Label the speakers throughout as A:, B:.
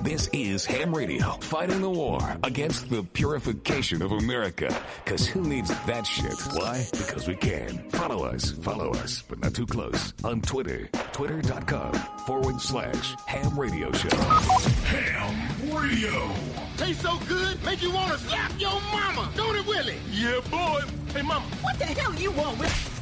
A: This is Ham Radio, fighting the war against the purification of America. Cause who needs that shit? Why? Because we can. Follow us, follow us, but not too close. On Twitter, twitter.com forward slash Ham Radio Show. Ham Radio.
B: Tastes so good, make you want to slap your mama. Don't it, Willie?
C: Yeah, boy. Hey, mama.
D: What the hell you want with...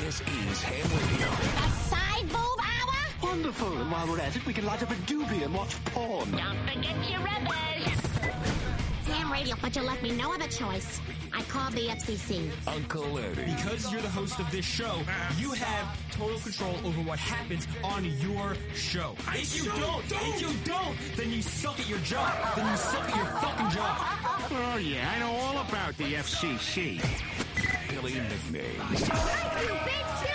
A: This is Ham Radio.
E: A side boob hour?
F: Wonderful. And while we're at it, we can light up a doobie and watch porn.
E: Don't forget your rubbers. Damn radio, but you left me no other choice. I called the FCC.
A: Uncle Eddie.
G: Because you're the host of this show, you have total control over what happens on your show. If you don't, if you don't, then you suck at your job. Then you suck at your fucking job.
B: Oh, yeah, I know all about the FCC.
A: Billy McNames.
H: Bitch, shut up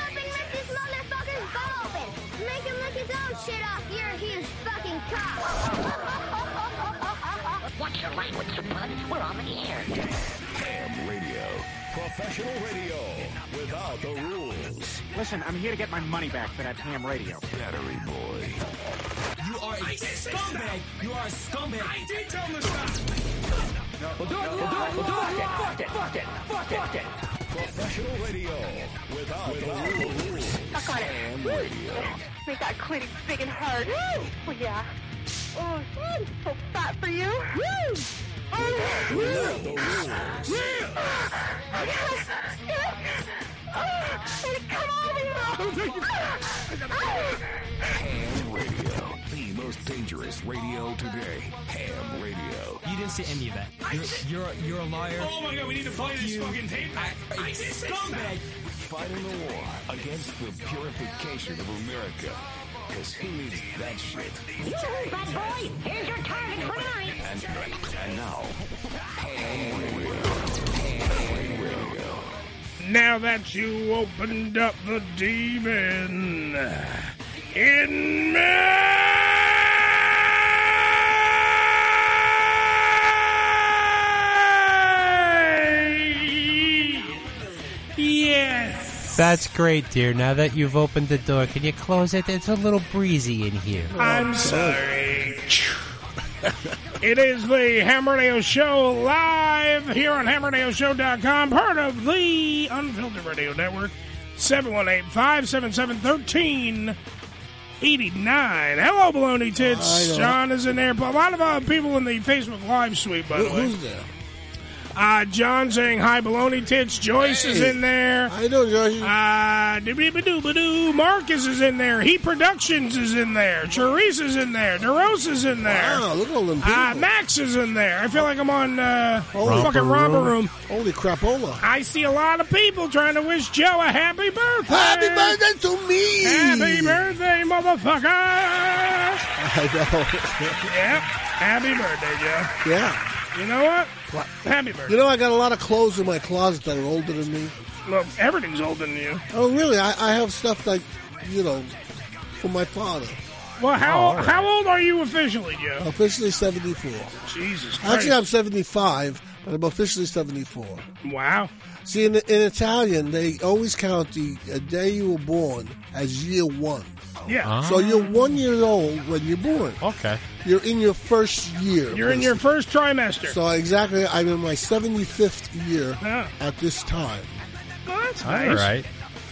H: and let this motherfucker's butt open. Make him lick his own shit off. You're a huge fucking cock.
E: Watch your language, you bud. We're on the air.
A: Ham Radio.
I: Professional radio without the rules.
J: Listen, I'm here to get my money back for that ham radio.
A: Battery Boy.
G: You are a scumbag. You are a scumbag. I did tell him to
F: We'll do it. We'll do it. We'll do it. Fuck it. Fuck it. Fuck it. Fuck it.
I: Professional radio without, the rules.
K: Suck on it. Woo. Make that clit big and hard. Woo. Well, yeah. Oh, mm, so fat for you. Woo. Oh, yeah.
I: Without the rules.
K: Yes. Yes. Oh, and come on, Ah. you.
A: Ham Radio. The most dangerous radio today. Ham Radio.
G: You didn't say any of that. You're you're, you're a liar.
C: Oh my god, we need to play this
G: You-
C: fucking tape back. I did say
G: Scumbag.
A: Fighting the war against the purification of America. Cause who needs that shit?
E: Yoo-hoo, bad boy. Here's your target for tonight.
A: And, and now, Ham Radio. Ham Radio.
L: Now that you opened up the demon in me. Yes,
M: That's great, dear. Now that you've opened the door, can you close it? It's a little breezy in here.
C: Oh.
L: I'm sorry. It is the Ham Radio Show live here on hamradioshow.com, part of the Unfiltered Radio Network, 718 577 89. Hello, Baloney
N: I
L: Tits.
N: don't-
L: John is in there. A lot of uh, people in the Facebook Live suite, by the way.
N: Who's there?
L: Uh, John saying hi, Baloney Tits. Joyce is
N: Hey.
L: in there.
N: I know, Joyce.
L: Uh, doo-doo-doo-doo. Marcus is in there. He Productions is in there. Charisse is in there. DeRose is in there.
N: Wow, look at all them people.
L: Uh, Max is in there. I feel like I'm on uh,
N: Romper
L: fucking romper room.
N: Holy crapola.
L: I see a lot of people trying to wish Joe a happy birthday.
N: Happy birthday to me!
L: Happy birthday, motherfucker!
N: I
L: Yep. Happy birthday, Joe.
N: know. yeah.
L: You know what?
N: What?
L: Happy birthday.
N: You know, I got a lot of clothes in my closet that are older than me.
L: Look, everything's older than you.
N: Oh, really? I, I have stuff like, you know, from my father.
L: Well, how
M: Oh, all right.
L: how old are you officially, Joe?
N: Officially 74.
L: Jesus Christ.
N: Actually, I'm 75, but and I'm officially 74.
L: Wow.
N: See, in, in Italian, they always count the uh, day you were born as year one.
L: Yeah. Ah.
N: So you're one year old when you're born.
M: Okay.
N: You're in your first year.
L: You're in your first trimester.
N: So exactly, I'm in my 75th year
L: Yeah.
N: at this time.
L: Well, that's
M: All
L: nice.
M: right.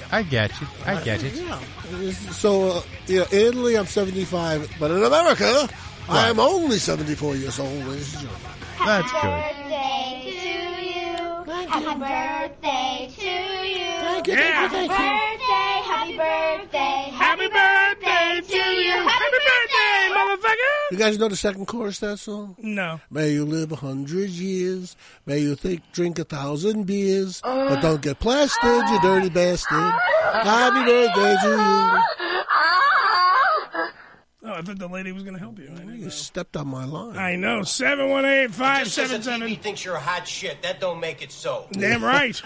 M: I get you. I get it.
N: Yeah. So, uh, you know, in Italy, I'm 75, but in America, I am only 74 years old. ladies and gentlemen.
M: That's good.
H: Birthday to you. Happy birthday to you.
L: you, Yeah. thank you, thank you.
H: Birthday, happy birthday.
L: Happy birthday to you. Happy birthday, motherfucker.
N: You guys know the second chorus of that song?
L: No.
N: May you live a hundred years. May you think, drink a thousand beers. but don't get plastered, you dirty bastard. Happy birthday to
L: Oh, I thought the lady was going to help you. I
N: you.
L: didn't
N: You stepped on my line.
L: I know. 718
D: He thinks you're hot shit. That don't make it so.
L: Damn right.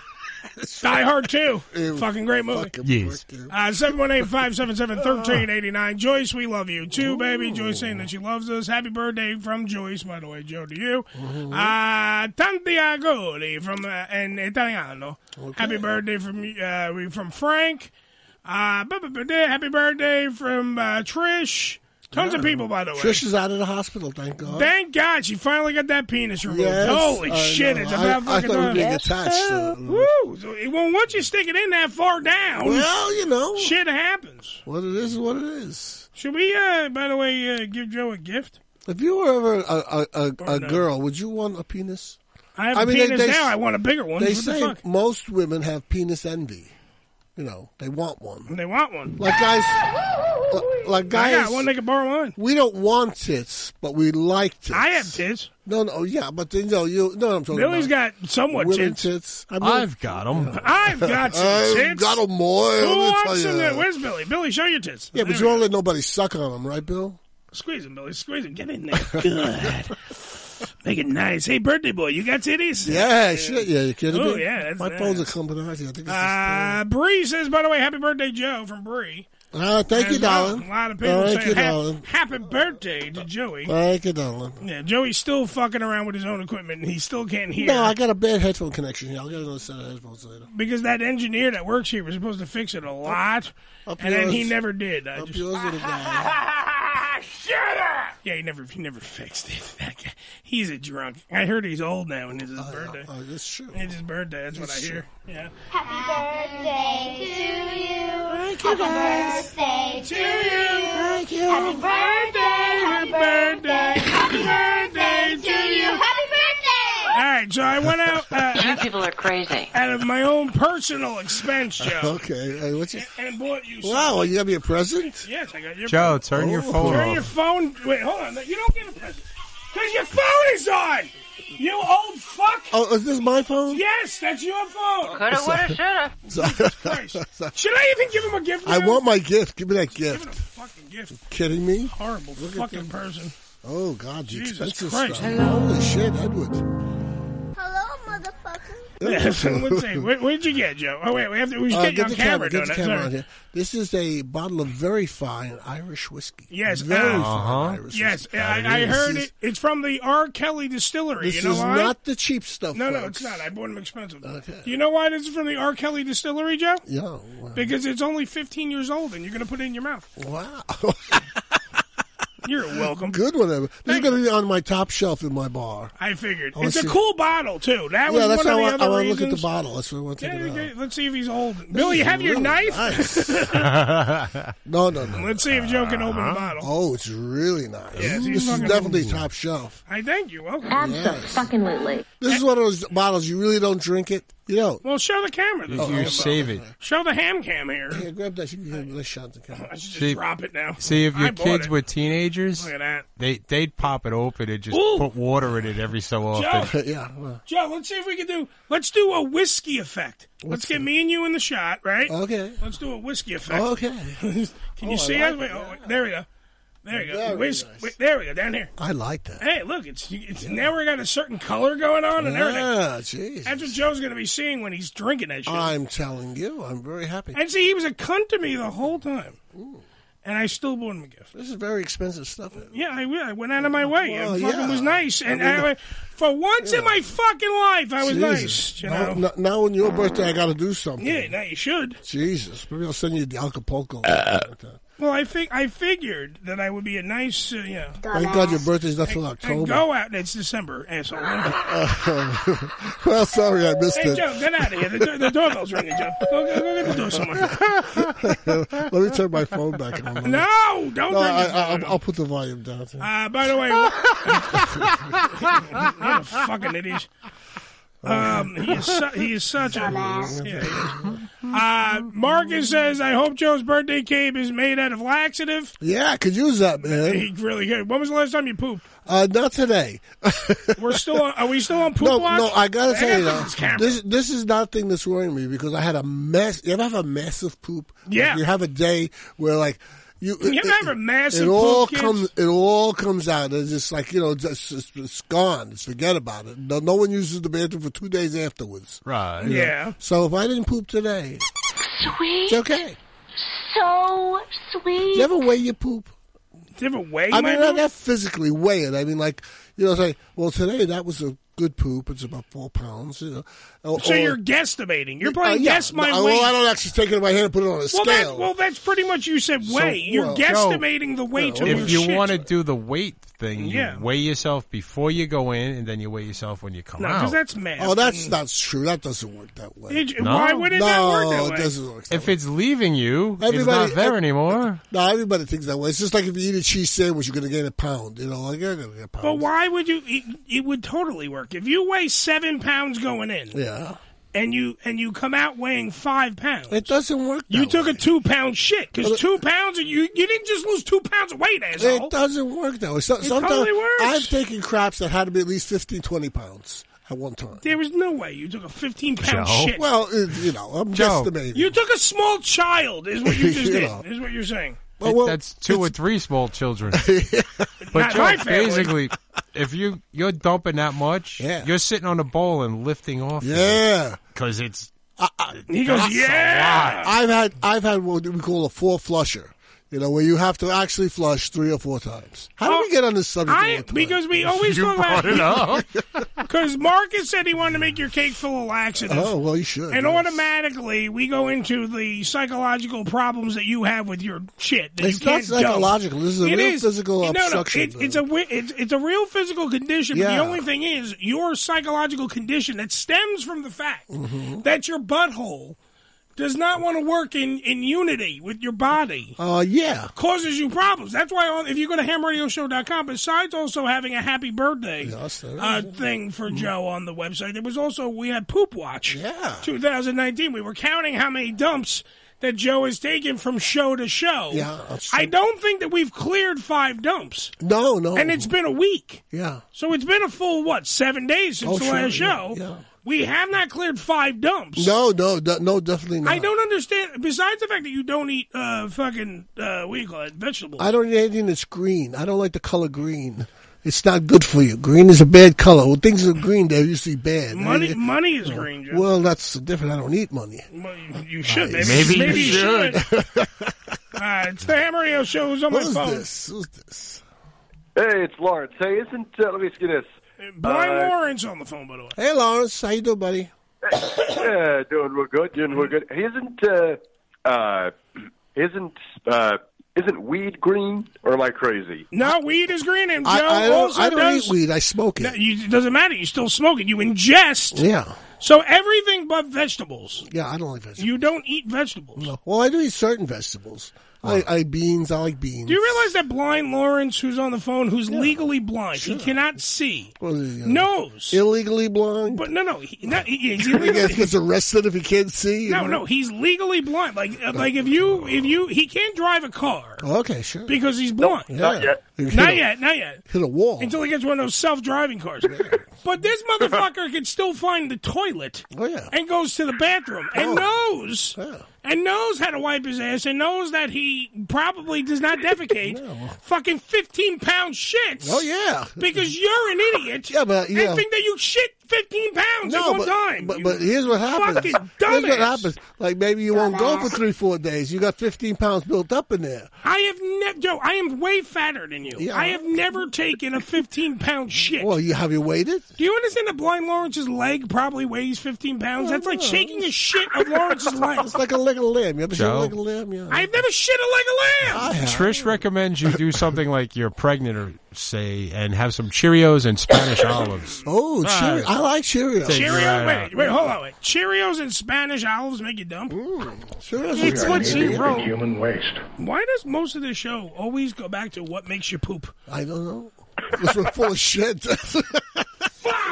L: Die Hard 2. Fucking great movie.
M: Yes.
L: Uh, 718-577-1389. Joyce, we love you too, baby. Joyce saying that she loves us. Happy birthday from Joyce, by the way, Joe, to you. Uh, tanti auguri from uh, in Italiano. Happy birthday from uh, we- from Frank. Uh, bu- bu- bu- de- happy birthday from uh, Trish. Tons of people, by the way.
N: Trish is out of the hospital, thank God.
L: Thank God she finally got that penis removed.
N: Yes,
L: Holy
N: I
L: shit,
N: know.
L: it's
N: I-
L: about
N: I
L: fucking
N: thought we were
L: time.
N: being attached, so-
L: Woo! So, it- Well, once you stick it in that far down,
N: Well, you know.
L: shit happens.
N: What it is, is what it is.
L: Should we, uh, by the way, uh, give Joe a gift?
N: If you were ever a, a, a,
L: Or
N: a
L: no.
N: girl, would you want a penis?
L: I have a
N: they-
L: penis
N: they
L: now.
N: s-
L: I want a bigger one.
N: They
L: What the
N: say
L: fuck?
N: most women have penis envy. You know, they want one.
L: They want one.
N: Like guys, li- like guys.
L: I got one. They can borrow mine.
N: We don't want tits, but we like tits.
L: I have tits.
N: No, no, yeah, but then, no, you know what I'm talking
L: Billy's
N: about.
L: got somewhat
N: Women
L: tits.
N: I mean,
M: I've got them.
L: I've got some
N: I've
L: tits.
N: got 'em, boy, let me
L: Who
N: tell you.
L: wants some? That? Where's Billy? Billy, show your tits.
N: yeah,
L: There
N: but
L: we
N: you
L: go.
N: don't let nobody suck on them, right, Bill?
L: Squeeze him, Billy. Squeeze him. Get in there. Good. Make it nice. Hey, birthday boy, you got titties?
N: Yeah, shit, yeah, you kidding
L: Oh,
N: me?
L: yeah, that's
N: My
L: nice.
N: balls are coming out here. I think it's
L: Uh, Bree says, by the way, happy birthday, Joe, from Bree.
N: uh, thank you,
L: There's a lot-
N: darling.
L: A lot of people
N: thank you,
L: saying "Ha-
N: darling.
L: happy birthday to Joey.
N: Thank you, darling.
L: yeah, Joey's still fucking around with his own equipment, and he still can't hear.
N: No, I got a bad headphone connection here. I'll get another set of headphones later.
L: because that engineer that works here was supposed to fix it a lot,
N: up
L: and then he
N: yours.
L: never did. I just,
N: Yours are the guy.
L: Ah, yeah, he never he never fixed it. That guy, he's a drunk. I heard he's old now, and it's his birthday.
N: Oh, that's true.
L: It's his birthday. That's what I
N: That's
L: hear. Yeah.
H: Happy birthday to you.
N: Thank you, guys.
H: Birthday to you.
N: Thank you.
H: Happy birthday.
L: Happy birthday. Happy birthday to you.
H: Happy birthday.
L: All right, so I went out. Uh,
O: You people are crazy.
L: out of my own personal expense, Joe,
N: Okay. Hey, what's your...
L: and bought you. some-
N: Wow, you got me a present?
L: Yes, I got your.
M: Joe, turn your
N: Oh.
M: phone
L: Turn your
M: off.
L: phone. Wait, hold on. You don't get a present because your phone is on. You old fuck.
N: Oh, is this my phone?
L: Yes, that's your phone.
O: Coulda, woulda, shoulda.
L: Christ. Should I even give him a gift?
N: I
L: now?
N: want my gift. Give me that
L: Give him a
N: gift.
L: fucking gift.
N: Kidding me?
L: Horrible
N: Look at
L: fucking
N: them.
L: person.
N: Oh, God, the
L: Jesus
N: expensive
L: Christ.
N: stuff. Holy shit, Edward.
H: Hello, motherfucker.
L: Let's see. What, what'd you get, Joe? Oh wait, we have to. We should
N: Uh,
L: get you
N: get
L: on
N: the
L: camera.
N: camera, get the
L: doing
N: camera
L: that.
N: on here. This is a bottle of very fine Irish whiskey.
L: Yes,
N: very
L: uh,
M: Uh-huh.
N: fine Irish
L: Yes,
N: whiskey.
L: I, I
N: This
L: heard
N: is-
L: it. It's from the R. Kelly Distillery.
N: This
L: you know
N: is
L: why?
N: not the cheap stuff.
L: no, no,
N: folks.
L: it's not. I bought them expensive.
N: Okay.
L: Do you know why this is from the R. Kelly Distillery, Joe?
N: Yeah. wow.
L: Because it's only 15 years old, and you're going to put it in your mouth.
N: Wow.
L: You're welcome.
N: Good one, Edward. This is going to be on my top shelf in my bar.
L: I figured.
N: Oh, I wanna
L: it's a
N: see-
L: cool bottle too. That was
N: yeah, that's
L: one of
N: how
L: the
N: I,
L: other
N: I want to
L: reasons.
N: look at the bottle. That's what I want to
L: Yeah,
N: take it out.
L: okay, let's see if he's old. Bill, you have your
N: Really
L: knife.
N: nice. no, no, no.
L: Let's see if Joe can open the bottle.
N: Oh, it's really nice.
L: Yeah, it's
N: this is
L: fucking-
N: definitely top shelf.
L: I thank you. Welcome.
O: Absolutely.
N: This is one of those bottles you really don't drink it. You know.
L: well, show the camera. This
M: You
L: bottle.
M: save it.
L: Show the ham cam here.
N: Here, grab that. You can have this shot. To come.
L: I should just
M: See-
L: drop it now.
M: See if
L: I
M: your
L: bought
M: kids
L: it.
M: were teenagers,
L: Look at that.
M: they they'd pop it open and just
L: Ooh.
M: put water in it every so often.
L: Joe,
N: yeah. well,
L: Joe, let's see if we can do. Let's do a whiskey effect. Let's get me and you in the shot, right?
N: Okay.
L: Let's do a whiskey effect.
N: Okay.
L: Can
N: Oh, I
L: you see
N: like
L: us? Wait,
N: it,
L: oh,
N: yeah.
L: wait, there we go. There we go.
N: Very
L: Whis-
N: nice.
L: wait, there we go. Down here.
N: I like that.
L: Hey, look, it's, it's now we got a certain color going on and everything.
N: Yeah, jeez.
L: That's what Joe's going to be seeing when he's drinking that shit.
N: I'm telling you, I'm very happy.
L: and see, he was a cunt to me the whole time. and I still bought him a gift.
N: This is very expensive stuff.
L: Yeah, I, I went out of my way.
N: Well,
L: it fucking
N: yeah.
L: was nice, and
N: I mean,
L: I went- for once in my fucking life, I was nice.
N: Jesus.
L: You
N: Now-
L: know,
N: now, now on your birthday, I got to do something.
L: yeah, now you should.
N: Jesus, maybe I'll send you the Acapulco.
L: Well, I think I figured that I would be a nice, uh, you know.
N: Thank God your birthday's not till
L: And
N: October.
L: go out. It's December, asshole.
N: well, sorry, I missed
L: hey, Joe, get out of here. The, do- the doorbell's ringing, Joe. Go, go, go get the door somewhere.
N: it. Let me turn my phone back on.
L: No, don't
N: No,
L: bring
N: I,
L: it
N: I, I'll, I'll put the volume down.
L: Uh, by the way, what a fucking idiot. Um, he is su- he is such a yeah, he is. Uh, Marcus says, "I hope Joe's birthday cake is made out of laxative."
N: Yeah, I could use that,
L: He
N: man.
L: really good. When was the last time you pooped?
N: Uh, not today.
L: We're still on, are we still on poop
N: no,
L: watch?
N: no, I gotta
L: Hang
N: tell you
L: on
N: though,
L: this camera.
N: this this is not the thing that's worrying me because I had a mess. You ever have a massive poop? Like,
L: Yeah.
N: you have a day where like you.
L: You ever have a massive
N: It all
L: poop, kids?
N: comes. It all comes out. It's just like you know, just, it's it's gone. Just forget about it. No, no one uses the bathroom for two days afterwards.
M: Right.
N: you know?
M: Yeah.
N: So if I didn't poop today,
E: Sweet.
N: it's okay.
E: So sweet.
N: You ever weigh your poop?
L: Different way.
N: I mean, not, not physically weigh it. I mean, like you know, say, well, today that was a good poop. It's about four pounds. You know. Or-
L: so
N: or-
L: you're guesstimating. You're
N: Uh,
L: playing
N: yeah.
L: guess my
N: No,
L: weight.
N: Well, I don't actually take it in my hand and put it on a
L: well,
N: scale.
L: that's, well, that's pretty much you said
N: So,
L: weight. You're
N: well,
L: guesstimating the weight of your
M: if you
L: shit.
M: want to do the weight thing, you
L: Yeah.
M: weigh yourself before you go in, and then you weigh yourself when you come
L: No,
M: out.
L: because that's math.
N: oh, that's not true. That doesn't work that way.
L: It- Hmm. Why would it not work that way?
M: If it's leaving you, it's
N: Everybody-
M: not there anymore.
N: No, everybody thinks that way. It's just like if you eat a cheese sandwich, you're going to gain a pound. You know, like you're going to get a pound.
L: But why would you? It, it would totally work if you weigh seven pounds going in.
N: Yeah.
L: And you and you come out weighing five pounds.
N: It doesn't work.
L: you took a two pound shit because two pounds. You you didn't just lose two pounds of weight, asshole.
N: It doesn't work that way. So,
L: It
N: sometimes
L: totally works.
N: I've taken craps that had to be at least 15, 20 pounds at one time.
L: There was no way you took a fifteen pound
N: Joe.
L: shit.
N: Well, it, you know, I'm
M: Joe.
N: guesstimating.
L: you took a small child, is what you just
M: You
L: did.
M: know.
L: Is what you're saying.
M: It- that's two or three small children. but
L: Not
M: Joe,
L: my family.
M: basically, if you you're dumping that much, you're sitting on a bowl and lifting off.
N: Yeah.
M: because it's
L: He goes,
M: That's a
L: yeah.
N: I've had I've had what we call a four flusher. You know, where you have to actually flush three or four times. How do
L: Oh,
N: we get on this subject? all
L: I
N: the time?
L: because we always
N: You
L: talk about
N: brought it
L: Because Marcus said he wanted to make your cake full of laxative.
N: Oh well, you should.
L: And automatically, we go into the psychological problems that you have with your shit. That
N: It's
L: you
N: not
L: can't dump.
N: psychological. This is a
L: It
N: real physical
L: no, no,
N: obstruction.
L: it- it's a wi- it's, it's a real physical condition. But
N: Yeah.
L: the only thing is your psychological condition that stems from the fact
N: Mm-hmm.
L: that your butthole does not want to work in, in unity with your body
N: Uh, yeah.
L: causes you problems. That's why on, if you go to hamradioshow.com, besides also having a happy birthday uh, thing
N: Mm.
L: for Joe on the website, there was also, we had Poop Watch yeah. 2019. We were counting how many dumps that Joe has taken from show to show.
N: Yeah, that's
L: I don't think that we've cleared five dumps.
N: No, no.
L: And it's been a week.
N: Yeah.
L: So it's been a full, what, seven days since
N: Oh,
L: the
N: sure,
L: last
N: yeah,
L: show. We have not cleared five dumps.
N: No, no, de- no, definitely not.
L: I don't understand. Besides the fact that you don't eat uh, fucking uh, what do you call it vegetables.
N: I don't eat anything that's green. I don't like the color green. It's not good for you. Green is a bad color. When things are green, they're usually bad.
L: Money,
N: Eh,
L: money is green. Joe.
N: Well, that's different. I don't eat money.
L: Well, you- you should.
N: Nice. Maybe
L: Maybe, maybe,
N: you
L: you should. uh, it's the Ham Radio Show. Who's on
N: Who's
L: my phone?
N: this? Who's this?
P: Hey, it's Lawrence. Hey, isn't uh, let me see this.
L: Brian
P: Uh,
L: Warren's on the phone, by the way.
N: Hey, Lawrence. How you doing, buddy?
P: yeah, doing real good. Doing real good. Isn't uh, uh, isn't uh, isn't weed green? Or am I crazy?
L: No, weed is green, and Joe
N: I, I don't,
L: also
N: I don't
L: does.
N: eat weed. I smoke it.
L: No, you, it doesn't matter. You still smoke it. You ingest.
N: Yeah.
L: So everything but vegetables.
N: Yeah, I don't like vegetables.
L: You don't eat vegetables.
N: No. Well, I do eat certain vegetables. I, I beans. I like beans.
L: Do you realize that blind Lawrence, who's on the phone, who's legally blind, he cannot see, knows
N: uh, illegally blind.
L: But no, no, he, no he- he's
N: He gets,
L: illegally.
N: gets arrested if he can't see. you
L: No,
N: know?
L: no, he's legally blind. Like, uh, like if you, if you, he can't drive a car
N: Oh, okay, sure.
L: because he's blind.
N: not yet.
L: Not yet. Not yet.
N: Hit a wall.
L: Until he gets one of those self-driving cars. but this motherfucker can still find the toilet.
N: Oh,
L: And goes to the bathroom and knows. And knows how to wipe his ass and knows that he probably does not defecate fucking 15 pound shits.
N: Oh, yeah.
L: Because you're an idiot.
N: Yeah, but, yeah.
L: And think that you shit fifteen pounds at one
N: but,
L: time.
N: But,
L: you
N: but here's what happens.
L: Fucking
N: Here's what
L: dumbass.
N: happens. Like maybe you won't go for three, four days. You got 15 pounds built up in there.
L: I have never, Joe. I am way fatter than you.
N: Yeah.
L: I have never taken a fifteen pound shit.
N: Well, you have you waited?
L: Do you understand that Blind Lawrence's leg probably weighs fifteen pounds?
N: Oh,
L: That's like shaking a shit of Lawrence's leg.
N: It's like a leg of lamb. You ever seen a
M: Joe?
N: leg of lamb? Yeah.
L: I've never shit a
N: Ah.
L: leg of lamb.
M: Trish recommends you do something like you're pregnant or say, and have some Cheerios and Spanish olives.
N: Oh,
M: Ah,
N: Cheerios. I like Cheerios.
M: Take your
L: Cheerios,
M: eye
L: wait,
M: out.
L: wait, hold on, wait. Cheerios and Spanish olives make you dumb.
N: Mm, Cheerios
L: it's
N: are
L: what
N: good.
L: she
N: Yeah.
L: wrote.
N: Human waste.
L: Why does most of the show always go back to what makes you poop?
N: I don't know. Because we're full of shit.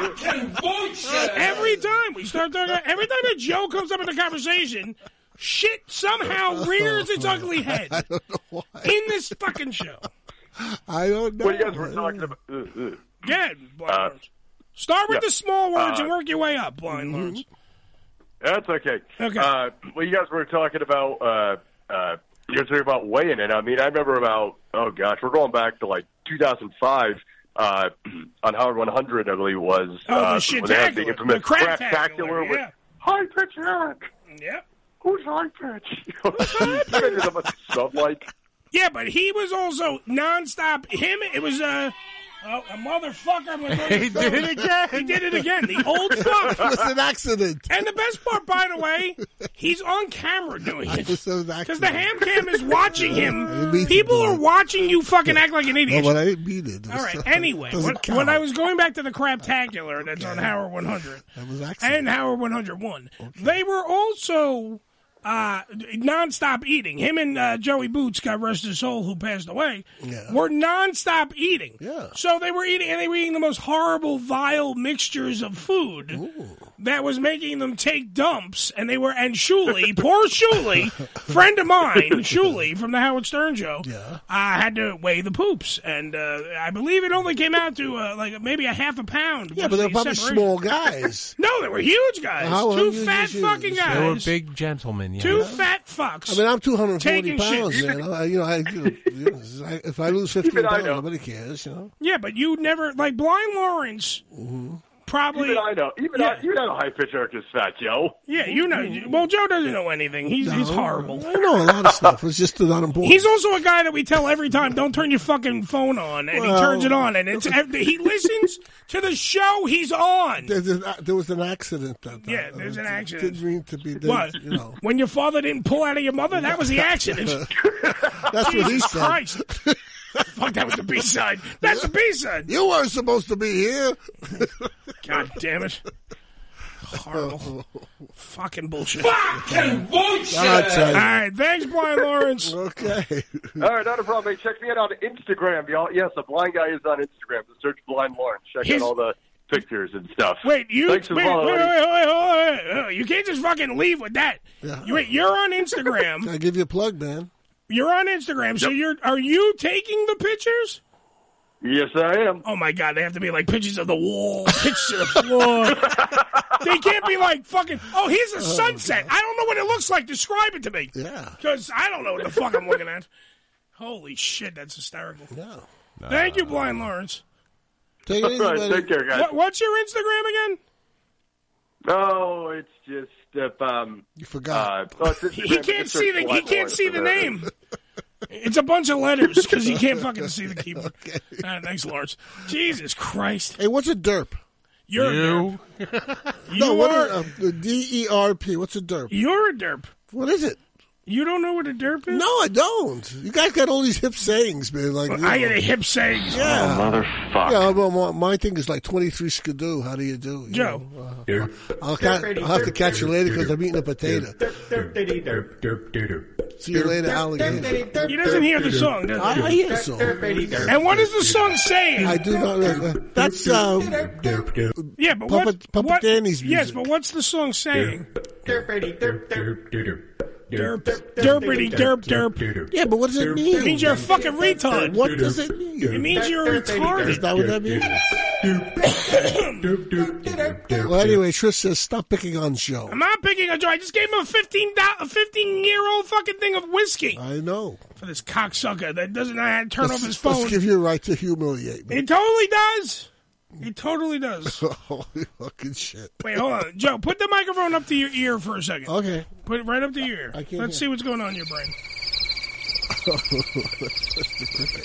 L: Uh, Every time we start talking, every time a Joe comes up in the conversation, shit somehow rears its ugly head. I don't know why. In this fucking show.
N: I don't know.
P: What you guys were talking about? Uh, uh,
L: Again,
P: uh,
L: start with
P: Yeah.
L: the small words
P: Uh,
L: and work your way up, Blind Lawrence.
P: that's okay. Okay. Uh, well, you guys were talking about uh, uh, you guys were talking about weighing in. I mean, I remember about oh gosh, we're going back to like 2005 uh, on Howard 100, I believe it was.
L: Oh, the
P: uh,
L: shit
P: when they had the
L: tackler.
P: infamous
L: The crap
P: crap-tacular
L: tackler,
P: with
L: yeah.
P: high pitch Eric.
L: Yep.
P: Who's high pitch? you guys ended up with stuff like
L: Yeah, but he was also nonstop. Him, it was uh, oh, a motherfucker. I'm gonna go to
N: He
L: the
N: did
L: phone.
N: it again.
L: He did it again. The old fuck.
N: It was an accident.
L: And the best part, by the way, he's on camera doing it.
N: It was an accident.
L: Because the ham cam is watching
N: I didn't
L: him.
N: mean to
L: People
N: do
L: are
N: it.
L: watching you fucking act like an
N: No,
L: idiot.
N: but I didn't mean it.
L: All right. Anyway,
N: Doesn't
L: when,
N: count.
L: when I was going back to the craptacular that's on Howard 100
N: That was accident.
L: and Howard 101, they were also uh, nonstop eating. Him and uh, Joey Boots, God rest his soul, who passed away,
N: Yeah.
L: were nonstop eating. Yeah. So they were eating, and they were eating the most horrible, vile mixtures of food that was making them take dumps. And they were, and Shuley, poor Shuley, friend of mine, Shuley from the Howard Stern Show, yeah. I had to weigh the poops, and uh, I believe it only came out to uh, like maybe a half a pound.
N: Yeah,
L: was
N: but they're
L: the
N: probably
L: separation.
N: small guys.
L: No, they were huge guys.
N: How
L: two
N: huge is
L: fat
N: huge?
L: fucking guys.
M: They were big gentlemen. Yeah.
L: Two fat fucks.
N: I mean, I'm 240
L: Taking shit.
N: pounds,
L: You
N: man. I, you know, I, you know, you know, I- if I lose 15
L: Even I
N: pounds,
L: know.
N: nobody cares, you know. Mm-hmm.
L: Yeah, but you never like Blind Lawrence. Probably.
P: even I know even I, you know high pitch Eric is fat, yo.
L: Yeah, you know. Well, Joe doesn't know anything. He's he's horrible.
N: I know a lot of stuff. It's just that I'm important.
L: He's also a guy that we tell every time, don't turn your fucking phone on, and
N: Well-
L: he turns it on, and it's he listens to the show he's on.
N: There's an, there was an accident that uh,
L: Yeah, there's an accident.
N: didn't mean to be there.
L: What?
N: You know,
L: When your father didn't pull out of your mother, that was the accident.
N: that's what he
L: Jesus
N: said.
L: Christ. Fuck, that was the B side. That's the B side.
N: You weren't supposed to be here.
L: God damn it. Horrible. Fucking bullshit.
P: Fucking bullshit.
L: All right, thanks, Blind Lawrence.
N: okay.
P: All right, not a problem. Hey, check me out on Instagram, y'all. Yes, the blind guy is on Instagram. Just search blind Lawrence. Check
L: His-
P: out all the pictures and stuff.
L: Wait, you wait,
P: Thanks for
L: wait,
P: following.
L: wait, wait, wait, wait, wait. You can't just fucking leave with that. You, wait, you're on Instagram.
N: I give you a plug, man.
L: You're on Instagram, so you're are you taking the pictures?
P: Yes, I am.
L: Oh my god, they have to be like pictures of the wall, pictures of the floor. they can't be like fucking. Oh, here's a sunset. I don't know what it looks like. Describe it to me.
N: Yeah.
L: because I don't know what the fuck I'm looking at. Holy shit, that's hysterical.
N: Yeah.
L: Thank you, Blind Lawrence.
N: Take it easy,
P: All right,
N: buddy.
P: take care, guys.
L: What, what's your Instagram again?
P: No, it's just if, um.
N: You forgot.
P: Uh, oh, it's Instagram,
L: He
P: but
L: can't
P: just search
L: see the he
P: Blind
L: can't
P: Lawrence
L: see
P: and
L: the
P: then-
L: name. It's a bunch of letters because he can't fucking see the keyboard. All right, thanks, Lawrence. Jesus Christ,
N: Hey, what's a derp?
L: you're
M: You.
L: a derp. You
N: no, what
L: are
N: is uh, D E R P? What's a derp?
L: you're a derp.
N: What is it?
L: You don't know what a derp is?
N: No, I don't. You guys got all these hip sayings, man. Like you
L: I
N: know.
L: get a hip saying.
P: Oh,
N: Yeah.
L: motherfucker.
N: Yeah, well, my, my thing is like 23 skidoo. How do you do? You
L: Joe.
N: know, uh, I'll, ca- I'll have to catch you later because I'm eating a potato. See you later, alligator.
L: He doesn't hear the song, does
N: I,
L: he?
N: I hear the song.
L: And what is the song saying?
N: I do not. Uh, that's uh,
L: yeah, but
N: Puppet-
L: what?
N: Puppet
L: what-
N: Danny's
L: Yes,
N: music.
L: but what's the song saying? Derp, derpity, derp, derp.
N: yeah, but what does it mean?
L: It means you're a fucking retard.
N: What does it mean?
L: It means you're a
N: Is
L: retard.
N: that what that means? well, anyway, Trish says stop picking on Joe.
L: I'm not picking a joint. I just gave him a fifteen do- a fifteen year old fucking thing of whiskey
N: I know.
L: for this cocksucker that doesn't know how to turn
N: Let's-
L: off his phone.
N: Let's give you a right to humiliate me.
L: It totally does. He totally does.
N: Holy fucking shit.
L: Wait, hold on, Joe. Put the microphone up to your ear for a second.
N: Okay.
L: Put it right up to your ear.
N: I can't
L: Let's
N: hear.
L: see what's going on in your brain.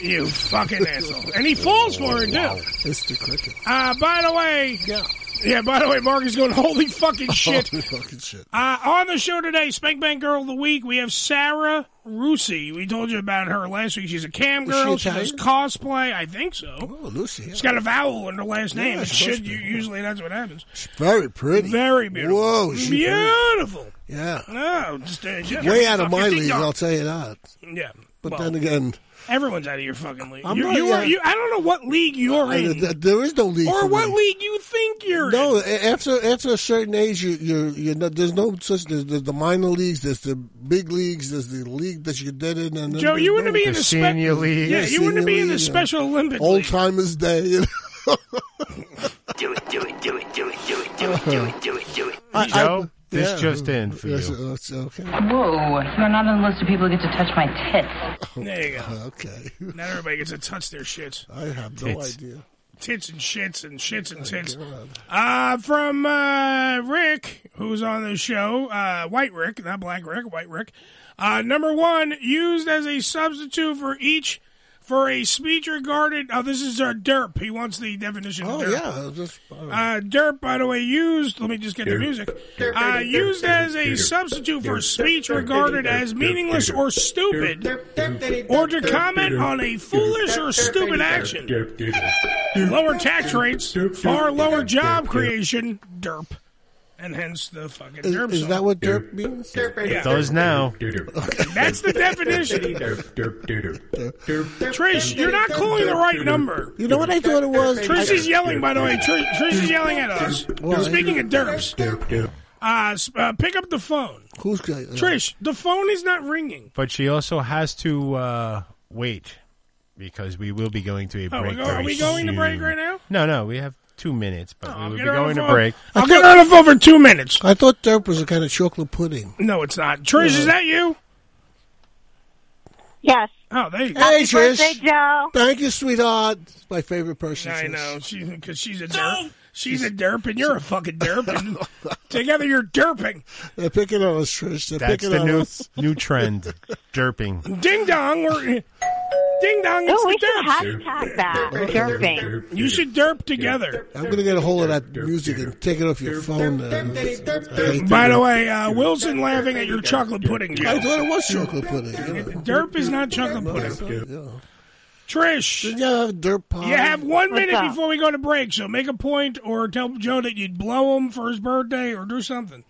L: You fucking asshole. And he falls for it,
N: Wow.
L: too.
N: Mr. Cricket.
L: Uh, by the way, yeah, By the way, Mark is going. Holy fucking shit!
N: Holy fucking shit.
L: Uh, on the show today, Spank Bank Girl of the Week, we have Sarah Rusi. We told you about her last week. She's a cam
N: Is she
L: girl. She, does
N: Italian?
L: cosplay. I think so.
N: Oh, Lucy.
L: She's got a vowel in her last name.
N: Yeah,
L: it
N: it's supposed
L: should
N: to
L: you, usually that's what happens.
N: Very pretty.
L: Very beautiful.
N: Whoa, Oh, is she pretty.
L: beautiful.
N: Yeah.
L: No, just, uh, just
N: Way out of
L: fucking
N: my
L: ding
N: league,
L: dong.
N: I'll tell you that.
L: Yeah,
N: But
L: well,
N: then again,
L: everyone's out of your fucking league.
N: I'm
L: you,
N: not
L: you are.
N: yet.
L: You, I don't know what league you're
N: I-
L: in,
N: th- there is no league.
L: or
N: for
L: what
N: me.
L: league you think you're in.
N: No, a- after after a certain age, you you you know, there's no such there's, there's the minor leagues, there's the big leagues, there's the league that you did in, and then
L: Joe, you
N: there's
L: wouldn't
N: no-
L: be in the spe- Yeah, you wouldn't be in the Special Olympics.
N: Old Timers Day. You know?
Q: Do it, do it, do it, do it, do it, do it, do it, do it, do it.
N: I-
M: Joe,
N: I-
M: this
N: yeah.
M: just in for
N: Yes,
M: you.
N: uh, it's okay.
D: Whoa, you're not on the list of people who get to touch my tits.
L: There you go.
N: Okay.
L: Not everybody gets to touch their shits.
N: I have no
L: Tits.
N: idea.
L: Tits and shits and shits and tits. Uh, from uh, Rick, who's on the show, uh, White Rick, not Black Rick, White Rick. Uh, number one, used as a substitute for each for a speech regarded. Oh, this is our derp. He wants the definition.
N: Oh
L: of derp.
N: yeah, just
L: Uh, derp, by the way, used. Let me just get the music. Uh, used as a substitute for speech regarded as meaningless or stupid, or to comment on a foolish or stupid action. Lower tax rates, far lower job creation. Derp, and hence the fucking
N: is,
L: derp.
N: is
L: song.
N: that what derp means?
L: Yeah.
M: Does now.
L: That's the definition. Trish, you're not calling the right number.
N: You know what I thought it was?
L: Trish is yelling, by the way. Trish, Trish is yelling at us.
N: Why?
L: Speaking of derps, uh, s- uh, pick up the phone.
N: Who's got, uh,
L: Trish, the phone is not ringing.
M: But she also has to uh, wait because we will be going to a
L: Oh,
M: break.
L: we're go- are
M: very
L: we going to
M: soon.
L: break right now? Oh,
M: No, no, we have two minutes, but we will be
L: get her on
M: going
L: the
M: to
L: phone.
M: break.
L: I'll get her on the phone for two minutes.
N: I thought derp was a kind of chocolate pudding.
L: No, it's not. Trish, is that you?
R: Yes.
L: Oh, there you go.
N: Hey, Trish.
R: birthday, Joe.
N: Thank you, sweetheart. It's my favorite person.
L: I
N: Trish.
L: know she because she's a derp. She's a derp, and you're a fucking derp, and together you're derping.
N: They're picking on us, Trish. They're
M: That's
N: picking
M: the
N: on
M: new
N: us.
M: new trend, derping.
L: Ding dong, we're ding dong. It's
R: Oh, we
L: the
R: should
L: derp.
R: hashtag that. Derping.
L: You should derp together.
N: I'm gonna get a hold of that music and take it off your phone. uh, I hate
L: By
N: to-
L: the way, uh, Wilson laughing at your chocolate pudding. Joe.
N: I thought it was chocolate pudding. Yeah.
L: Derp is not chocolate pudding. Trish,
N: Did you have derp pie?
L: you have one
R: What's
L: minute
R: up?
L: before we go to break, so make a point or tell Joe that you'd blow him for his birthday or do something.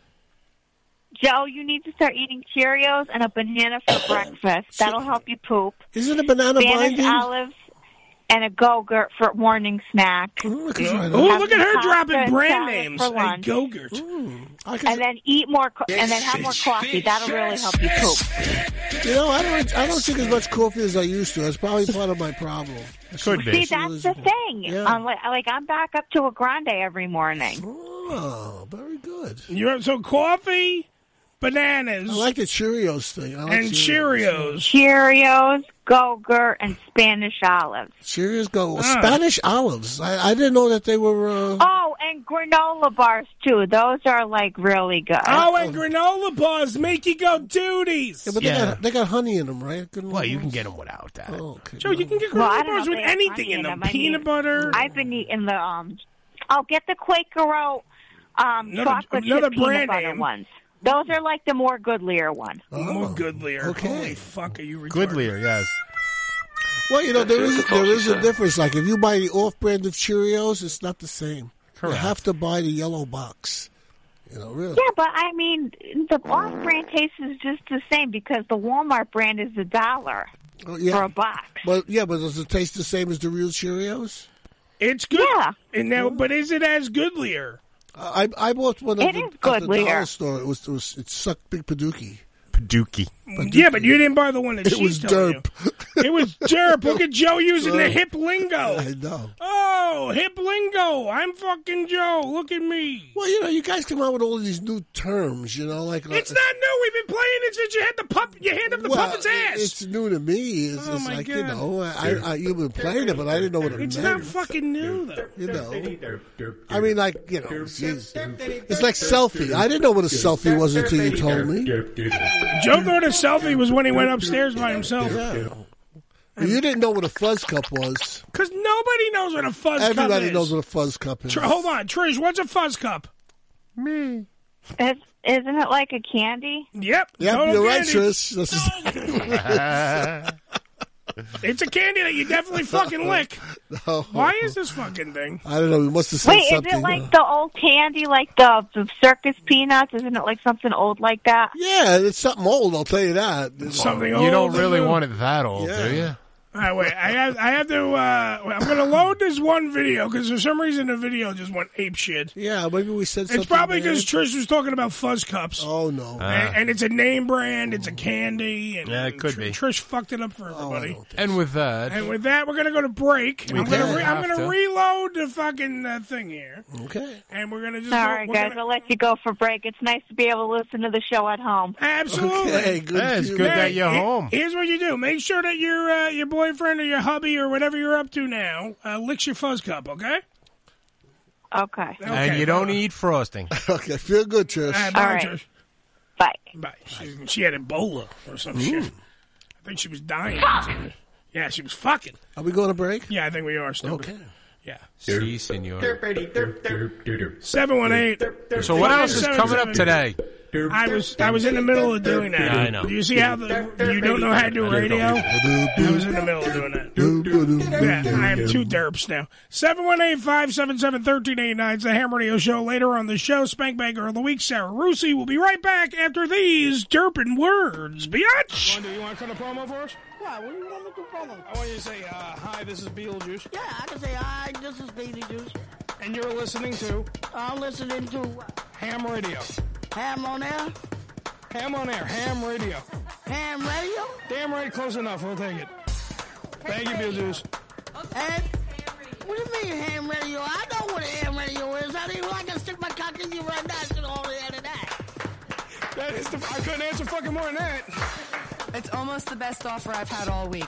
R: Joe, you need to start eating Cheerios and a banana for
L: Uh,
R: breakfast. That'll help you poop.
N: Is it a banana
R: Spanish
N: binding?
R: olives and a go-gurt for morning snack.
N: Ooh, I could try that.
L: Oh, look at her
R: Pasta
L: dropping
R: and
L: brand
R: salad
L: names.
R: for
L: Hey,
R: lunch.
L: Gogurt.
N: I could-
R: And then eat more, co- and then have more coffee. That'll really help you poop.
N: you know, I don't. I don't drink as much coffee as I used to. That's probably part of my problem.
M: Could
R: See,
M: be.
R: that's the thing.
N: Yeah.
R: Um, like, like, I'm back up to a grande every morning.
N: Oh, very good.
L: You have so coffee, bananas,
N: I like the Cheerios thing. I like
L: and Cheerios.
R: Cheerios, go-gurt, and Spanish olives.
N: Cheerios go
L: Ah.
N: Spanish olives. I, I didn't know that they were. Uh,
R: Oh, and granola bars too. Those are like really good.
L: Oh, and granola bars make you go duties.
N: yeah, but they,
M: yeah.
N: got, they got honey in them, right? Good
M: Well, you can
N: ones.
M: get them without that.
N: Oh, okay.
L: Joe, you can get granola
R: Well, I don't know
L: bars
R: if
L: with
R: they have
L: anything
R: honey
L: in
R: in
L: them.
R: them. I
L: Peanut
R: mean,
L: butter.
R: I've been eating the um. I'll get the Quaker Oat um
L: Another-
R: chocolate chip
L: another brand
R: peanut butter
L: name.
R: ones. Those are like the more goodlier ones.
N: Oh.
L: More Goodlier.
N: okay.
L: Holy fuck, are you retarded?
M: Goodlier, yes.
N: Well, you know there is there is a difference. Like if you buy the off brand of Cheerios, it's not the same.
M: Correct.
N: You have to buy the yellow box. You know, really.
R: Yeah, but I mean, the off-brand taste is just the same because the Walmart brand is a dollar
N: Oh,
R: for
N: yeah.
R: a box.
N: But yeah, but does it taste the same as the real Cheerios?
L: It's good.
R: Yeah.
L: And now, but is it as Goodlier?
N: I I bought one
R: It
N: at the,
R: is
N: at
R: good,
N: the dollar
R: Lear.
N: store. It was it was it sucked big Paducah.
M: Paducah.
L: yeah, but you didn't buy the one that
N: It
L: she
N: was
L: told you. It was derp. Look at Joe using the
N: Derp.
L: hip lingo. I
N: know.
L: Oh, hip lingo. I'm fucking Joe. Look at me.
N: Well, you know, you guys come out with all these new terms, you know, like uh,
L: It's not new. We've been playing it since you had the pup. You hand up the
N: Well,
L: puppet's ass. Oh,
N: It's new to me. It's, it's like you
L: God.
N: know, I, I, I you've been playing it, but I didn't know what it
L: It's
N: meant.
L: not fucking new though.
N: You know. I mean, like you know, it's, it's like selfie. I didn't know what a selfie was until you told me.
L: Joe thought a selfie was when he went upstairs by himself.
N: Well, you didn't know what a fuzz cup was.
L: Because nobody knows what a fuzz cup
N: Everybody
L: is.
N: knows what a fuzz cup is.
L: Tr- hold on, Trish. What's a fuzz cup?
R: Me. It's, isn't it like a candy?
L: Yep.
N: Yep,
L: Total
N: you're right,
L: candy.
N: Trish. This is-
L: It's a candy that you definitely fucking lick.
N: No.
L: Why is this fucking thing?
N: I don't know. We must have said
R: Wait, is
N: something. uh,
R: it like the old candy, like the, the circus peanuts? Isn't it like something old like that?
N: yeah, it's something old. I'll tell you that. It's
L: Something
M: You don't
L: old and
M: really
L: new.
M: want it that old,
N: Yeah.
M: do you?
L: All right, wait. I have, I have to. Uh, wait, I'm going to load this one video because for some reason the video just went ape shit.
N: Yeah, maybe we said something
L: It's probably
N: bad.
L: because Trish was talking about fuzz cups.
N: Oh no!
M: Ah.
L: and, and it's a name brand. It's a candy. And
M: Yeah, it could
L: Tr-
M: be.
L: Trish fucked it up for everybody.
M: And with that,
L: and with that, we're gonna go to break.
M: We
L: I'm gonna
M: don't
L: re-
M: have
L: I'm gonna
M: to.
L: reload the fucking uh, thing here.
N: Okay.
L: And we're gonna just.
R: All
L: go-
R: right,
L: we're
R: guys,
L: gonna-
R: I'll let you go for break. It's nice to be able to listen to the show at home.
L: Absolutely.
M: Yeah, it's good that you're
L: Hey, he-
M: home.
L: Here's what you do: make sure that your uh, your boyfriend or your hubby or whatever you're up to now uh, licks your fuzz cup. Okay.
R: Okay.
M: and you don't eat frosting.
N: okay, feel good, Trish.
L: All right, bye, Trish.
R: Bye.
L: She, she had Ebola or some shit. I think she was dying. Yeah, she was fucking.
N: Are we going to break?
L: Yeah, I think we are. Stupid. Okay. Yeah.
M: Si, senor.
L: Seven one eight.
M: So what else is coming up today?
L: I was I was in the middle of doing that.
M: Yeah, I know.
L: Do you see how the, you don't know how to do radio? I was in the middle of doing that. Yeah, I have two derps now. 718-577-1389 is the Ham Radio Show. Later on the show, Spank Bank Girl of the Week, Sarah Rusi will be right back after these derping words. Biatch! You want to cut a promo for us?
F: Why? What do you want me to follow?
L: I want you to say, uh, hi, this is Beetlejuice.
F: Yeah, I can say, hi, this is Beetlejuice.
L: And you're listening to
F: I'm listening to what?
L: Ham Radio.
F: Ham on Air?
L: Ham on air. Ham Radio.
F: Ham Radio?
L: Damn right, close enough. We'll take it. Thank you, Beetlejuice.
F: Ham? What do you mean ham radio? I know what ham radio is. I didn't like to stick my cock in you right now. I should hold it out of that.
L: That is the, I couldn't answer fucking more than that.
S: It's almost the best offer I've had all week.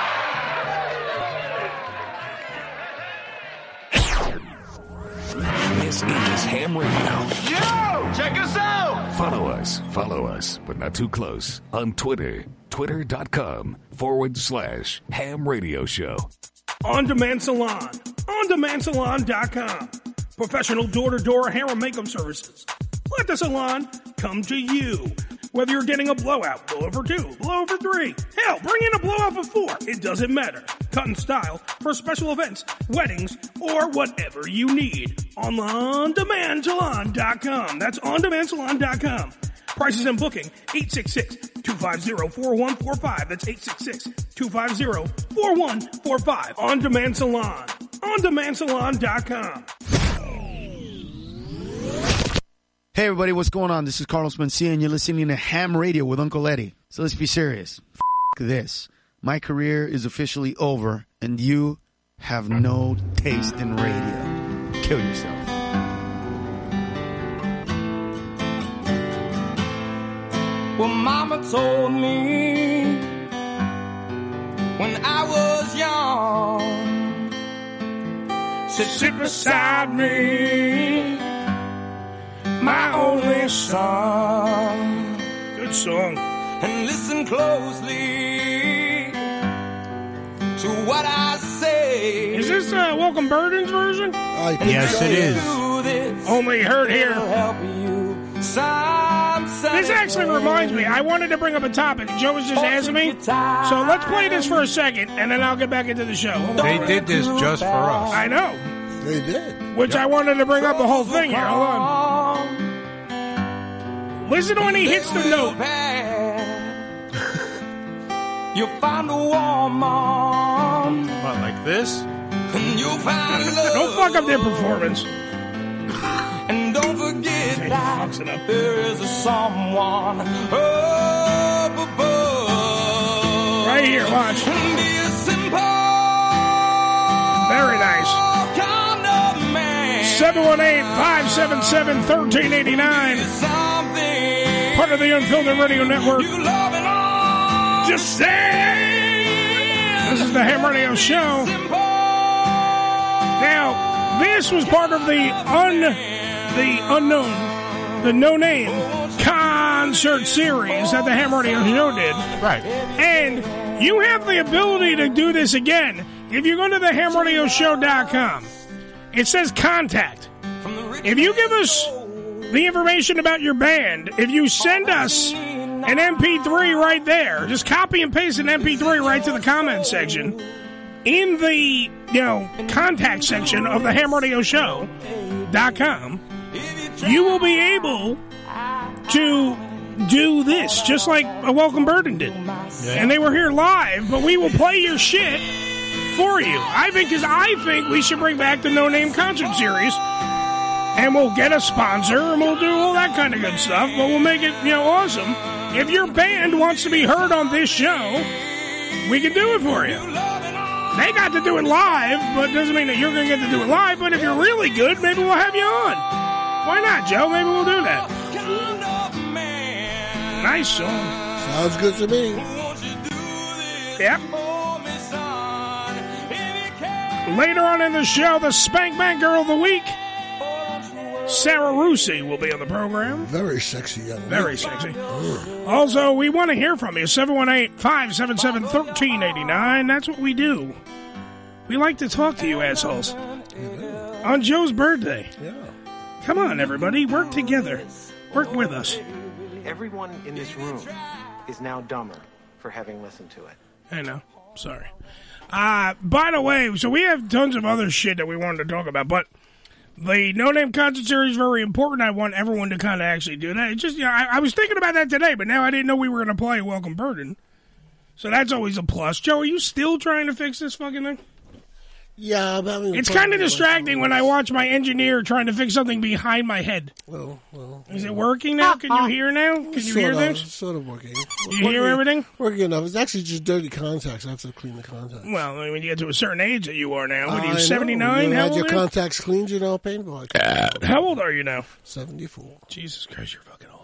A: This is Ham Radio.
C: Yo! Check us out!
A: Follow us, follow us, but not too close on Twitter, twitter.com forward slash ham radio show.
L: On Demand Salon. OnDemandSalon.com. Professional door-to-door hair and makeup services. Let the salon come to you. Whether you're getting a blowout, blowover two, blowover three, hell, bring in a blowout of four. It doesn't matter. Cut and style for special events, weddings, or whatever you need. On OnDemandSalon.com. That's OnDemandSalon.com. Prices and booking, 866-250-4145. That's 866-250-4145. On Demand Salon. OnDemandSalon.com.
B: Hey everybody, what's going on? This is Carlos Mencia and you're listening to Ham Radio with Uncle Eddie. So let's be serious. F- this. My career is officially over and you have no taste in radio. Kill yourself.
I: Well, Mama told me when I was young.
C: to sit beside me, my only son. Good song.
I: And listen closely to what I say.
L: Is this uh, Welcome Burden's version?
I: Yes, it is.
L: Only heard here.
I: This
L: actually reminds me. I wanted to bring up a topic. Joe was just asking me. So let's play this for a second, and then I'll get back into the show.
M: They did this just for us.
L: I know. They did. Which I wanted to bring up the whole thing here. Hold on. Listen when he hits the note.
I: You find a warm arm.
M: What, like this?
I: And you find love.
L: Don't fuck up their performance.
I: And don't forget that there is a someone up above.
L: Right here, watch.
I: And be a simple
L: Very nice.
I: kind of man.
L: 718-577-1389. Part of the Unfiltered Radio Network. Just say This is the Ham Radio Show. Now, this was part of the un the unknown, the no name concert series that the Ham Radio Show did.
M: Right.
L: And you have the ability to do this again if you go to the hamradioshow.com. It says contact. If you give us the information about your band, if you send us an MP3 right there, just copy and paste an MP3 right to the comment section in the you know contact section of the Ham Radio Show dot com, you will be able to do this just like a Welcome Burden did, and they were here live. But we will play your shit for you. I think because I think we should bring back the No Name Concert Series. And we'll get a sponsor and we'll do all that kind of good stuff, but we'll make it, you know, awesome. If your band wants to be heard on this show, we can do it for you. They got to do it live, but it doesn't mean that you're going to get to do it live. But if you're really good, maybe we'll have you on. Why not, Joe? Maybe we'll do that. Nice song. Sounds good to me. Yep. Later on in the show, the Spank Bank Girl of the Week, Sarah Rusi, will be on the program.
N: Very sexy young
L: Very sexy. Also, we want to hear from you. 718 577 1389. That's what we do. We like to talk to you assholes. On Joe's birthday. Come on, everybody. Work together. Work with us.
J: Everyone in this room is now dumber for having listened to it.
L: I know. Sorry. Uh, by the way, so we have tons of other shit that we wanted to talk about, but the No Name Concert Series is very important. I want everyone to kind of actually do that. It's just, you know, I, I was thinking about that today, but now I didn't know we were going to play Welcome Burden. So that's always a plus. Joe, are you still trying to fix this fucking thing?
N: Yeah, I'm having a
L: It's
N: problem
L: kind of
N: with
L: distracting when I watch my engineer trying to fix something behind my head.
N: Well, well. Ah,
L: Is it working now? Can you hear now? Can you
N: sort
L: hear
N: of,
L: things?
N: Sort of working.
L: You hear everything?
N: Working enough. It's actually just dirty contacts. I have to clean the contacts.
L: Well, I mean, when you get to a certain age that you are now, what are
N: I
L: you,
N: know.
L: 79?
N: You
L: How
N: had
L: old
N: your
L: are you?
N: contacts cleaned, you know, paintball.
L: How old are you now?
N: 74.
L: Jesus Christ, you're fucking old.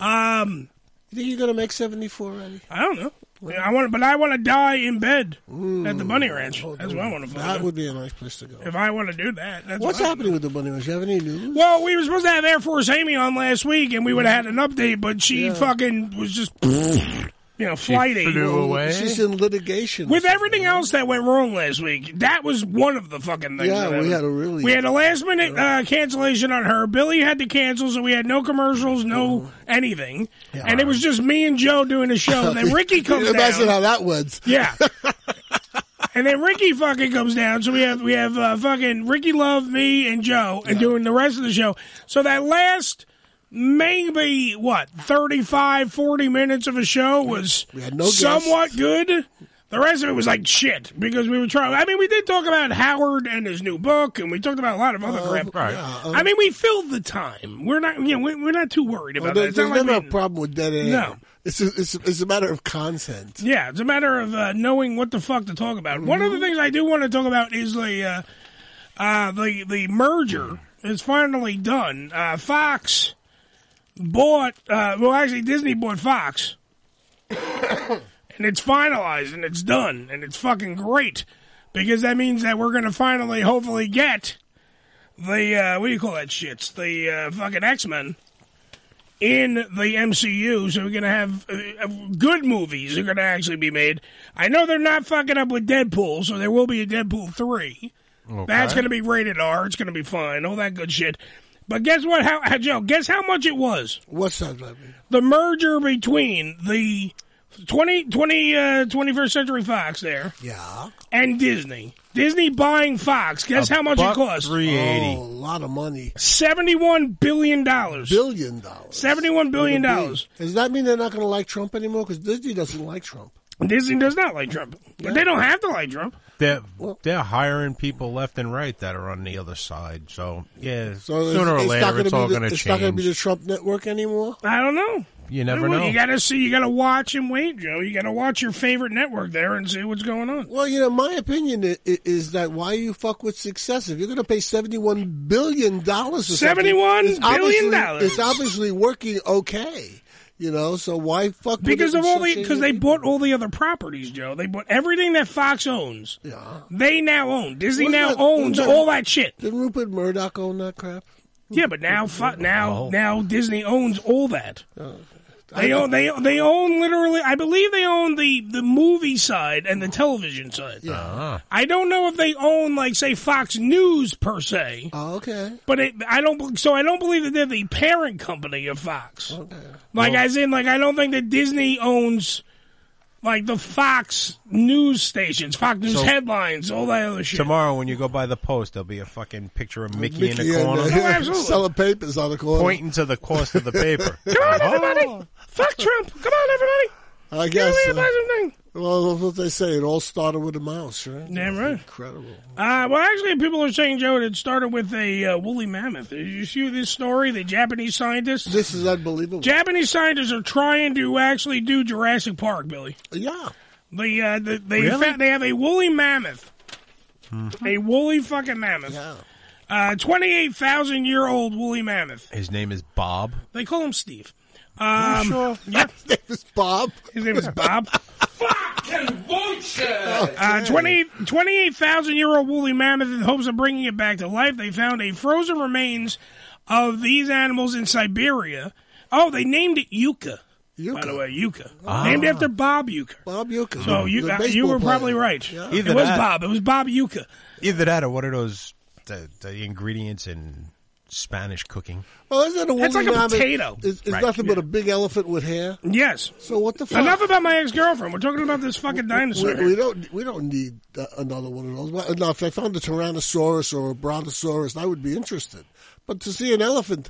L: Um,
N: you think you're going to make 74, Eddie?
L: I don't know. Yeah, I want, but I want to die in bed at the Bunny Ranch. That's what I want to.
N: That would be a nice place to go.
L: If I want to do that, that's
N: What's
L: what I-
N: happening with the bunny ranch? You have any news?
L: Well, we were supposed to have Air Force Amy on last week, and we would have had an update, but she fucking was just, you know, flighty.
N: Well, She's in litigation.
L: With everything else that went wrong last week, that was one of the fucking things.
N: Yeah,
L: that
N: we
L: happened.
N: had a really-
L: we had a last minute uh, cancellation on her. Billy had to cancel, so we had no commercials,
N: Uh-huh.
L: no anything, and it was just me and Joe doing a show. And then Ricky comes
N: Imagine
L: down.
N: how that went.
L: Yeah. and then Ricky fucking comes down. So we have we have uh, fucking Ricky Love, me, and Joe, and doing the rest of the show. So that last maybe what 35 40 minutes of a show was
N: no guests.
L: somewhat good the rest of it was like shit because we were trying i mean we did talk about howard and his new book and we talked about a lot of other crap
N: right. yeah, uh,
L: i mean we filled the time we're not you know we- we're not too worried
N: Well,
L: about
N: there-
L: that It's
N: there's
L: not like
N: never
L: we-
N: a problem with dead air.
L: No.
N: It's a, it's, a- it's a matter of consent.
L: yeah, it's a matter of uh, knowing what the fuck to talk about. One of the things I do want to talk about is the uh, uh, the the merger is finally done. Uh, Fox bought, uh, well, actually, Disney bought Fox, and it's finalized and it's done and it's fucking great because that means that we're going to finally, hopefully, get the uh, what do you call that shit? The uh, fucking X Men in the MCU, so we're gonna have uh, uh, good movies are gonna actually be made. I know they're not fucking up with Deadpool, so there will be a Deadpool three. That's gonna be rated R. It's gonna be fine. All that good shit. But guess what? How, how Joe? Guess how much it was?
N: What's that? Bobby?
L: The merger between the 20, 20 uh, 21st Century Fox there
N: Yeah.
L: and Disney. Disney buying Fox. Guess how much it cost?
N: Oh, a lot of money.
L: Seventy-one billion dollars.
N: Billion dollars.
L: Seventy-one billion dollars.
N: Does that mean they're not going to like Trump anymore? Because Disney doesn't like Trump.
L: Disney does not like Trump, but they don't have to like Trump.
M: They're, they're hiring people left and right that are on the other side. So, yeah,
N: So it's-
M: sooner or
N: it's not
M: later,
N: gonna
M: it's
N: be
M: all
N: the-
M: going to
N: It's not going to
M: change.
N: be the Trump network anymore.
L: I don't know.
M: you never
L: Well,
M: know.
L: You got to see. You got to watch and wait, Joe. You got to watch your favorite network there and see what's going on.
N: Well, you know, my opinion i- i- is that why you fuck with success if you're going to pay seventy-one billion dollars.
L: $71 billion dollars.
N: It's obviously working okay. You know, so why fuck? with
L: Because
N: it and
L: of all the,
N: such a-
L: because they bought all the other properties, Joe. They bought everything that Fox owns.
N: Yeah.
L: They now own. Disney
N: Wasn't
L: now
N: that-
L: owns
N: wasn't
L: all that shit.
N: Did Rupert Murdoch own that crap? Oh.
L: Yeah, but now, fu- now, now Disney owns all that. They
N: I-
L: own, they they own literally. I believe they own the the movie side and the television side. I don't know if they own like say Fox News per se.
N: Oh, okay.
L: But it, I don't. So I don't believe that they're the parent company of Fox. Like as in, like I don't think that Disney owns like the Fox News stations, Fox News
M: So-
L: headlines, all that other shit.
M: Tomorrow, when you go by the post, there'll be a fucking picture of Mickey, in
N: Mickey
M: the
N: and,
M: corner.
N: uh,
L: Oh,
N: Selling papers on the corner. Oh.
M: Pointing to the cost of the paper.
L: Come on, everybody! Fuck Trump! Come on, everybody!
N: I guess.
L: Give me
N: uh,
L: a something.
N: well, that's what they say. It all started with a mouse, right?
L: Damn right.
N: Incredible.
L: Uh, well, actually, people are saying, Joe, it started with a uh, woolly mammoth. Did you see this story? The Japanese scientists.
N: This is unbelievable.
L: Japanese scientists are trying to actually do Jurassic Park, Billy.
N: Yeah.
L: The, uh, the they
M: Really?
L: found- they have a woolly mammoth, a woolly fucking mammoth. Uh, twenty-eight thousand year old woolly mammoth.
M: His name is Bob.
L: They call him Steve. Um,
N: sure?
L: Yeah. His
N: name is Bob.
L: His name is Bob.
N: Oh,
L: Uh, 20 28,000 year old woolly mammoth in hopes of bringing it back to life. They found a frozen remains of these animals in Siberia. Oh, they named it Yuka. By the way, Yuka.
M: Ah.
L: Named after Bob Yuka.
N: Bob Yuka.
L: So you,
M: The
L: uh, you
M: baseball
L: were
M: player.
L: probably right.
M: Yeah.
L: It
M: Either
L: was
M: that-
L: Bob. It was Bob Yuka.
M: Either that or what are those the, the ingredients in Spanish cooking?
N: Well, isn't it a
L: That's
N: woolly
L: like a
N: mammoth?
L: potato.
N: It's, it's
M: Right.
N: nothing but a big elephant with hair.
L: Yes.
N: So what the fuck?
L: Enough about my ex girlfriend. We're talking about this fucking dinosaur.
N: We, we don't. We don't need uh, another one of those. Well, Now, if I found a Tyrannosaurus or a Brontosaurus, I would be interested. But to see an elephant,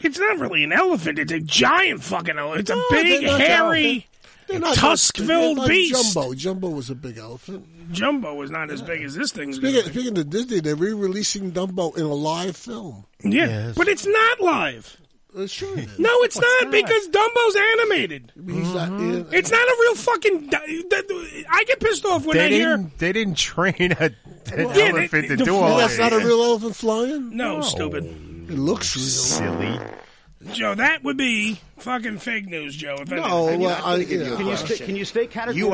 L: It's not really an elephant. It's a giant fucking elephant. It's a
N: No,
L: big,
N: they're not
L: hairy,
N: elephant. they're not-
L: tusk-filled
N: they're not
L: beast.
N: Jumbo. Jumbo was a big elephant.
L: Jumbo is not as big as this thing's going
N: Speaking,
L: to be.
N: speaking of Disney, they're re-releasing Dumbo in a live film.
L: Yeah, but it's not live.
N: Uh, sure. it is.
L: No, it's not because Dumbo's animated. Mm-hmm.
N: He's not in-
L: It's not a real fucking. di- di- di- I get pissed off when
M: they
L: I hear.
M: didn't. They didn't train a, an
L: Well, yeah,
M: elephant
L: they-
M: to do
L: the fl-
M: all
N: that's
M: that.
N: not a real elephant flying.
L: No, stupid.
N: It looks real.
M: Silly.
L: Joe, that would be fucking fake news, Joe. If
N: No,
L: anything.
N: well, I, yeah.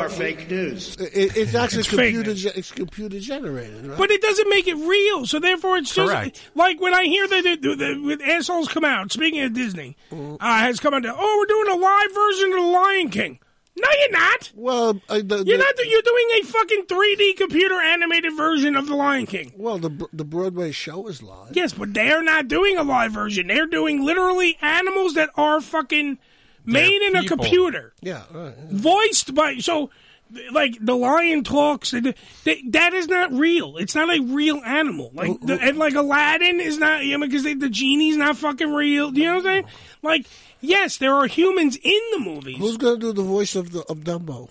N: It, it's actually
L: It's fake
N: computer.
L: news.
N: ge- it's computer generated, right?
L: But it doesn't make it real, so therefore it's just
N: Correct.
L: like when I hear that the, the, with assholes come out. Speaking of Disney, uh, has come out. Oh, we're doing a live version of The Lion King. No, you're not.
N: Well, uh,
L: you're not. do- You're doing a fucking 3D computer animated version of The Lion King.
N: Well, the the Broadway show is live.
L: Yes, but they're not doing a live version. They're doing literally animals that are fucking made in a
N: people.
L: computer
N: Yeah, right.
L: voiced by so th- like the lion talks and th- that is not real it's not a real animal like the, and like aladdin is not you know because they- the genie's not fucking real you know what i'm saying like yes there are humans in the movies
N: Who's gonna do the voice of the of Dumbo?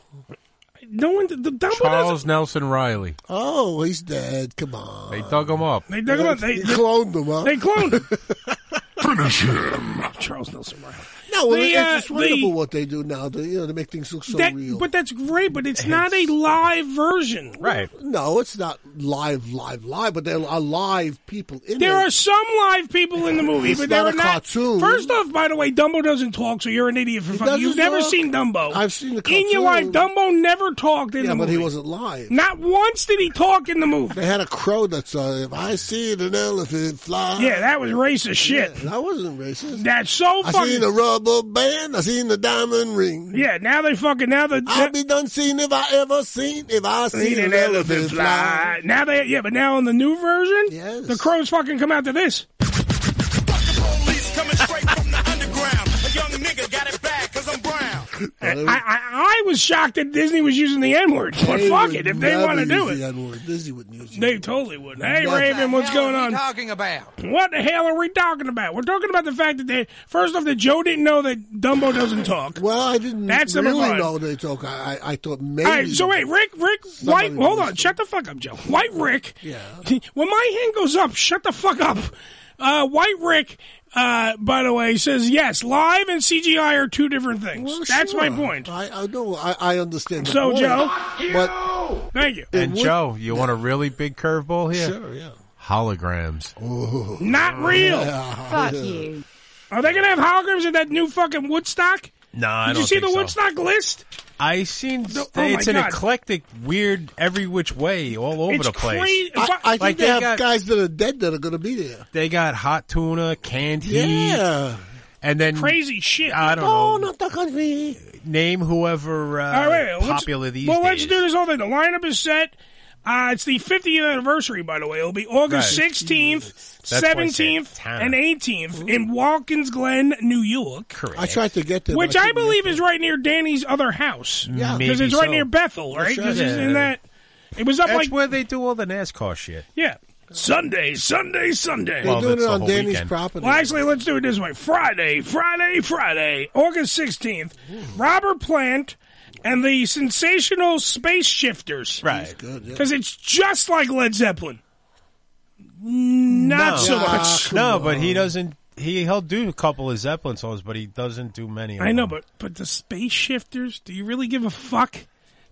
L: no one the dumbo
M: Charles Nelson Riley.
N: Oh, he's dead. Come on.
M: They dug him up.
L: They dug him up. They-
N: You
L: they-
N: cloned him up.
L: They cloned him. Oh,
N: Finish
M: him.
L: Charles Nelson Riley.
N: No, well,
L: The, uh,
N: it's just wonderful
L: the-
N: what they do now. They, you know, they make things look so
L: that,
N: real.
L: but that's great but it's not a live version
M: right.
N: No, it's not live, live, live. But there are live people in
L: There
N: it.
L: are some live people in the movie,
N: It's
L: but there
N: not
L: are
N: a
L: not.
N: cartoon.
L: First off, by the way, Dumbo doesn't talk, so you're an idiot for fucking.
N: doesn't
L: You've never
N: talk.
L: seen Dumbo. I've
N: seen the
L: in your life.
N: cartoon.
L: Dumbo never talked in
N: Yeah,
L: the
N: but
L: movie.
N: he wasn't live.
L: Not once did he talk in the movie.
N: They had a crow that said, "If I see an elephant fly."
L: Yeah, that was racist shit.
N: Yeah, that wasn't racist.
L: That's so
N: I
L: fucking-
N: seen a rubber band. I seen the diamond ring.
L: Yeah, now they fucking now the.
N: I'll be done seeing if I ever seen if I seen, an, elephant, fly.
L: Now they yeah, but now in the new version, the crows fucking come out to this. I, I, I was shocked that Disney was using the N word, but
N: They
L: fuck
N: would
L: it, if they
N: never
L: want to do
N: use the
L: it,
N: N-word. Disney wouldn't use
L: they totally wouldn't. Hey,
N: What the
L: Raven, what's
N: hell
L: going
N: are we
L: on?
N: talking about?
L: What the hell are we talking about? We're talking about the fact that they first off that Joe didn't know that Dumbo doesn't talk.
N: Well, I didn't
L: That's number
N: really
L: one.
N: know they talk. I, I, I thought maybe.
L: All right, so wait, Rick, Rick,
N: Somebody
L: White, hold
N: was-
L: on, shut the fuck up, Joe. White Rick.
N: Yeah.
L: When my hand goes up, shut the fuck up. Uh, White Rick, uh, by the way, says yes, live and CGI are two different things. That's my
N: sure.
L: point.
N: I, I know. I, I understand. the
L: So,
N: point,
L: Joe?
N: but
L: thank you.
M: And Joe, you want a really big curveball here?
N: Sure, yeah.
M: Holograms.
L: Not real.
M: Fuck
L: you. Are they gonna have holograms at that new fucking Woodstock?
M: No, I
L: Did
M: don't
L: you see
M: think
L: the
M: so.
L: Woodstock list?
M: I seen
L: oh my
M: it's an
L: God.
M: eclectic, weird, every which way, all over
L: It's
M: the place.
L: crazy.
N: I, I think
M: Like,
N: they,
M: they
N: have
M: got-
N: guys that are dead that are going to be there.
M: They got hot tuna, canned heat,
N: Yeah.
M: and then
L: Crazy shit.
M: I don't
N: Oh,
M: know.
N: not the country.
M: Name whoever uh,
L: All right, let's-
M: popular these
L: well,
M: days.
L: let's do this whole thing. The lineup is set. Uh, it's the 50th anniversary, by the way. It'll be August
M: Right.
L: 16th,
M: That's why I said
L: 17th,
M: Tana.
L: and 18th in Watkins Glen, New York.
N: I tried to get there.
L: Which
N: but
L: I
N: couldn't get
L: believe is right near Danny's other house.
M: Yeah.
L: Because it's
M: Maybe
L: right
M: so.
L: near Bethel, right?
M: That's right.
L: 'Cause it's in
M: Yeah.
L: that. It was up
M: That's
L: like.
M: where they do all the NASCAR shit.
L: Yeah. Sunday, Sunday, Sunday.
M: They're Well, doing that's it the on whole Danny's weekend. property.
L: Well, actually, let's do it this way: Friday, Friday, Friday, August sixteenth. Robert Plant and the sensational Space Shifters. Right,
N: good, yeah.
L: because it's just like Led Zeppelin. Not
M: no.
L: so
N: Ah,
L: much.
M: No, but he doesn't. He he'll do a couple of Zeppelin songs, but he doesn't do many. Of
L: I know,
M: them.
L: but but the Space Shifters. Do you really give a fuck?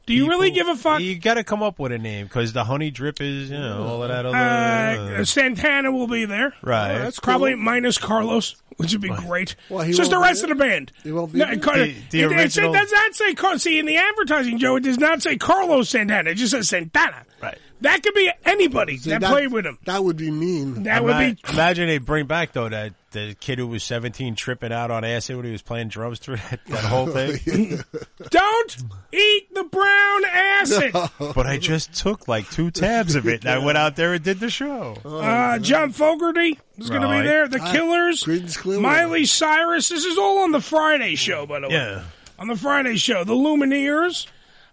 L: Do you really give a fuck?
M: You got to come up with a name because the Honey Drip is you know all of that other.
L: Uh, Santana will be there.
M: Right. Oh, that's cool.
L: Probably minus Carlos, which would be great.
N: Well, he
L: Just the
N: won't be
L: rest of the band. It won't
N: be there?
L: Car-
M: The-
L: it,
M: the
L: it- it
M: original-
L: does not say Car- See, in the advertising, Joe, it does not say Carlos Santana. It just says Santana. Right. That could be anybody
M: See,
L: that,
M: that-
L: played with him.
N: That would be mean.
L: That would be.
M: Imagine they bring back though that the kid who was seventeen tripping out on acid when he was playing drums through that, that whole thing.
L: Don't eat the brown acid.
M: but I just took like two tabs of it, and I went out there and did the show.
L: Uh, John Fogerty is going to
M: Right.
L: be there. The
M: Ah,
L: Killers. Miley Cyrus. This is all on the Friday show, by the way.
M: Yeah.
L: On the Friday show. The Lumineers.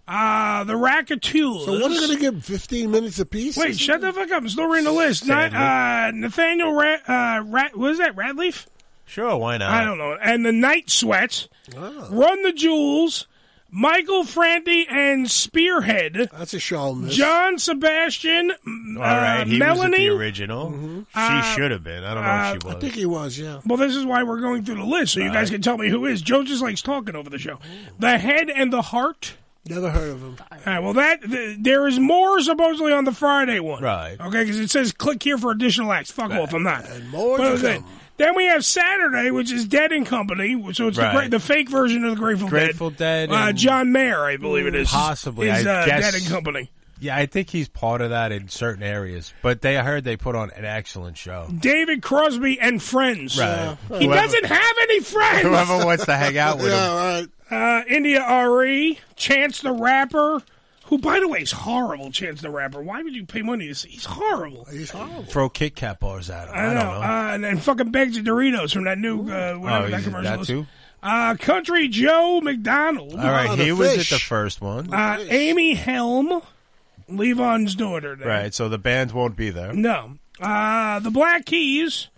L: Uh, the Racketeurs.
N: So what are they going to give? Fifteen minutes apiece?
L: Wait, shut the fuck up. I'm still reading the list. Not, uh, Nathaniel Rat, uh, Rat, what is that, Ratleaf?
M: Sure, why not?
L: I don't know. And the Night Sweats. Run the Jewels. Michael Franti and Spearhead.
N: That's a shawl, miss.
L: John Sebastian.
M: All right,
L: uh,
M: he was the
L: Melanie.
M: original. She
L: Uh,
M: should have been. I don't know if she
L: uh,
M: was.
N: I think he was. Yeah.
L: Well, this is why we're going through the list, so you guys can tell me who is. Joe just likes talking over the show. The head and the heart.
N: Never heard of him.
L: All right, well, that th- there is more supposedly on the Friday one,
M: Right.
L: Okay, because it says click here for additional acts. Fuck off, I'm not.
N: more
L: But
N: to
L: it was
N: come.
L: it. Then we have Saturday, which is Dead and Company, so it's the,
M: Right.
L: gra- the fake version of the Grateful,
M: Grateful Dead
L: Uh,
M: and-
L: John Mayer, I believe it is.
M: Possibly,
L: is,
M: I
L: uh,
M: guess.
L: Dead and Company.
M: Yeah, I think he's part of that in certain areas. But they I heard they put on an excellent show.
L: David Crosby and friends.
M: Right.
L: Uh, he
M: Whoever-
L: doesn't have any friends.
M: Whoever wants to hang out with Yeah,
L: him. Uh, India RE, Chance the Rapper, who, by the way, is horrible, Chance the Rapper. Why would you pay money to see? He's horrible. He's horrible.
M: Throw Kit Kat bars at him.
L: I, know. Uh, and then fucking bags of Doritos from that new, uh, whatever
M: oh,
L: that
M: he's
L: commercial
M: that
L: is.
M: too.
L: Uh, Country Joe McDonald.
M: All right, he was at the first one.
L: Uh, Amy Helm, Levon's daughter. there.
M: right, so the band won't be there.
L: No. Uh, the Black Keys,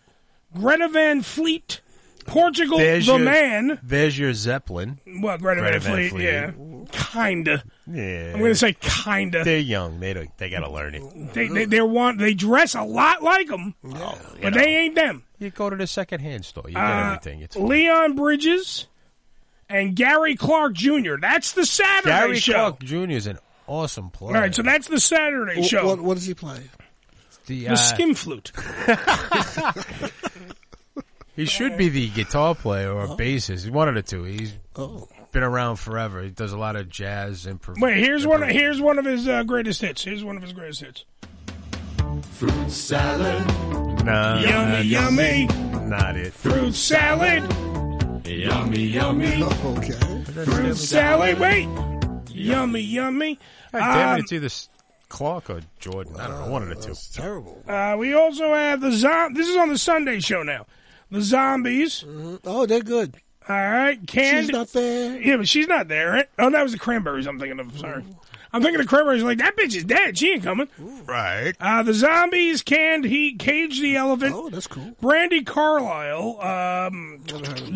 L: Greta Van Fleet, Portugal
M: There's
L: the
M: your,
L: Man.
M: There's your Zeppelin.
L: Well, Greta,
M: Greta
L: Van,
M: Van
L: Fleet, yeah. Kinda.
M: Yeah,
L: I'm going to say kinda.
M: they're young. They don't, they gotta learn it.
L: They they they want they dress a lot like them, but
M: Oh, know.
L: they ain't them.
M: You go to the secondhand store, you get
L: Uh,
M: everything. It's
L: Leon Bridges and Gary Clark Jr. That's the Saturday
M: Gary
L: show.
M: Clark Jr. is an awesome
L: All
M: player.
L: right, so that's the Saturday
N: Wh-
L: show.
N: What, what does he play?
M: the,
L: the
M: uh,
L: skin flute.
M: He should be the guitar player or bassist. He's one of the two. He's been around forever. He does a lot of jazz improv.
L: Wait, here's one. Here's one of his uh, greatest hits. Here's one of his greatest hits.
M: fruit salad. No,
L: Yummy,
M: no,
L: yummy.
M: Not it.
L: Fruit salad,
M: Yummy,
L: yummy.
N: Okay.
L: Fruit salad. Wait, yummy, yummy.
M: God damn
L: Um,
M: it! It's either S- Clark or Jordan. I don't know. One of the two. It's
N: terrible.
L: Uh, we also have the zom. This is on the Sunday show now. The zombies.
N: Oh, they're good.
L: All right, Candy.
N: She's not there.
L: Yeah, but she's not there. Right? Oh, that was the cranberries. I'm thinking of. Sorry, I'm thinking of cranberries. Like that bitch is dead. She ain't coming.
M: Right.
L: Uh, the zombies. Canned heat. Cage the elephant. Oh,
N: that's cool.
L: Brandy Carlisle. Um,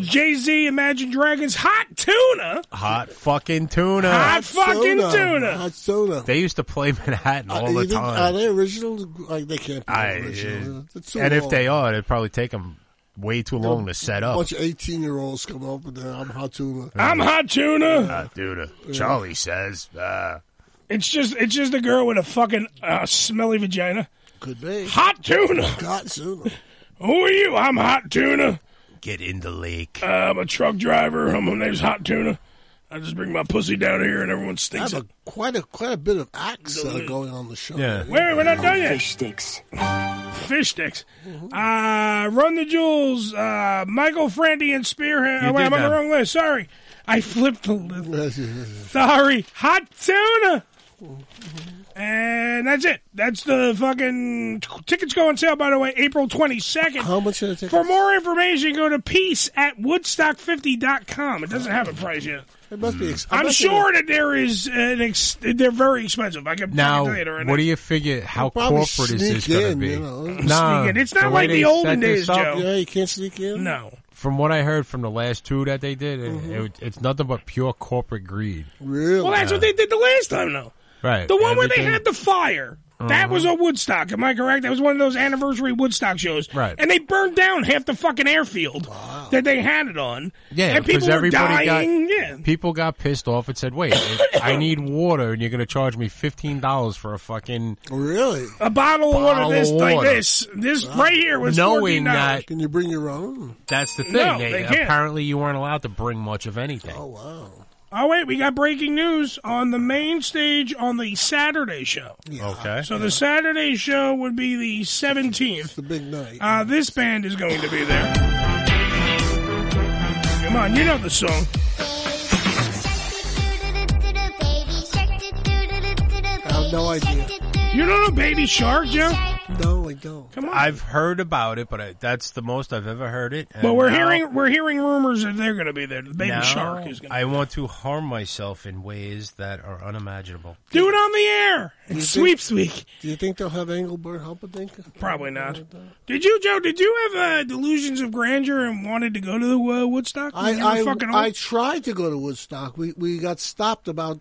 L: Jay Z. Imagine Dragons. Hot tuna.
M: Hot fucking tuna.
L: Hot fucking
N: soda.
L: tuna.
N: Hot soda.
M: They used to play Manhattan all
N: You
M: the
N: think- uh, Are
M: time.
N: they original? Like they can't be
M: I,
N: original. It's too
M: and if
N: long.
M: they are, it'd probably take them way too long to set
N: a
M: up.
N: bunch of eighteen-year-olds come up and uh, I'm hot tuna.
L: I'm hot tuna.
M: Hot tuna. Charlie Oh, says. Uh,
L: It's just it's just a girl with a fucking uh, smelly vagina.
N: Could be
L: hot tuna.
N: Hot tuna.
L: Who are you? I'm hot tuna.
M: Get in the lake.
L: Uh, I'm a truck driver. I'm- My name's Hot Tuna. I just bring my pussy down here and
N: I
L: everyone stinks
N: have a,
L: it.
N: quite a quite a bit of acts that are going on the show. um,
L: Yeah. Wait, we're not done yet. Fish
N: sticks.
L: Fish sticks. Uh, Run the Jewels, uh, Michael Franti and Spearhead.
M: You
L: Oh, wait,
M: did
L: I'm on the
M: that.
L: wrong list. Sorry. I flipped the list. Sorry. Hot Tuna. And that's it. That's the fucking tickets go on sale. By the way, April twenty second.
N: How much are the tickets?
L: For more information, go to peace at woodstock50.com. It doesn't have a price yet.
N: It must be. Ex-
L: I'm
N: must
L: sure
N: be-
L: that there is an ex- they're very expensive. I can
M: Now,
L: I can tell you that right
M: what
L: now.
M: do you figure? How
N: probably
M: corporate is this
N: sneak
M: going to
N: in,
M: be?
N: you know.
M: Nah,
L: Sneak in. It's not
M: way
L: like the
M: they
L: olden
M: set
L: days,
M: this up,
L: Joe.
N: Yeah, you can't sneak in.
L: No.
M: From what I heard from the last two that they did, it, it- it's nothing but pure corporate greed.
N: Mm-hmm. Really?
L: Well, that's what they did the last time, though.
M: Right.
L: The one where
M: E-
L: they
M: Everything- Uh-huh.
L: had the fire. That was a Woodstock. Am I correct? That was one of those anniversary Woodstock shows.
M: Right.
L: And they burned down half the fucking airfield that they had it on.
M: Yeah,
L: And people
M: because
L: were
M: everybody
L: dying.
M: got
L: yeah.
M: people got pissed off and said, "Wait, I need water, and you're going to charge me fifteen dollars for a fucking
N: really
L: A bottle of water
M: Bottle
L: this
M: of
L: like
M: water.
L: this. This right here was
M: knowing
L: $14.
M: that
N: Can you bring your own?
M: that's the thing.
L: No, they can't.
M: apparently you weren't allowed to bring much of anything. Oh
N: wow!
L: Oh wait, we got breaking news on the main stage on the Saturday show.
M: Okay.
L: So the Saturday show would be the 17th. The
N: big night.
L: Uh, this band is going to be there. Come on, you know the song.
N: I have no idea.
L: You don't know Baby Shark, Joe?
N: No, I don't.
L: Come on.
M: I've heard about it, but I, that's the most I've ever heard it. and
L: But we're
M: now-
L: hearing we're hearing rumors that they're going to be there. The Baby
M: now
L: Shark is going.
M: I want to harm myself in ways that are unimaginable.
L: to Do it on the air.
N: Do you
L: It's
N: think-
L: sweeps week.
N: Do you think they'll have Engelbert Humperdinck?
L: Probably not. Did you, Joe? Did you have uh, delusions of grandeur and wanted to go to the uh, Woodstock? when you were
N: I, I,
L: fucking old?
N: I tried to go to Woodstock. We we got stopped about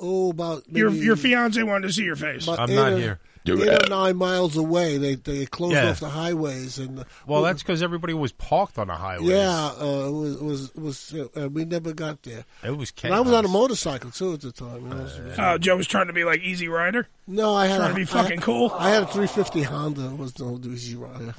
N: oh about maybe
L: your your fiance wanted to see your face.
N: about eight or- Eight or nine miles away, they they closed
M: Yeah.
N: off the highways and
M: Well, that's because everybody was parked on the highways.
N: yeah, uh, it was was was uh, uh, we never got there.
M: It was
N: And I was on a motorcycle too at the time. you know, so it was-
L: Oh, Joe was trying to be like Easy Rider.
N: no, I had
L: trying
N: a,
L: to be
N: I-
L: fucking cool.
N: I had a 350 Honda. It was no easy rider.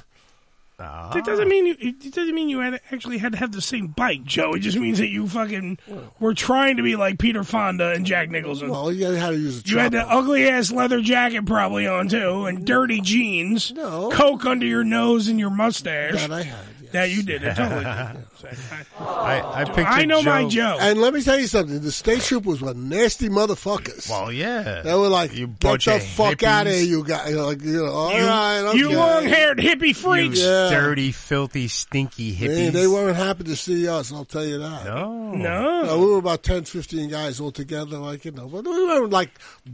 M: Ah.
L: That doesn't
N: Ah.
L: mean you. It doesn't mean you had actually had to have the same bike, Joe. It just means that you fucking were trying to be like Peter Fonda and Jack Nicholson.
N: Well, you had to use a
L: You had
N: chopper.
L: the ugly ass leather jacket probably on too, and dirty jeans, no. coke under your nose and your mustache. That
N: I had.
L: That you did. I totally. did.
M: I, I
L: pictured I know my Joe.
N: And let me tell you something. The state troopers were nasty motherfuckers.
M: Well, oh, yeah.
N: They were like, get
M: bunch
N: the
M: of
N: fuck out of
M: hippies.
N: here, you guys. Like, you know, all
L: You-
N: right, okay.
L: you long-haired hippie
M: You dirty, filthy, stinky hippies.
N: Man, they weren't happy to see us, I'll tell you that. Uh,
M: No.
L: No.
N: we were about 10, 15 guys all together, like, you know, but we weren't like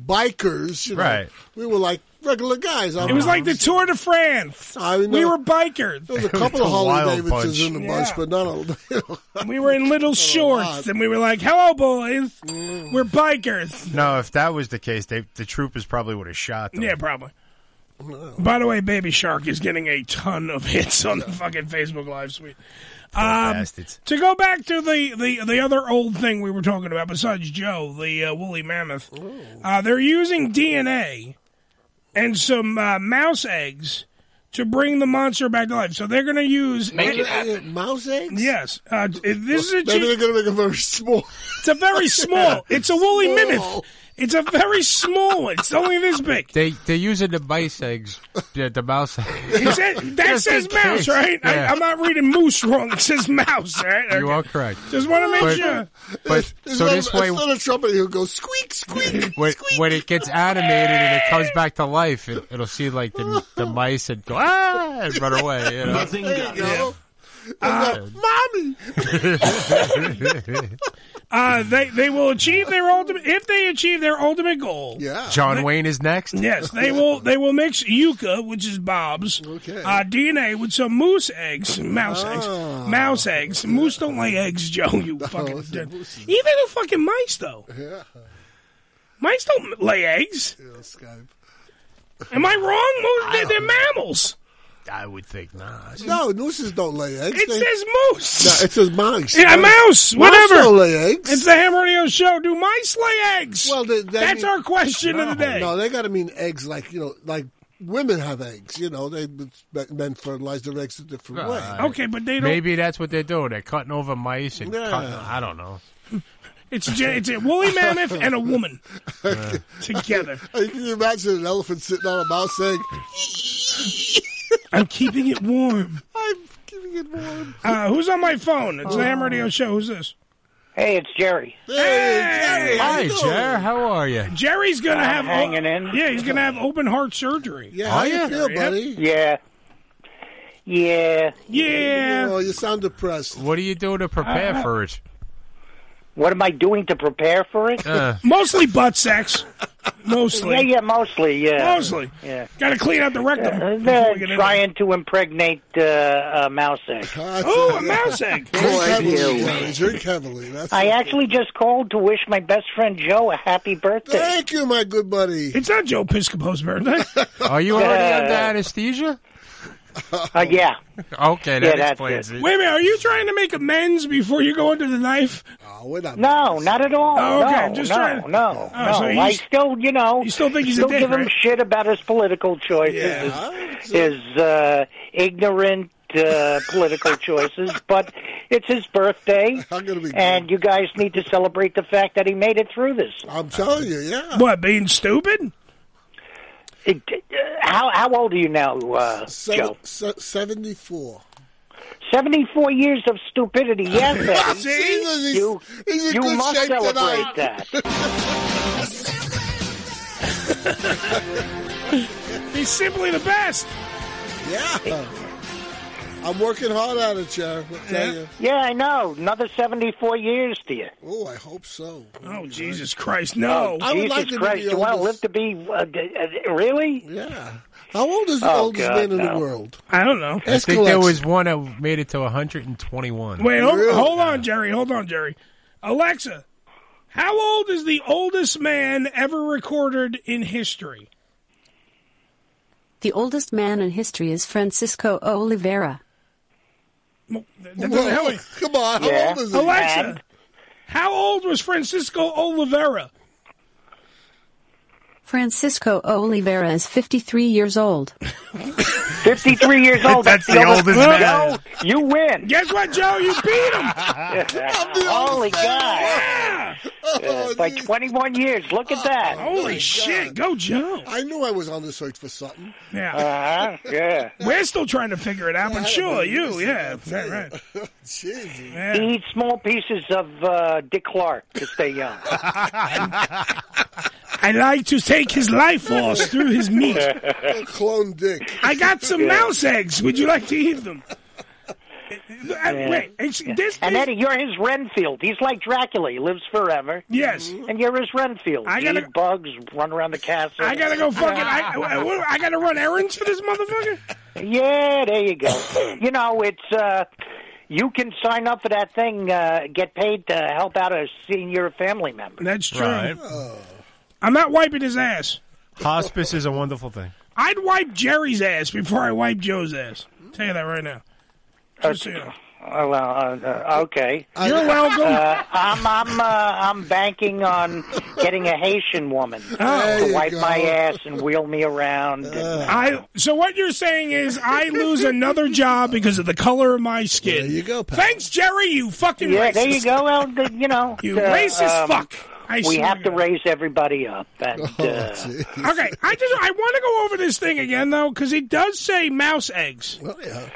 N: bikers, you know.
M: Right.
N: We were like regular guys.
L: It was like the Tour de France. we were bikers.
N: There was a couple of Harley Davidsons in the bus, but not a.
L: we were in little shorts, and we were like, "Hello, boys.
N: Mm.
L: We're bikers."
M: No, if that was the case, they, the troopers probably would have shot them.
L: Yeah, probably. By the way, Baby Shark is getting a ton of hits on the fucking Facebook Live suite. Um,
M: bastards.
L: to go back to the, the, the other old thing we were talking about, besides Joe, the uh, woolly mammoth, uh, they're using DNA and some uh, mouse eggs to bring the monster back to life. So they're going to use
N: Mouse eggs?
L: Yes. Uh, t- this is a
N: Maybe
L: cheap-
N: they're going to make a very small.
L: It's a very small. It's a woolly mammoth. It's a very small one. It's only this big.
M: They they use it to mice eggs, yeah, the mouse eggs.
L: It says- that
M: Just
L: says
M: in
L: mouse,
M: case.
L: right?
M: Yeah.
L: I, I'm not reading moose wrong. It says mouse, right?
M: You
L: Okay.
M: are correct.
L: Just want to make
M: But-
L: sure.
M: But
N: It's
M: so
N: not-
M: this way,
N: It's not a trumpet. He'll go squeak, squeak.
M: when, when it gets animated and it comes back to life, it, it'll see like the, the mice and go ah and run away. You know?
N: There you go.
L: Uh,
N: Mommy.
L: uh, they they will achieve their ultimate if they achieve their ultimate goal.
N: Yeah.
M: John Wayne is next.
L: Yes, they will. They will mix yuca, which is Bob's, uh, DNA with some moose eggs, mouse
N: Ah.
L: eggs, mouse eggs. Moose don't lay eggs, Joe. You fucking dick. even the fucking mice though.
N: Yeah.
L: Mice don't lay eggs. Am I wrong? Moose, they're, they're mammals.
M: I would think not.
N: No, nooses don't lay eggs.
L: It
N: They-
L: says moose.
N: No, it says mouse.
L: Yeah, a mouse, whatever.
N: Mouse don't lay eggs.
L: It's the Ham Radio Show. Do mice lay eggs?
N: Well, they, they
L: that's
N: mean-
L: our question of the day.
N: No, they got to mean eggs like you know, like women have eggs. You know, they men fertilize their eggs a different way.
L: Okay, but they don't-
M: Maybe that's what they're doing. They're cutting over mice and
N: Yeah.
M: cutting. I don't know.
L: It's j- it's a woolly mammoth and a woman
M: Uh,
L: together.
N: Can you imagine an elephant sitting on a mouse egg?
L: I'm keeping it warm.
N: I'm keeping it warm. Oh.
L: Uh, who's on my phone? It's the Ham Radio Show. Who's this?
D: Hey, it's Jerry.
L: Hey,
M: Hi, Jer. How are you?
L: Jerry's gonna
D: I'm
L: have
D: Uh, hanging in.
L: Yeah, he's gonna have open heart surgery.
N: Yeah, how you feel, buddy?
D: Yeah. Yeah.
L: Yeah.
N: Oh, you sound depressed.
M: What do you do to prepare for it?
D: Uh, What am I doing to prepare for it?
M: Uh.
L: Mostly butt sex. Mostly.
D: Yeah, yeah, mostly, yeah.
L: Mostly.
D: Yeah.
L: Gotta clean out the rectum
D: Uh,
L: before we get in
D: trying to impregnate uh, a mouse egg.
L: Oh, a mouse egg.
D: Boy,
N: heavily,
D: you.
N: Jerry. Drink heavily. That's
D: I actually just called to wish my best friend Joe a happy birthday.
N: Thank you, my good buddy.
L: It's not Joe Piscopo's birthday.
M: Are you already under
D: Uh,
M: anesthesia?
D: Uh, yeah.
M: Okay,
D: Yeah,
M: that
D: that's
M: explains it.
L: Wait a minute, are you trying to make amends before you go under the knife?
N: Oh, we're not.
D: No, not at all.
L: Oh, okay,
D: No,
L: I'm just
D: no,
L: trying to-
D: no,
L: Oh,
D: no.
L: so
D: I
L: he's-
D: still, you know,
L: you still think he's a
D: still
L: dick,
D: give him
L: right?
D: shit about his political choices, his, his uh, ignorant uh, political choices. But it's his birthday, and you guys need to celebrate the fact that he made it through this.
N: I'm telling you, yeah.
L: What, being stupid?
D: It, uh, how how old are you now, uh, Joe?
N: Se- Seventy-four.
D: Seventy-four years of stupidity. Yes, Eddie.
N: Jesus, he's,
D: you
N: he's in
D: you
N: good
D: must
N: shape
D: celebrate
N: tonight.
D: that.
L: He's simply the best.
N: Yeah. I'm working hard at it, Jerry. I'll tell you.
D: Yeah, I know. Another seventy-four years to you.
N: Oh, I hope so.
L: Oh, Jesus Christ, no.
D: Oh, Jesus Christ, you want to live to be uh, d- uh, really?
N: Yeah. How old is the
D: Oh,
N: oldest
D: God,
N: man in
D: no.
N: the world?
L: I don't know.
M: I think there was one that made it to 121.
L: Wait, hold, hold on, Jerry. Hold on, Jerry. Alexa, how old is the oldest man ever recorded in history?
G: The oldest man in history is Francisco Oliveira.
L: That doesn't help me.
N: Come on,
G: how Yeah. old is he?
L: Alexa,
G: And-
L: how old was Francisco Oliveira?
G: Francisco Oliveira is 53 years old.
D: 53 years old.
C: That's the oldest
D: Joe,
C: man.
D: You win.
L: Guess what, Joe? You beat him.
D: Holy God. Uh, by 21 years. Look at that.
N: Oh, God. I knew I was on the search for something.
L: Yeah.
D: Uh-huh. Yeah.
L: We're still trying to figure it out, but sure, you, yeah. Right, right.
D: Eat small pieces of uh, Dick Clark to stay young.
L: I like to take his life force through his meat.
N: Clone Dick.
L: I got some
N: Yeah.
L: mouse eggs. Would you like to eat them? Uh,
D: Yeah.
L: Wait, it's-
D: Yeah.
L: this,
D: and
L: this-
D: Eddie, you're his Renfield. He's like Dracula. He lives forever. Mm-hmm.
L: Yes.
D: And you're his Renfield.
L: I
D: I
L: gotta-
D: Eat bugs, run around the castle.
L: I gotta go fucking. I, I, what- I gotta run errands for this motherfucker.
D: Yeah, there you go. you know, it's uh you can sign up for that thing, uh get paid to help out a senior family member.
L: That's true. Oh.
M: Right.
L: I'm not wiping his ass.
M: Hospice is a wonderful thing.
L: I'd wipe Jerry's ass before I wipe Joe's ass. Tell you that right now. Just so you know.
D: Oh, well, uh, okay.
L: You're welcome.
D: Uh, I'm I'm uh, I'm banking on getting a Haitian woman
L: Oh.
D: to wipe my ass and wheel me around. and-
L: I so what you're saying is I lose another job because of the color of my skin. There you
N: go.
L: Thanks, Jerry. You fucking
D: yeah,
L: racist.
D: there you go. Well, the, you know,
L: You
D: uh,
L: racist
D: um,
L: fuck. I
D: we
L: swear
D: have to raise everybody up, and
L: Oh,
D: uh,
L: Okay, I just I want to go over this thing again though because it does say mouse eggs.
N: Well, yeah.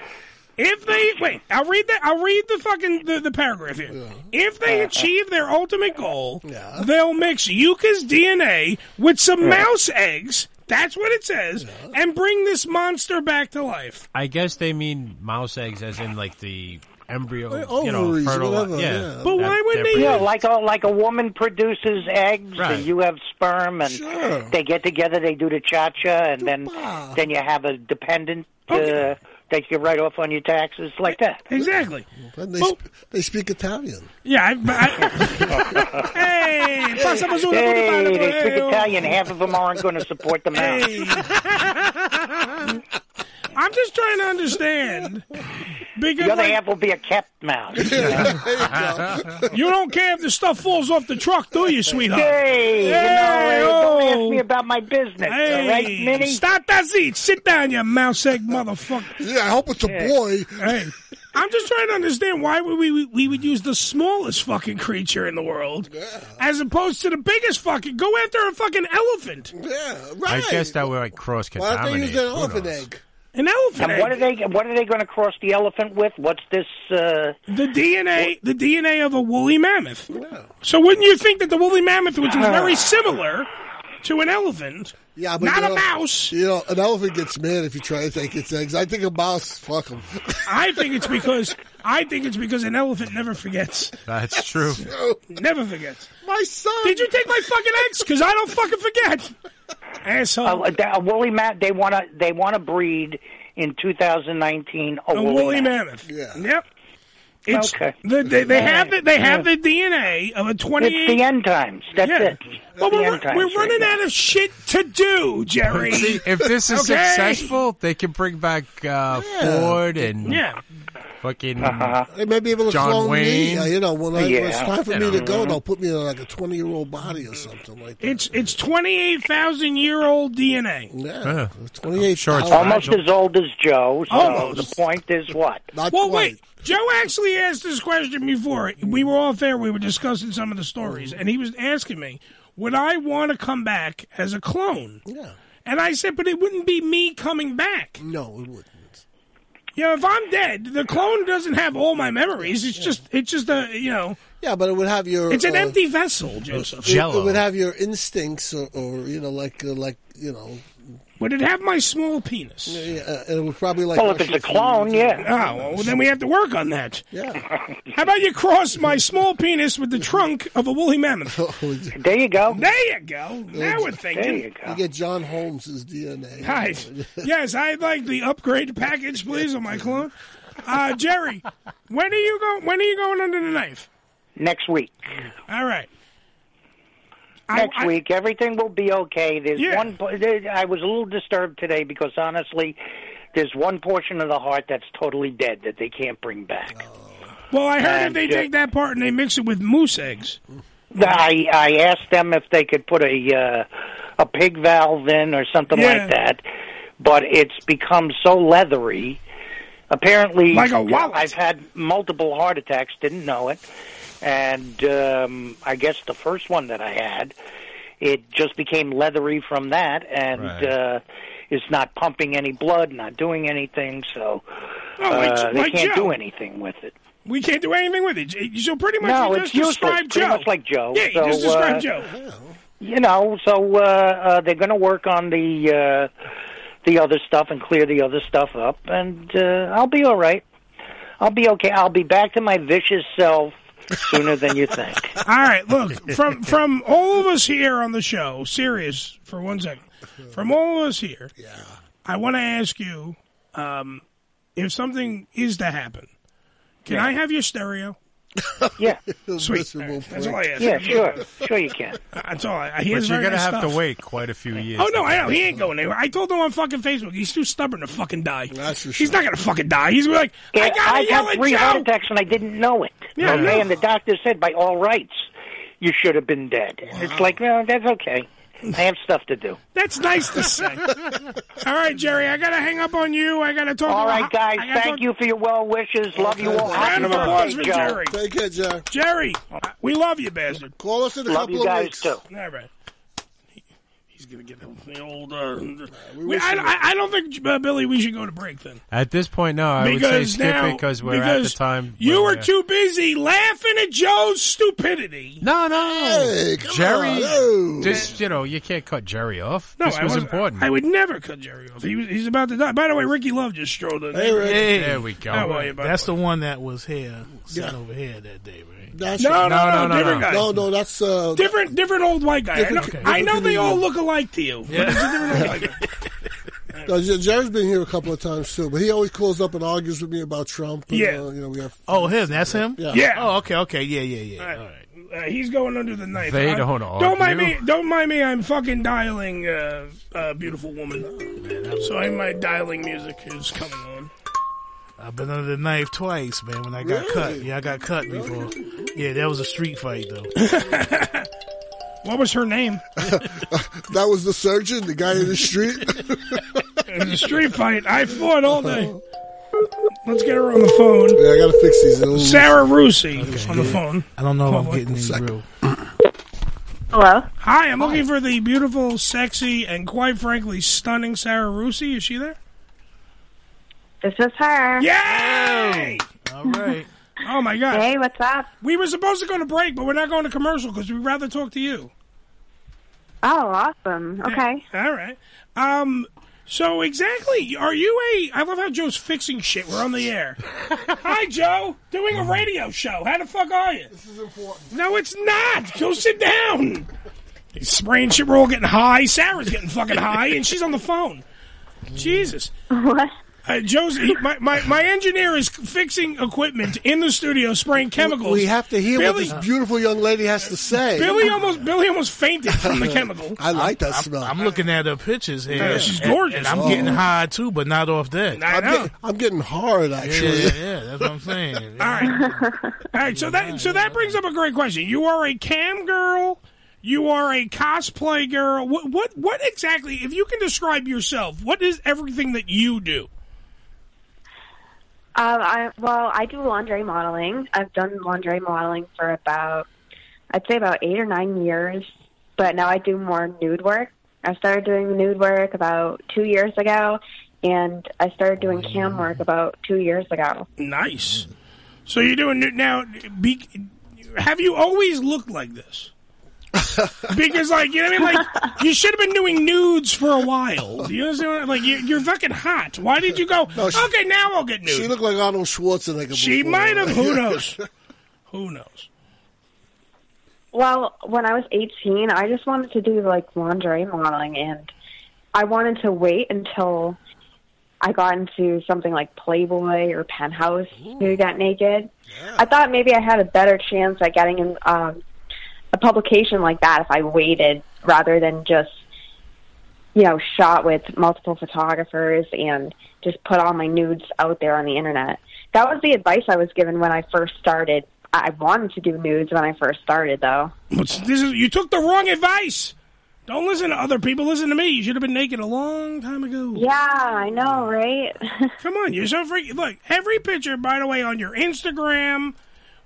L: If they wait, I'll read the I'll read the fucking the, the paragraph here. If they achieve their ultimate goal, they'll mix Yuka's DNA with some mouse eggs. That's what it says, and bring this monster back to life.
M: I guess they mean mouse eggs, as in like the embryo,
L: Uh,
M: you know,
L: ovaries,
M: fertile.
L: whatever,
M: yeah.
L: yeah. But why would they-
D: you know, like a like a woman produces eggs,
M: Right.
D: and you have sperm, and
M: Sure.
D: they get together, they do the cha cha, and then then you have a dependent
L: Oh,
D: uh, that you write off on your taxes, like that.
L: Exactly.
N: And they, sp- they speak Italian.
L: Yeah, I, but I, hey, passa per su la
D: Hey,
L: puttana,
D: they speak
L: hey, oh.
D: Italian. Half of them aren't going to support them out.
L: I'm just trying to understand. Because
D: The other
L: like,
D: half will be a kept mouse.
L: you don't care if the stuff falls off the truck, do you, sweetheart? oh.
D: Hey, you know, hey, don't ask me about my business,
L: Hey,
D: all right, Minnie?
L: Stop that seat. Sit down, you mouse egg motherfucker.
N: Yeah, I hope it's a boy.
L: Hey, I'm just trying to understand why would we we would use the smallest fucking creature in the world as opposed to the biggest fucking. Go after a fucking elephant.
N: Yeah,
M: I guess that would like cross contaminate.
N: egg?
L: An elephant.
D: And what are
L: egg.
D: they? What are they going to cross the elephant with? What's this? Uh,
L: The DNA, the DNA of a woolly mammoth. So wouldn't you think that the woolly mammoth, which was very similar to an elephant,
N: Ah. Yeah, but
L: not
N: you
L: a
N: know-
L: mouse?
N: You know, an elephant gets mad if you try to take its eggs. I think a mouse, fuck him.
L: I think it's because I think it's because an elephant never forgets,
M: That's true.
L: never forgets.
N: My son.
L: Did you take my fucking eggs? Because I don't fucking forget. Asshole.
D: A, Oh, a woolly mammoth. They want to. They want to breed in 2019 a,
L: A woolly mammoth. Yep. It's,
D: Okay.
L: The, they they have the, they have
D: Yeah.
L: the DNA of a twenty.
D: It's the end times. That's
L: yeah.
D: it.
L: Well,
D: the
L: we're,
D: end times
L: we're
D: right
L: running out of shit to do, Jerry.
M: See, if this is
L: Okay?
M: successful, they can bring back uh, Ford and
L: yeah.
M: fucking
N: They may be able to
M: John
N: clone
M: Wayne.
N: me. Yeah, you know, when I, when it's
M: Yeah.
N: time for
L: Uh,
M: You
N: me
M: know.
N: to
D: Mm-hmm.
N: go, they'll put me in like a 20 year old body or something like
L: It's it's twenty eight thousand year old DNA.
N: that.
M: Yeah.
N: 28
D: Almost as old as Joe. So
L: Almost.
D: the point is what?
L: well, wait. Joe actually asked this question before. We were off air. We were discussing some of the stories, and he was asking me, "Would I want to come back as a clone?"
N: Yeah.
L: And I said, "But it wouldn't be me coming back.
N: No, it wouldn't.
L: You know, if I'm dead, the clone doesn't have all my memories. It's just, it's just a, you know,
N: Yeah, but it would have your.
L: it's an
N: uh,
L: empty vessel, Joseph.
N: It, it would have your instincts, or, or you know, like uh, like you know,
L: Would it have my small penis?
N: yeah, uh, and it would probably like.
L: Oh, well, then we have to work on that.
N: Yeah.
L: How about you cross my small penis with the trunk of a woolly mammoth?
D: There you go.
L: There you go. Now we're thinking.
N: Oh, You get John Holmes's DNA.
L: Right. Yes, I'd like the upgrade package, please, on my clone. Uh, Jerry, when are you going? When are you going under the knife?
D: Next week.
L: All right.
D: Next week, everything will be okay. There's
L: Yeah.
D: one. po- there- I was a little disturbed today because honestly, there's one portion of the heart that's totally dead that they can't bring back.
L: Well, I heard if
D: And,
L: they
D: uh,
L: take that part and they mix it with moose eggs.
D: I I asked them if they could put a uh, a pig valve in or something
L: Yeah.
D: like that, but it's become so leathery. Apparently,
L: Like a wallet.
D: I've had multiple heart attacks. Didn't know it, and um, I guess the first one that I had, it just became leathery from that, and
C: Right.
D: uh, it's not pumping any blood, not doing anything. So
L: Oh, like-
D: uh, they
L: like
D: can't
L: Joe.
D: do anything with it.
L: We can't do anything with it. J- So pretty much
D: No,
L: you
D: it's
L: just
D: useless,
L: described
D: pretty
L: Joe.
D: much like Joe.
L: Yeah, you
D: So,
L: just described
D: uh,
L: Joe.
D: you know, so uh, uh, they're going to work on the uh, the other stuff and clear the other stuff up, and uh, I'll be all right. I'll be okay. I'll be back to my vicious self sooner than you think.
L: All right, look from from all of us here on the show. Serious for one second. From all of us here, yeah. I want to ask you um, if something is to happen. Can I have your stereo?
D: yeah,
L: sweet. All right, That's all I ask.
D: Yeah, sure, sure you can.
L: That's all. I,
M: But
L: he has
M: you're
L: very
M: gonna
L: nice
M: have
L: stuff.
M: to wait quite a few years.
L: Oh no, I know he ain't going anywhere. I told him on fucking Facebook he's too stubborn to fucking die. That's for He's not gonna fucking die. He's like,
D: Yeah,
L: I gotta
D: I've
L: yell
D: had
L: at
D: three
L: Joe.
D: heart attacks and I didn't know it.
L: Yeah,
D: okay,
L: no.
D: and the doctor said, by all rights, you should have been dead. And It's like, no, that's okay. I have stuff to do.
L: That's nice to say. all right, Jerry, I gotta hang up on you. I gotta talk.
D: All
L: to
D: right, guys.
L: I gotta
D: Thank
L: talk-
D: you for your well wishes. Love you all.
L: Round
D: Happy
L: of applause for
D: birthday, Joe.
L: Jerry. Take care, Jerry. Jerry, uh, we love you, bastard.
N: Call us in a
L: Love
N: couple
L: you
N: of
L: guys,
N: weeks.
L: too. All right. He's gonna get the, the old. Uh, we
N: wish
L: I,
N: you-
L: I, I don't think uh, Billy. We should go to break then.
M: At this point, no. I would
L: because
M: say skip
L: now,
M: it because we're at
L: because
M: the time.
L: You
M: where-
L: were too busy laughing at Joe's stupidity.
M: No, no. Jerry,
L: no.
M: just you know, you can't cut Jerry off.
L: No,
M: this
L: I
M: was
L: wasn't-
M: important.
L: I would never cut Jerry off. He was, he's about to die. By the way, Ricky Love just strolled in.
M: There we go.
L: How are you, bud?
E: That's the one that was here, sitting
L: Yeah.
E: over here that day, right?
N: That's
L: No, no, no, different guy.
N: No, no, that's uh,
L: different, different old white guy. I know,
N: Different- okay.
L: I know
N: different
L: they all
N: comedian.
L: look alike to you. But it's a different old white guy.
N: No, Jer- Jerry's been here a couple of times too, but he always calls up and argues with me about Trump. And,
L: Yeah.
N: uh, you know we have.
E: Oh, him. That's him.
N: Yeah.
L: Yeah.
E: Oh, okay, okay, yeah, yeah, yeah. All right.
L: Uh, he's going under the knife.
E: They
L: I'm-
E: don't
L: Don't mind me.
E: argue.
L: Don't mind me. I'm fucking dialing uh, uh, beautiful woman. so I, my dialing music is coming on.
E: I've been under the knife twice, man. When I got cut, yeah, I got cut before. Yeah, that was a street fight though.
L: What was her name?
N: that was the surgeon, the guy in the street.
L: It was a street fight. I fought all day. Let's get her on the phone.
N: Yeah, I gotta fix these. little-
L: Sarah Rusi on the phone.
E: I don't know if I'm
L: Probably.
E: getting any real.
R: Hello.
L: Hi, I'm looking for the beautiful, sexy, and quite frankly stunning Sarah Rusi. Is she there?
R: This is her.
L: Yay!
E: All right.
L: Oh my god.
R: Hey, what's up?
L: We were supposed to go to break, but we're not going to commercial because we'd rather talk to you.
R: Oh, awesome. Okay.
L: All right. Um. So exactly, are you a? I love how Joe's fixing shit. We're on the air. Hi, Joe. Doing a radio show. How the fuck are you? This is important. No, it's not. Go sit down. He's spraying shit. We're all getting high. Sarah's getting fucking high, and she's on the phone. Jesus.
R: What?
L: Uh, Joe's he- my, my my engineer is fixing equipment in the studio, spraying chemicals.
N: We have to hear
L: Billy,
N: what this beautiful young lady has to say.
L: Billy almost Billy almost fainted from the chemical.
N: I like that
E: I'm,
N: smell.
E: I'm looking at her pictures here.
L: Yeah, she's
E: and-
L: gorgeous.
E: And, I'm
L: Oh.
E: getting high too, but not off that.
L: I
N: I'm,
L: know.
N: get- I'm getting hard actually.
E: Yeah, yeah, yeah, that's what I'm saying.
L: All right. All right. So that so that brings up a great question. You are a cam girl. You are a cosplay girl. What what what exactly? If you can describe yourself, what is everything that you do?
R: Um, I well, I do laundry modeling. I've done laundry modeling for about, I'd say about eight or nine years. But now I do more nude work. I started doing nude work about two years ago, and I started doing cam work about two years ago.
L: Nice. So you're doing new- now. Be, have you always looked like this? because like you know what I mean, like you should have been doing nudes for a while. Do You understand? What I- like you, you're fucking hot. Why did you go? okay, now I'll get nude.
N: She looked like Arnold Schwarzenegger.
L: She
N: before.
L: might have. Who knows? Who knows?
R: Well, when I was 18, I just wanted to do like lingerie modeling, and I wanted to wait until I got into something like Playboy or Penthouse who got naked. I thought maybe I had a better chance at getting in um, a publication like that if I waited rather than just you know shot with multiple photographers and just put all my nudes out there on the internet. That was the advice I was given when I first started. I I wanted to do nudes when I first started, though.
L: What's, this is you took the wrong advice. Don't listen to other people. Listen to me. You should have been naked a long time ago.
R: Yeah, I know, right?
L: Come on, you're so freaky. Look, every picture, by the way, on your Instagram,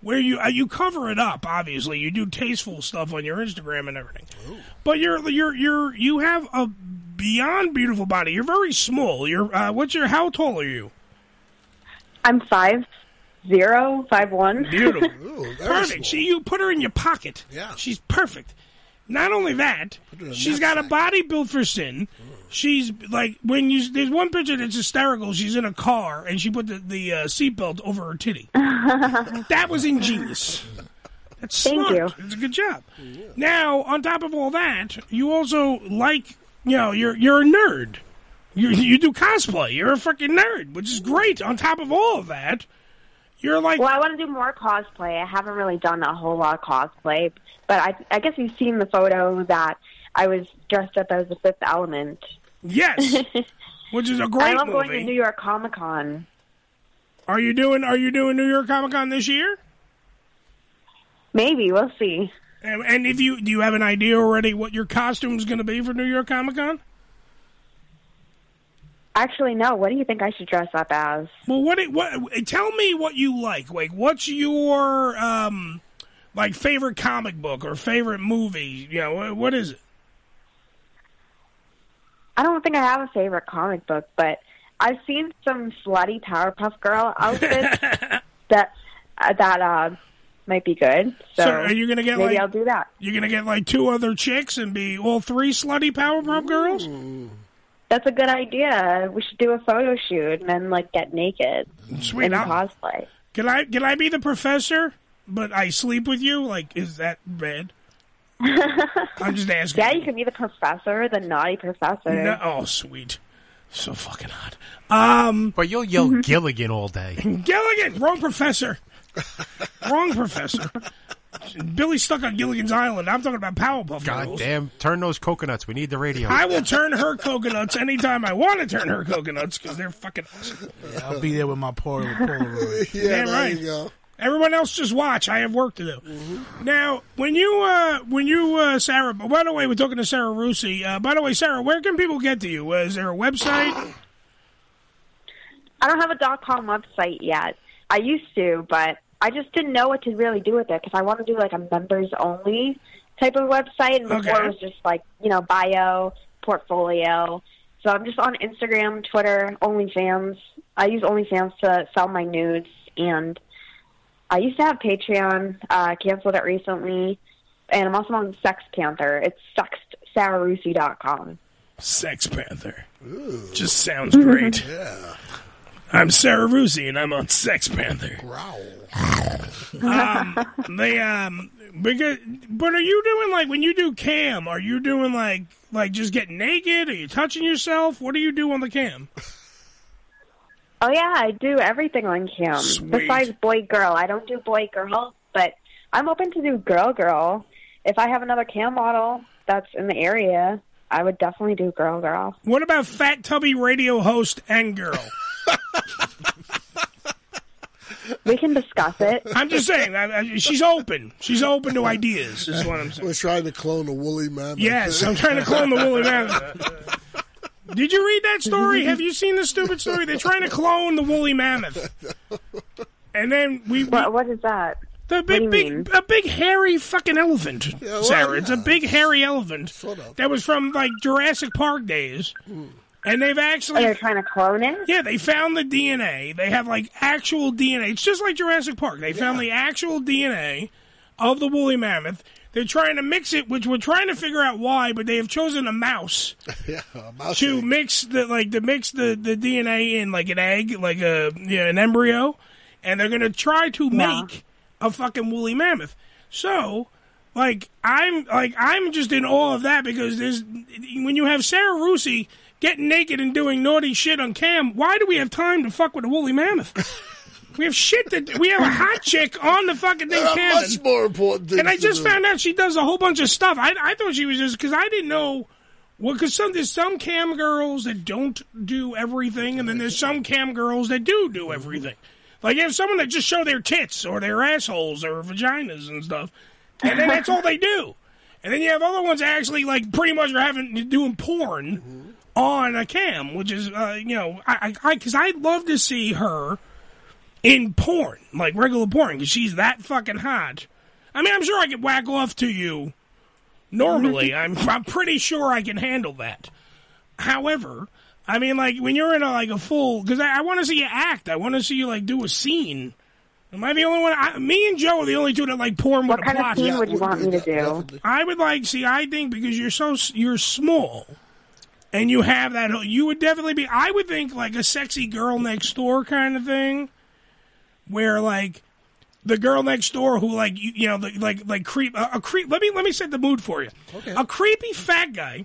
L: where you uh, you cover it up. Obviously, you do tasteful stuff on your Instagram and everything. But you're you're you're you have a beyond beautiful body. You're very small. You're uh, what's your how tall are you?
R: I'm five zero, five one.
L: Beautiful. perfect. See, you put her in your pocket. Yeah. She's perfect. Not only that, she's got a body built for sin. She's like when you there's one picture that's hysterical. She's in a car and she put the the uh, seatbelt over her titty. that was ingenious. That's
R: Thank
L: smart.
R: you.
L: It's a good job. Now, on top of all that, you also like you know you're you're a nerd. You you do cosplay. You're a freaking nerd, which is great. On top of all of that, you're like
R: well, I want to do more cosplay. I haven't really done a whole lot of cosplay, but I, I guess you've seen the photo that I was dressed up as the Fifth Element.
L: yes, which is a great.
R: I love
L: movie.
R: going to New York Comic Con.
L: Are you doing Are you doing New York Comic Con this year?
R: Maybe we'll see.
L: And, and if you do, you have an idea already what your costume's going to be for New York Comic Con?
R: Actually, no. What do you think I should dress up as?
L: Well, what it, what tell me what you like. Like, what's your um like favorite comic book or favorite movie? You know, what- what is it?
R: I don't think I have a favorite comic book, but I've seen some slutty Powerpuff Girl outfits that uh, that uh, might be good. So,
L: are you going to get
R: maybe
L: like
R: I'll do that.
L: You're going to get like two other chicks and be all three slutty Powerpuff girls?
R: That's a good idea. We should do a photo shoot and then like get naked
L: Sweet,
R: in
L: I'll-
R: cosplay.
L: Can I can I be the professor? But I sleep with you. Like, is that bad? I'm just asking.
R: Yeah, you can be the professor, the naughty professor.
L: No, oh, sweet. So fucking hot. Um,
M: but you'll yell Gilligan all day.
L: Gilligan, wrong professor. wrong professor. Billy's stuck on Gilligan's Island. I'm talking about Powerpuff
M: God
L: Girls.
M: damn! Turn those coconuts. We need the radio.
L: I will turn her coconuts anytime I want to turn her coconuts because they're fucking awesome.
E: I'll be there with my poor Polaroid.
L: Damn right. Everyone else just watch. I have work to do.
R: Mm-hmm.
L: Now, when you, uh, when you, uh, Sarah, by the way, we're talking to Sarah Rusi. Uh, by the way, Sarah, where can people get to you? Uh, is there a website?
R: I don't have a dot com website yet. I used to, but I just didn't know what to really do with it because I want to do like a members only type of website, and before
L: Okay.
R: it was just like you know bio, portfolio. So I'm just on Instagram, Twitter, OnlyFans. I use OnlyFans to sell my nudes, and I used to have Patreon. Uh, canceled it recently, and I'm also on Sex Panther. It's sexedsararusi.com.
L: Sex Panther. Just sounds great.
N: yeah.
L: I'm Sarah Rusi, and I'm on Sex Panther.
N: Growl.
L: um, they um because but are you doing like when you do cam? Are you doing like like just getting naked? Are you touching yourself? What do you do on the cam?
R: Oh yeah, I do everything on cam. Besides boy girl, I don't do boy girl, but I'm open to do girl girl. If I have another cam model that's in the area, I would definitely do girl girl.
L: What about fat tubby radio host and girl?
R: We can discuss it.
L: I'm just saying I, I, she's open. She's open to ideas. Is what I'm saying.
N: We're trying to clone a woolly mammoth. Uh,
L: Yes, I'm trying to clone the woolly mammoth. Did you read that story? Have you seen the stupid story? They're trying to clone the woolly mammoth. And then we.
R: What, what is that?
L: The big, big, a big hairy fucking elephant,
R: well,
L: Sarah. It's a big hairy elephant that was from like Jurassic Park days, and they've actually
R: they're trying to clone it.
L: Yeah, they found the DNA. They have like actual DNA. It's just like Jurassic Park. They found the actual DNA of the woolly mammoth. They're trying to mix it, which we're trying to figure out why, but they have chosen a mouse
N: yeah, a mouse
L: to mix the like to mix the, the DNA in like an egg, like a you know, an embryo, and they're gonna try to make a fucking woolly mammoth. So, like I'm like I'm just in awe of that because there's when you have Sarah Rusi getting naked and doing naughty shit on cam, why do we have time to fuck with a woolly mammoth? We have shit that we have a hot chick on the fucking thing.
N: There are
L: camming.
N: much more important things
L: And I
N: to
L: just
N: do.
L: found out she does a whole bunch of stuff. I, I thought she was just because I didn't know. Well, because some there's some cam girls that don't do everything, and then there's some cam girls that do do everything. Like you have someone that just show their tits or their assholes or vaginas and stuff, and then that's all they do. And then you have other ones that actually like pretty much are having doing porn on a cam, which is uh, you know I I because I'd love to see her in porn, like regular porn, because she's that fucking hot. I mean, I'm sure I could whack off to you normally. I'm I'm pretty sure I can handle that. However, I mean, like when you're in a, like a full, because I, I want to see you act. I want to see you like do a scene. Am I the only one? I, me and Joe are the only two that like porn
R: What
L: with
R: kind
L: a
R: of
L: plot.
R: scene would you want me to do?
L: I would like see. I think because you're so s- you're small, and you have that. You would definitely be. I would think like a sexy girl next door kind of thing, where like the girl next door who like you, you know the, like like creep a, a creep. Let me let me set the mood for you. Okay. A creepy fat guy.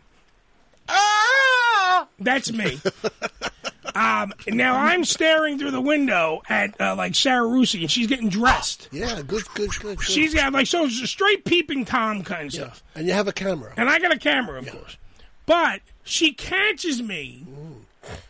L: Ah, that's me. um, now I'm staring through the window at uh, like Sarah Rusi, and she's getting dressed.
N: Yeah, good, good, good. good.
L: She's got like so it's a straight peeping tom kind of stuff.
N: and you have a camera.
L: And I got a camera, of course. But she catches me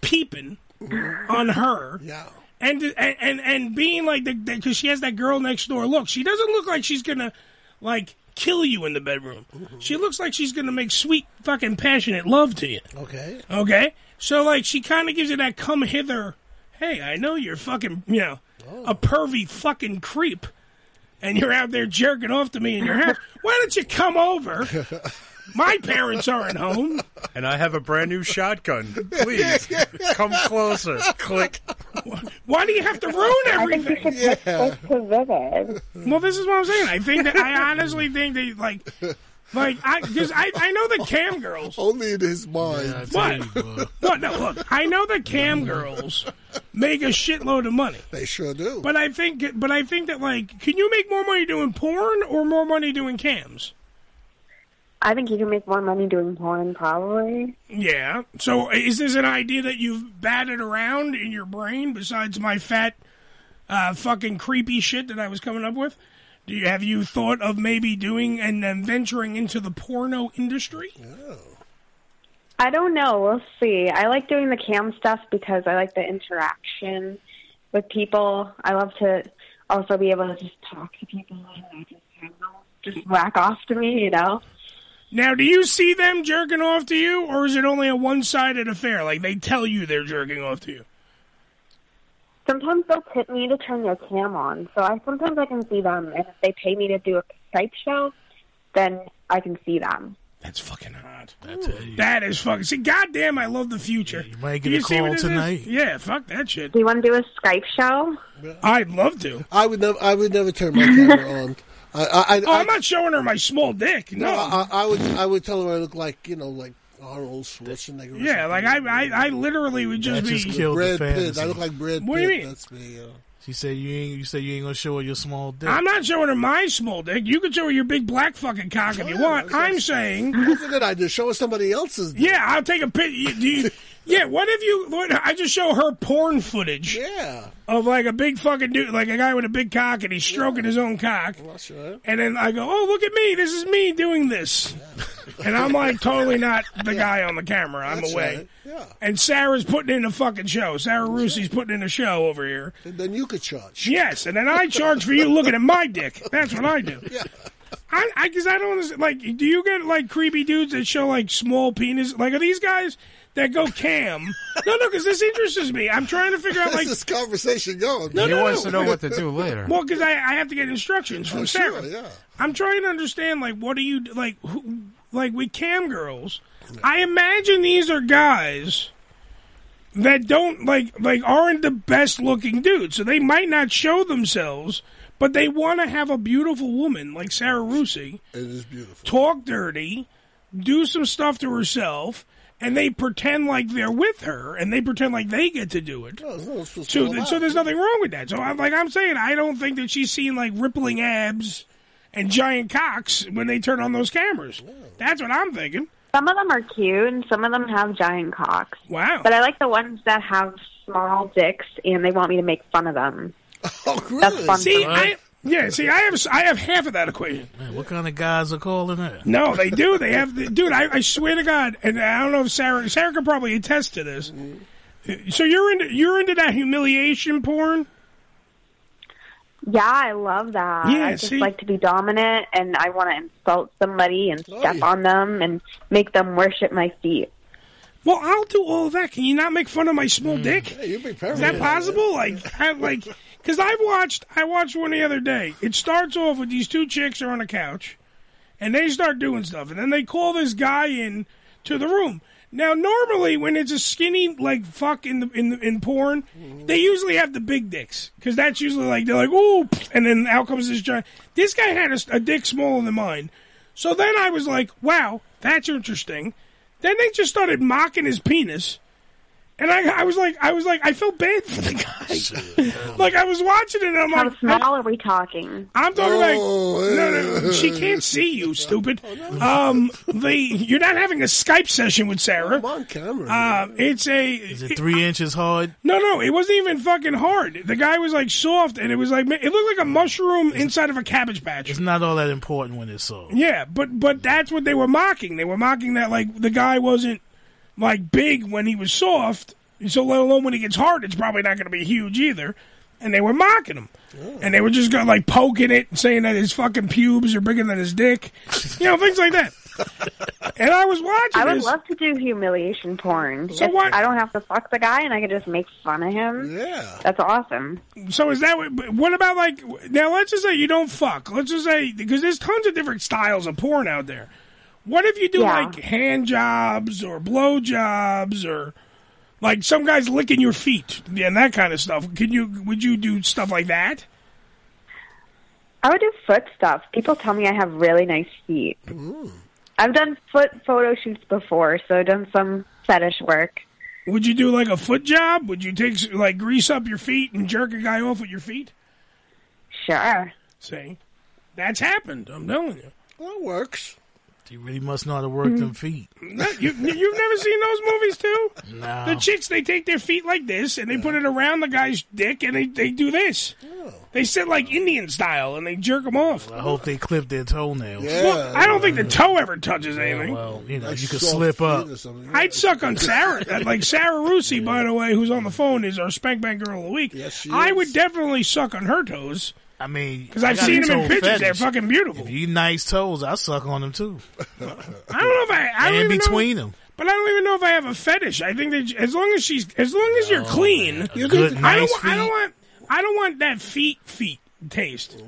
L: peeping
N: Mm.
L: on her.
N: Yeah.
L: And, and and and being like the because she has that girl next door look. She doesn't look like she's gonna like kill you in the bedroom.
N: Mm-hmm.
L: She looks like she's gonna make sweet fucking passionate love to you.
N: Okay.
L: Okay? So, like, she kind of gives you that come hither, hey, I know you're fucking, you know, a pervy fucking creep, and you're out there jerking off to me in your house. Why don't you come over? My parents aren't home.
M: And I have a brand new shotgun. Please come closer. Click.
L: Why do you have to ruin everything? Well, this is what I'm saying. I think that I honestly think that like, like I because I, I know the cam girls
N: only in his mind.
L: What? What? No, look. I know the cam girls make a shitload of money.
N: They sure do.
L: But I think, but I think that like, can you make more money doing porn or more money doing cams?
R: I think you can make more money doing porn, probably.
L: Yeah. So uh, is this an idea that you've batted around in your brain besides my fat, uh, fucking creepy shit that I was coming up with? Do you have you thought of maybe doing and then venturing into the porno industry?
R: I don't know. We'll see. I like doing the cam stuff because I like the interaction with people. I love to also be able to just talk to people and I just, hang out, just whack off to me, you know?
L: Now, do you see them jerking off to you, or is it only a one-sided affair? Like they tell you they're jerking off to you.
R: Sometimes they'll tip me to turn their cam on, so I sometimes I can see them. And if they pay me to do a Skype show, then I can see them.
L: That's fucking hot. That is fucking. See, goddamn, I love the future. you might
E: get a call tonight.
L: Yeah, fuck that shit.
R: Do you want to do a Skype show?
L: I'd love to.
N: I would never. I would never turn my camera on. I, I, I,
L: Oh, I'm not showing her my small dick. No.
N: I, I would. I would tell her I look like you know, like Arnold Schwarzenegger. or
L: Yeah, like I, I, I literally would just be
N: Brad Pitt. I look like Brad
L: What do
N: Pitt.
L: you mean?
N: That's me. Yeah.
E: She said you ain't. You said you ain't gonna show her your small dick.
L: I'm not showing her my small dick. You can show her your big black fucking cock if you
N: Oh,
L: want. I'm saying
N: that's a good idea. Show us somebody else's.
L: Yeah, I'll take a pic. you- Do you, yeah, what if you? What, I just show her porn footage.
N: Yeah,
L: of like a big fucking dude, like a guy with a big cock, and he's stroking his own cock.
N: sure.
L: And then I go, "Oh, look at me! This is me doing this." And I'm like, totally not the guy on the camera. I'm
N: That's
L: away.
N: right. Yeah.
L: And Sarah's putting in a fucking show. Sarah Rusi's putting in a show over here.
N: And then you could charge.
L: Yes, and then I charge for you looking at my dick. That's what I do.
N: Yeah.
L: I, I, cause I don't understand. Like, do you get like creepy dudes that show like small penis? Like, are these guys that go cam? no, no, because this interests me. I'm trying to figure out
N: How's
L: like
N: this conversation going?
L: No,
M: he
L: no,
M: wants
L: no.
M: to know what to do later.
L: Well, because I, I have to get instructions from
N: Oh, sure,
L: Sarah.
N: yeah.
L: I'm trying to understand, like, what do you like? Who, like with cam girls, I imagine these are guys that don't like like aren't the best looking dudes, so they might not show themselves, but they want to have a beautiful woman like Sarah Rusi
N: It is beautiful.
L: talk dirty, do some stuff to herself. And they pretend like they're with her, and they pretend like they get to do it.
N: No, it's not what it's supposed to
L: So,
N: be
L: th-
N: about.
L: so there's nothing wrong with that. So, I'm, like I'm saying, I don't think that she's seeing like rippling abs and giant cocks when they turn on those cameras. That's what I'm thinking.
R: Some of them are cute, and some of them have giant cocks.
L: Wow.
R: But I like the ones that have small dicks, and they want me to make fun of them.
N: Oh,
R: That's fun.
L: See,
R: for me.
L: I yeah, see, I have s- I have half of that equation.
E: Man, what kind of guys are calling her?
L: No, they do. They have, the, dude. I, I swear to God, and I don't know if Sarah Sarah can probably attest to this. So you're into you're into that humiliation porn.
R: Yeah, I love that.
L: Yeah,
R: I just
L: see?
R: like to be dominant and I want to insult somebody and
L: Oh,
R: step on them and make them worship my feet.
L: Well, I'll do all that. Can you not make fun of my small dick?
N: you'd be
L: Is that possible? Like, I, like, because I've watched, I watched one the other day. It starts off with these two chicks are on a couch, and they start doing stuff, and then they call this guy in to the room. Now, normally, when it's a skinny like fuck in the in the, in porn, they usually have the big dicks because that's usually like they're like ooh, and then out comes this giant. This guy had a, s- a dick smaller than mine, so then I was like, wow, that's interesting. Then they just started mocking his penis. And I, I was like, I was like, I felt bad for the guy. like I was watching it, and I'm
R: How
L: like,
R: small are we talking?
L: I'm talking like, no, no, she can't see you, stupid. Um, the you're not having a Skype session with Sarah. I'm on camera. Um, it's a. Is it
E: three inches hard?
L: No, no, it wasn't even fucking hard. The guy was like soft, and it was like it looked like a mushroom inside of a cabbage patch.
E: It's not all that important when it's sold.
L: Yeah, but but that's what they were mocking. They were mocking that like the guy wasn't like big when he was soft, so let alone when he gets hard, it's probably not going to be huge either. And they were mocking him, and they were just going like poking it, saying that his fucking pubes are bigger than his dick, you know, things like that. And I was watching.
R: I would
L: this.
R: love to do humiliation porn.
L: So
R: If
L: what-
R: I don't have to fuck the guy and I can just make fun of him.
N: Yeah.
R: That's awesome.
L: So is that what? What about like now? Let's just say you don't fuck. Let's just say because there's tons of different styles of porn out there. What if you do
R: Yeah.
L: like hand jobs or blow jobs or like some guys licking your feet and that kind of stuff? Can you? Would you do stuff like that?
R: I would do foot stuff. People tell me I have really nice feet. I've done foot photo shoots before, so I've done some fetish work.
L: Would you do like a foot job? Would you take like grease up your feet and jerk a guy off with your feet?
R: Sure.
L: See, that's happened. I'm telling you.
N: Well, it works.
E: You really must know how to work them feet.
L: You, you've never seen those movies too?
E: No.
L: The chicks, they take their feet like this and they put it around the guy's dick and they, they do this.
N: Oh.
L: They sit like Indian style and they jerk him off.
E: I hope they clip their toenails.
L: Well, I don't think the toe ever touches anything.
E: well, you know, you could slip up.
L: I'd suck on Sarah. I'd like Sarah Rusi, by the way, who's on the phone, is our Spank Bang Girl of the Week. Yes, she I would definitely suck on her toes.
E: I mean,
L: because I've seen them in pictures. They're fucking beautiful.
E: If you nice toes, I suck on them too.
L: I don't know if I. I
E: And
L: don't even
E: between
L: know,
E: them.
L: But I don't even know if I have a fetish. I think that as long as she's, as long as you're clean,
E: Oh, good,
L: I don't.
E: nice
L: wa- I don't want. I don't want that feet feet taste.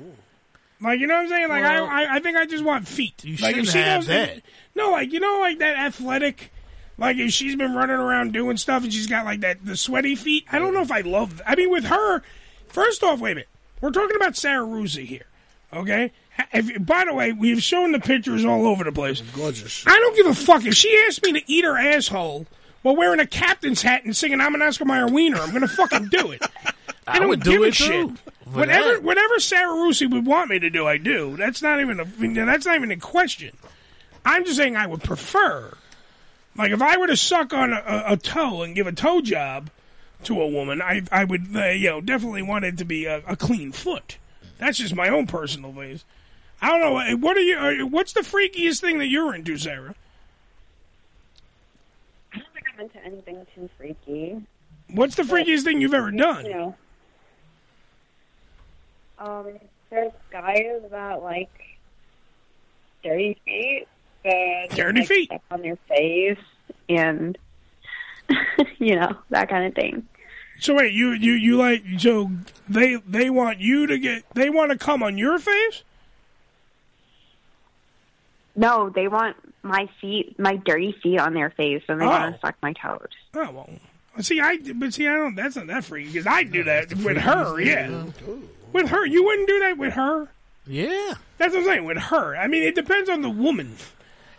L: Like you know what I'm saying? Like
E: Well,
L: I, I, I think I just want feet.
E: you
L: like, if
E: shouldn't
L: she
E: have
L: goes in-
E: that.
L: no, like you know, like that athletic. Like if she's been running around doing stuff and she's got like that the sweaty feet. I don't know if I love. I mean, with her, first off, wait a minute. We're talking about Sarah Ruzzi here, okay? Ha- If, by the way, we've shown the pictures all over the place.
N: Gorgeous.
L: I don't give a fuck if she asked me to eat her asshole while wearing a captain's hat and singing "I'm an Oscar Mayer wiener." I'm gonna fucking do it. I,
E: I
L: don't
E: would do
L: give a
E: it, too,
L: shit.
E: for
L: Whatever,
E: that.
L: whatever Sarah Rusi would want me to do, I do. That's not even a. I mean, That's not even a question. I'm just saying I would prefer. Like if I were to suck on a, a, a toe and give a toe job to a woman, I I would uh, you know definitely want it to be a, a clean foot. That's just my own personal views. I don't know. uh, What are you? Are, you- what's the freakiest thing that you're into, Sarah?
R: I don't think I'm into anything too freaky.
L: What's the freakiest thing you've ever done?
R: You know. Um, there's guys that like dirty feet. And
L: Dirty
R: like,
L: feet.
R: step on their face and you know that kind of thing.
L: So wait, you you you like so they they want you to get they want to come on your face?
R: No, they want my feet, my dirty feet on their face, and they
L: Oh.
R: want to suck my toes.
L: Oh well. See, I but see, I don't. That's not that freaky because I do that with her. Yeah, with her, you wouldn't do that with her.
E: Yeah,
L: that's what I'm saying. With her, I mean, it depends on the woman.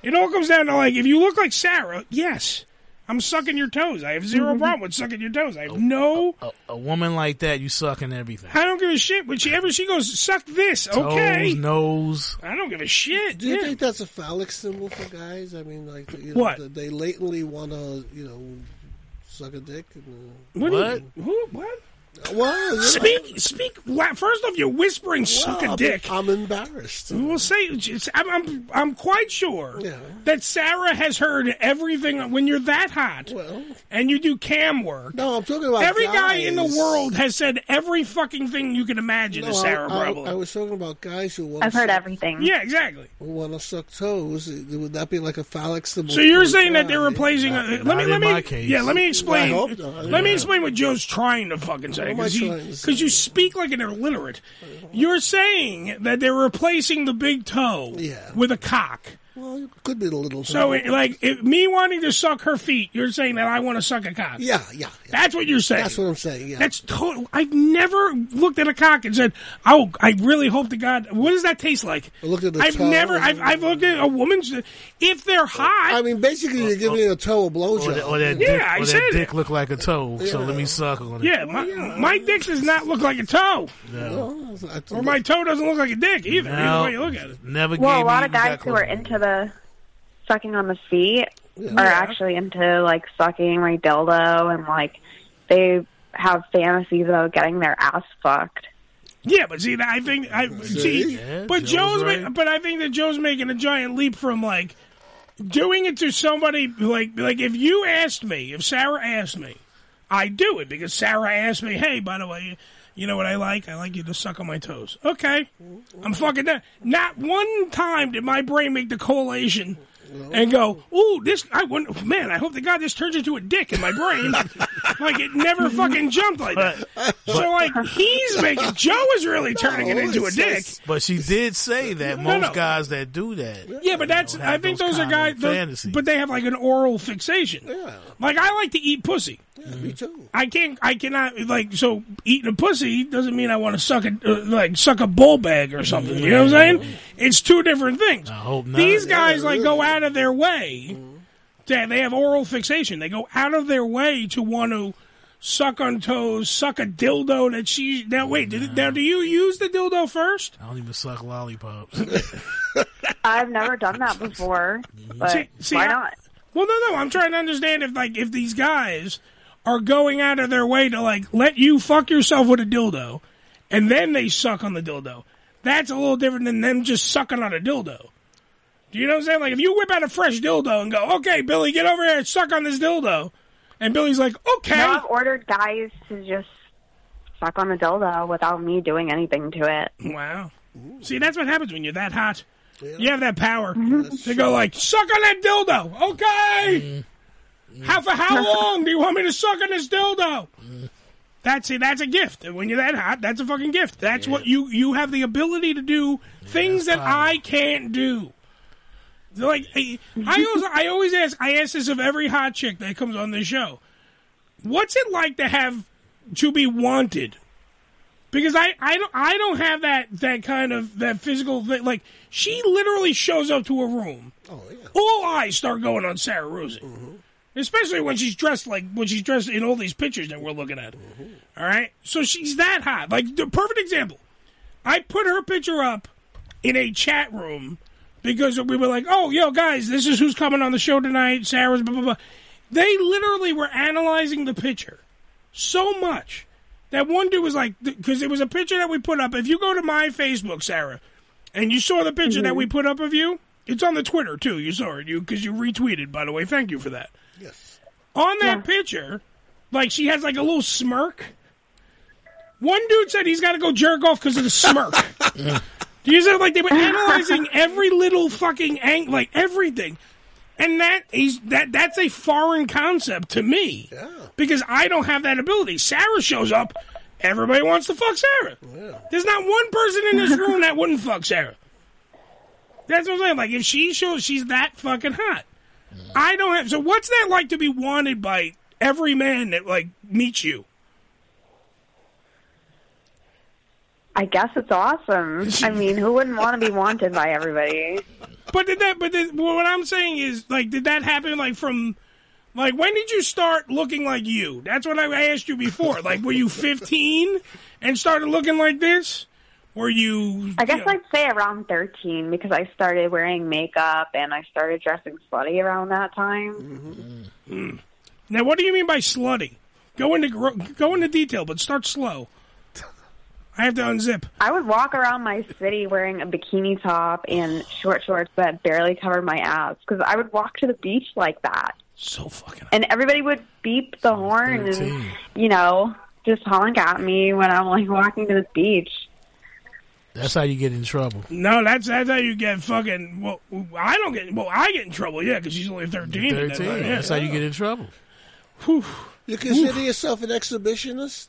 L: It all comes down to like if you look like Sarah, yes, I'm sucking your toes. I have 0
E: Mm-hmm.
L: problem with sucking your toes.
E: Oh,
L: I have no.
E: A, a woman like that, you suck in everything.
L: I don't give a shit. When she ever she goes, suck this, okay?
E: Toes, nose.
L: I don't give a shit.
N: Do you
L: yeah.
N: think that's a phallic symbol for guys? I mean, like, you know,
L: What?
N: th- they latently want to, you know, suck a dick. And, uh,
L: What? do you- who? What?
N: Why?
L: Speak, speak. la- First off, you're whispering, suck a
N: I'm-
L: dick.
N: I'm embarrassed.
L: We'll say it's- I'm, I'm, I'm quite sure that Sarah has heard everything when you're that hot and you do cam work.
N: No, I'm talking about
L: every guy in the
N: guys.
L: world has said every fucking thing you can imagine to
N: No, I-
L: Sarah.
N: I,
L: probably.
N: I, was talking about guys who want.
L: I've heard everything. Yeah, exactly.
N: Want to suck toes? It- Would that be like a phallic symbol?
L: So you're
N: for a
L: saying that
N: guy?
L: they're replacing? uh,
N: not
L: let me,
N: in
L: let me,
N: my case.
L: yeah, let me
N: I
L: explain.
N: hope not.
L: Let me
N: Yeah.
L: explain what Joe's trying to fucking
N: What
L: say
N: am I
L: because
N: trying to say?
L: you speak like an illiterate. You're saying that they're replacing the big toe with a cock.
N: Well, it could be a little.
L: So, it, like it, me wanting to suck her feet, you're saying that I want to suck a cock.
N: Yeah, yeah,
L: That's what you're saying.
N: That's what I'm saying. Yeah.
L: That's total. I've never looked at a cock and said, "Oh, I really hope to God." What does that taste like? I looked at
N: the
L: I've
N: toe.
L: never. I've, I've looked at a woman's. If they're hot, I
N: mean, basically, you're giving a toe a blowjob.
E: Or that, or that
L: Yeah,
E: dick,
L: I
E: or
L: said
E: that dick look like a toe, so let me suck on it.
L: Yeah,
N: Oh,
L: my, my dick does not look like a toe.
N: No.
L: Or my toe doesn't look like a dick either.
E: No.
L: Either way you look at it.
E: Never
R: well, a
E: gave
R: lot
E: me
R: of guys
E: that
R: who are into the sucking on the feet
L: Yeah.
R: are actually into like sucking my dildo and like they have fantasies about getting their ass fucked.
L: Yeah, but see, I think I see,
R: Yeah,
L: but
R: Joe's
L: Joe's, ma-
R: right.
L: but I think that Joe's making a giant leap from like doing it to somebody like like if you asked me, if Sarah asked me, I do it because Sarah asked me, hey, by the way, you know what I like? I like you to suck on my toes. Okay, I'm fucking done. Not one time did my brain make the collation. And go, ooh, this, I wouldn't, man, I hope to God this turns into a dick in my brain. like, it never fucking jumped like that. so, like, he's making, Joe is really turning it into a dick.
E: But she did say that
L: No,
E: most
L: no.
E: guys that do that.
L: Yeah, but that's, I think those, are
E: kind of
L: guys, those-
E: fantasies.
L: but they have like an oral fixation. Like, I like to eat pussy.
E: Mm-hmm.
N: Me too.
L: I can't. I cannot. Like so, eating a pussy doesn't mean I want to suck a uh, like suck a bull bag or something. You know what I'm saying? It's two different things. I hope
E: not.
L: These guys like go out of their way. To, they have oral fixation. They go out of their way to want to suck on toes, suck a dildo that she. Now wait. Did, now do you use the dildo first?
E: I don't even suck lollipops.
R: I've never done that before, but
L: See- see,
R: why
L: I-
R: not?
L: Well, no, no. I'm trying to understand if like if these guys are going out of their way to like let you fuck yourself with a dildo, and then they suck on the dildo. That's a little different than them just sucking on a dildo. Do you know what I'm saying? Like if you whip out a fresh dildo and go, "Okay, Billy, get over here and suck on this dildo," and Billy's like, "Okay."
R: No, I've ordered guys to just suck on the dildo without me doing anything to it.
L: Wow. See, that's what happens when you're that hot. You have that power. They go like, suck on that dildo, okay? How for how long do you want me to suck on this dildo? That's it. That's a gift. When you're that hot, that's a fucking gift. That's what you you have the ability to do things that I can't do. Like I, I always I always ask I ask this of every hot chick that comes on this show. What's it like to have to be wanted? because I, I don't I don't have that that kind of that physical thing. Like she literally shows up to a room. All eyes start going on Sarah Rosie, especially when she's dressed like when she's dressed in all these pictures that we're looking at. All right, so she's that hot. Like the perfect example, I put her picture up in a chat room because we were like, "Oh, yo, guys, this is who's coming on the show tonight." Sarah's blah blah blah. They literally were analyzing the picture so much that one dude was like, because it was a picture that we put up. If you go to my Facebook, Sarah, and you saw the picture that we put up of you, it's on the Twitter too. You saw it, you because you retweeted. By the way, thank you for that.
N: Yes.
L: On that picture, like she has like a little smirk. One dude said he's got to go jerk off because of the smirk. Do you see? Like they were analyzing every little fucking ang- like everything, and that is that that's a foreign concept to me because I don't have that ability. Sarah shows up, everybody wants to fuck Sarah. There's not one person in this room that wouldn't fuck Sarah. That's what I'm saying. Like if she shows she's that fucking hot, I don't have. So what's that like to be wanted by every man that like meets you?
R: I guess it's awesome. I mean, who wouldn't want to be wanted by everybody?
L: But did that? But did, well, what I'm saying is, like, did that happen? Like from, like, when did you start looking like you? That's what I asked you before. Like, were you 15 and started looking like this? Were you?
R: I guess
L: you know-
R: I'd say around 13 because I started wearing makeup and I started
L: Mm-hmm.
R: dressing slutty around that time.
L: now, what do you mean by slutty? Go into gro- go into detail, but start slow. I have to unzip.
R: I would walk around my city wearing a bikini top and short shorts that barely covered my ass because I would walk to the beach like that.
L: So fucking.
R: And everybody would beep the horn and you know just honk at me when I'm like walking to the beach.
E: That's how you get in trouble.
L: No, that's that's how you get fucking. Well, I don't get. Well, I get in trouble. Yeah, because she's only thirteen. at that
E: Thirteen.
L: time, yeah.
E: That's how you get in trouble.
N: You consider yourself an exhibitionist?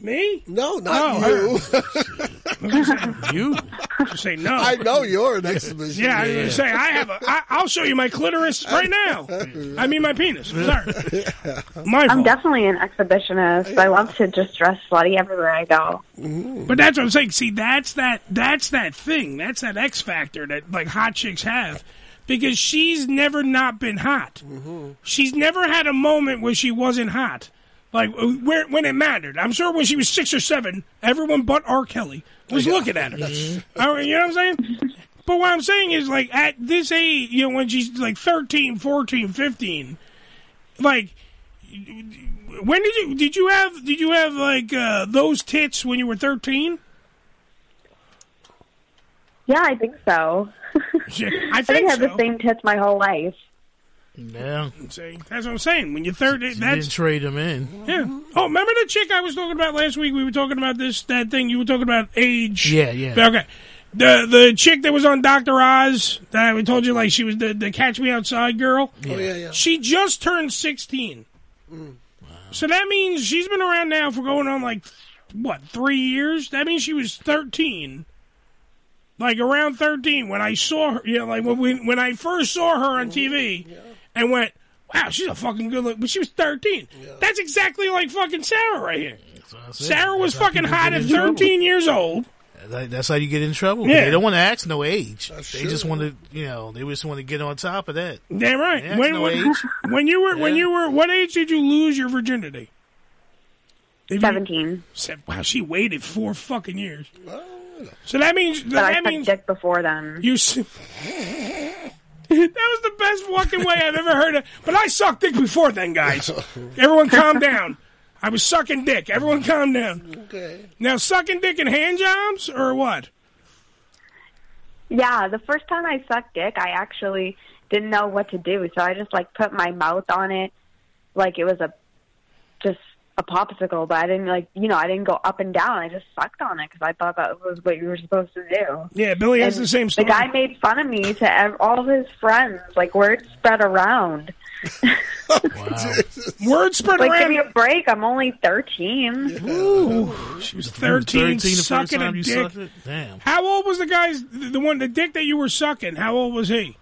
L: Me?
N: No, not
L: Oh,
E: you.
L: you say no.
N: I know you're an exhibitionist.
L: Yeah, I was gonna say I have. A, I, I'll show you my clitoris right now. I mean my penis. Sorry.
R: I'm definitely an exhibitionist. I love to just dress slutty everywhere I go.
L: But that's what I'm saying. See, that's that that's that thing. That's that X factor that like hot chicks have because she's never not been hot. She's never had a moment where she wasn't hot. Like uh, where when it mattered. I'm sure when she was 6 or 7, everyone but R Kelly was looking at her. I mean, you know what I'm saying? But what I'm saying is like at this age, you know when she's like 13, 14, 15, like when did you did you have did you have like uh, those tits when you were 13?
R: Yeah, I think so.
L: I
R: I
L: think
R: have
L: so.
R: the same tits my whole life.
E: Yeah.
L: See, that's what I'm saying. When you're 30,
E: Didn't
L: that's
E: trade them in.
L: yeah. Oh, remember the chick I was talking about last week? We were talking about this that thing. You were talking about age.
E: Yeah, yeah.
L: Okay. The the chick that was on Doctor Oz that we told you like she was the the Catch Me Outside girl.
E: Yeah. Oh, yeah, yeah.
L: She just turned 16. So that means she's been around now for going on like what three years. That means she was 13. Like around 13 when I saw her, you know, like when we, when I first saw her on TV, and went, "Wow, she's a fucking good look." But she was 13. That's exactly like fucking Sarah right here. Sarah was
E: That's how
L: fucking
E: people
L: hot
E: get
L: at
E: in trouble.
L: 13 years old.
E: That- That's how you get in trouble.
L: Yeah.
E: They don't want to ask no age. they just
L: true.
E: want to, you know, they just want to get on top of that.
L: Damn right.
E: Yeah,
L: when
E: no
L: when,
E: age.
L: when you were when you were what age did you lose your virginity?
R: Seventeen.
L: wow, she waited four fucking years. So that means
R: But I
L: that
R: sucked
L: means
R: dick before then.
L: you. s- that was the best fucking way I've ever heard of. But I sucked dick before then, guys. Everyone, calm down. I was sucking dick. Everyone, calm down.
N: Okay.
L: Now, sucking dick and hand jobs or what?
R: Yeah, the first time I sucked dick, I actually didn't know what to do, so I just like put my mouth on it, like it was a just a popsicle. But I didn't like you know I didn't go up and down. I just sucked on it because I thought that was what you were supposed to do.
L: Yeah, Billy has
R: And
L: the same story.
R: The guy made fun of me to ev- all his friends. Like word spread around.
L: Word spread
R: like, Give
L: around.
R: me a break. I'm only thirteen.
L: Ooh, she was
E: 13
L: 13,
E: the first
L: sucking
E: time
L: a
E: you
L: dick.
E: sucked it? Damn.
L: How old was the guy's the the one the dick that you were sucking? How old was he?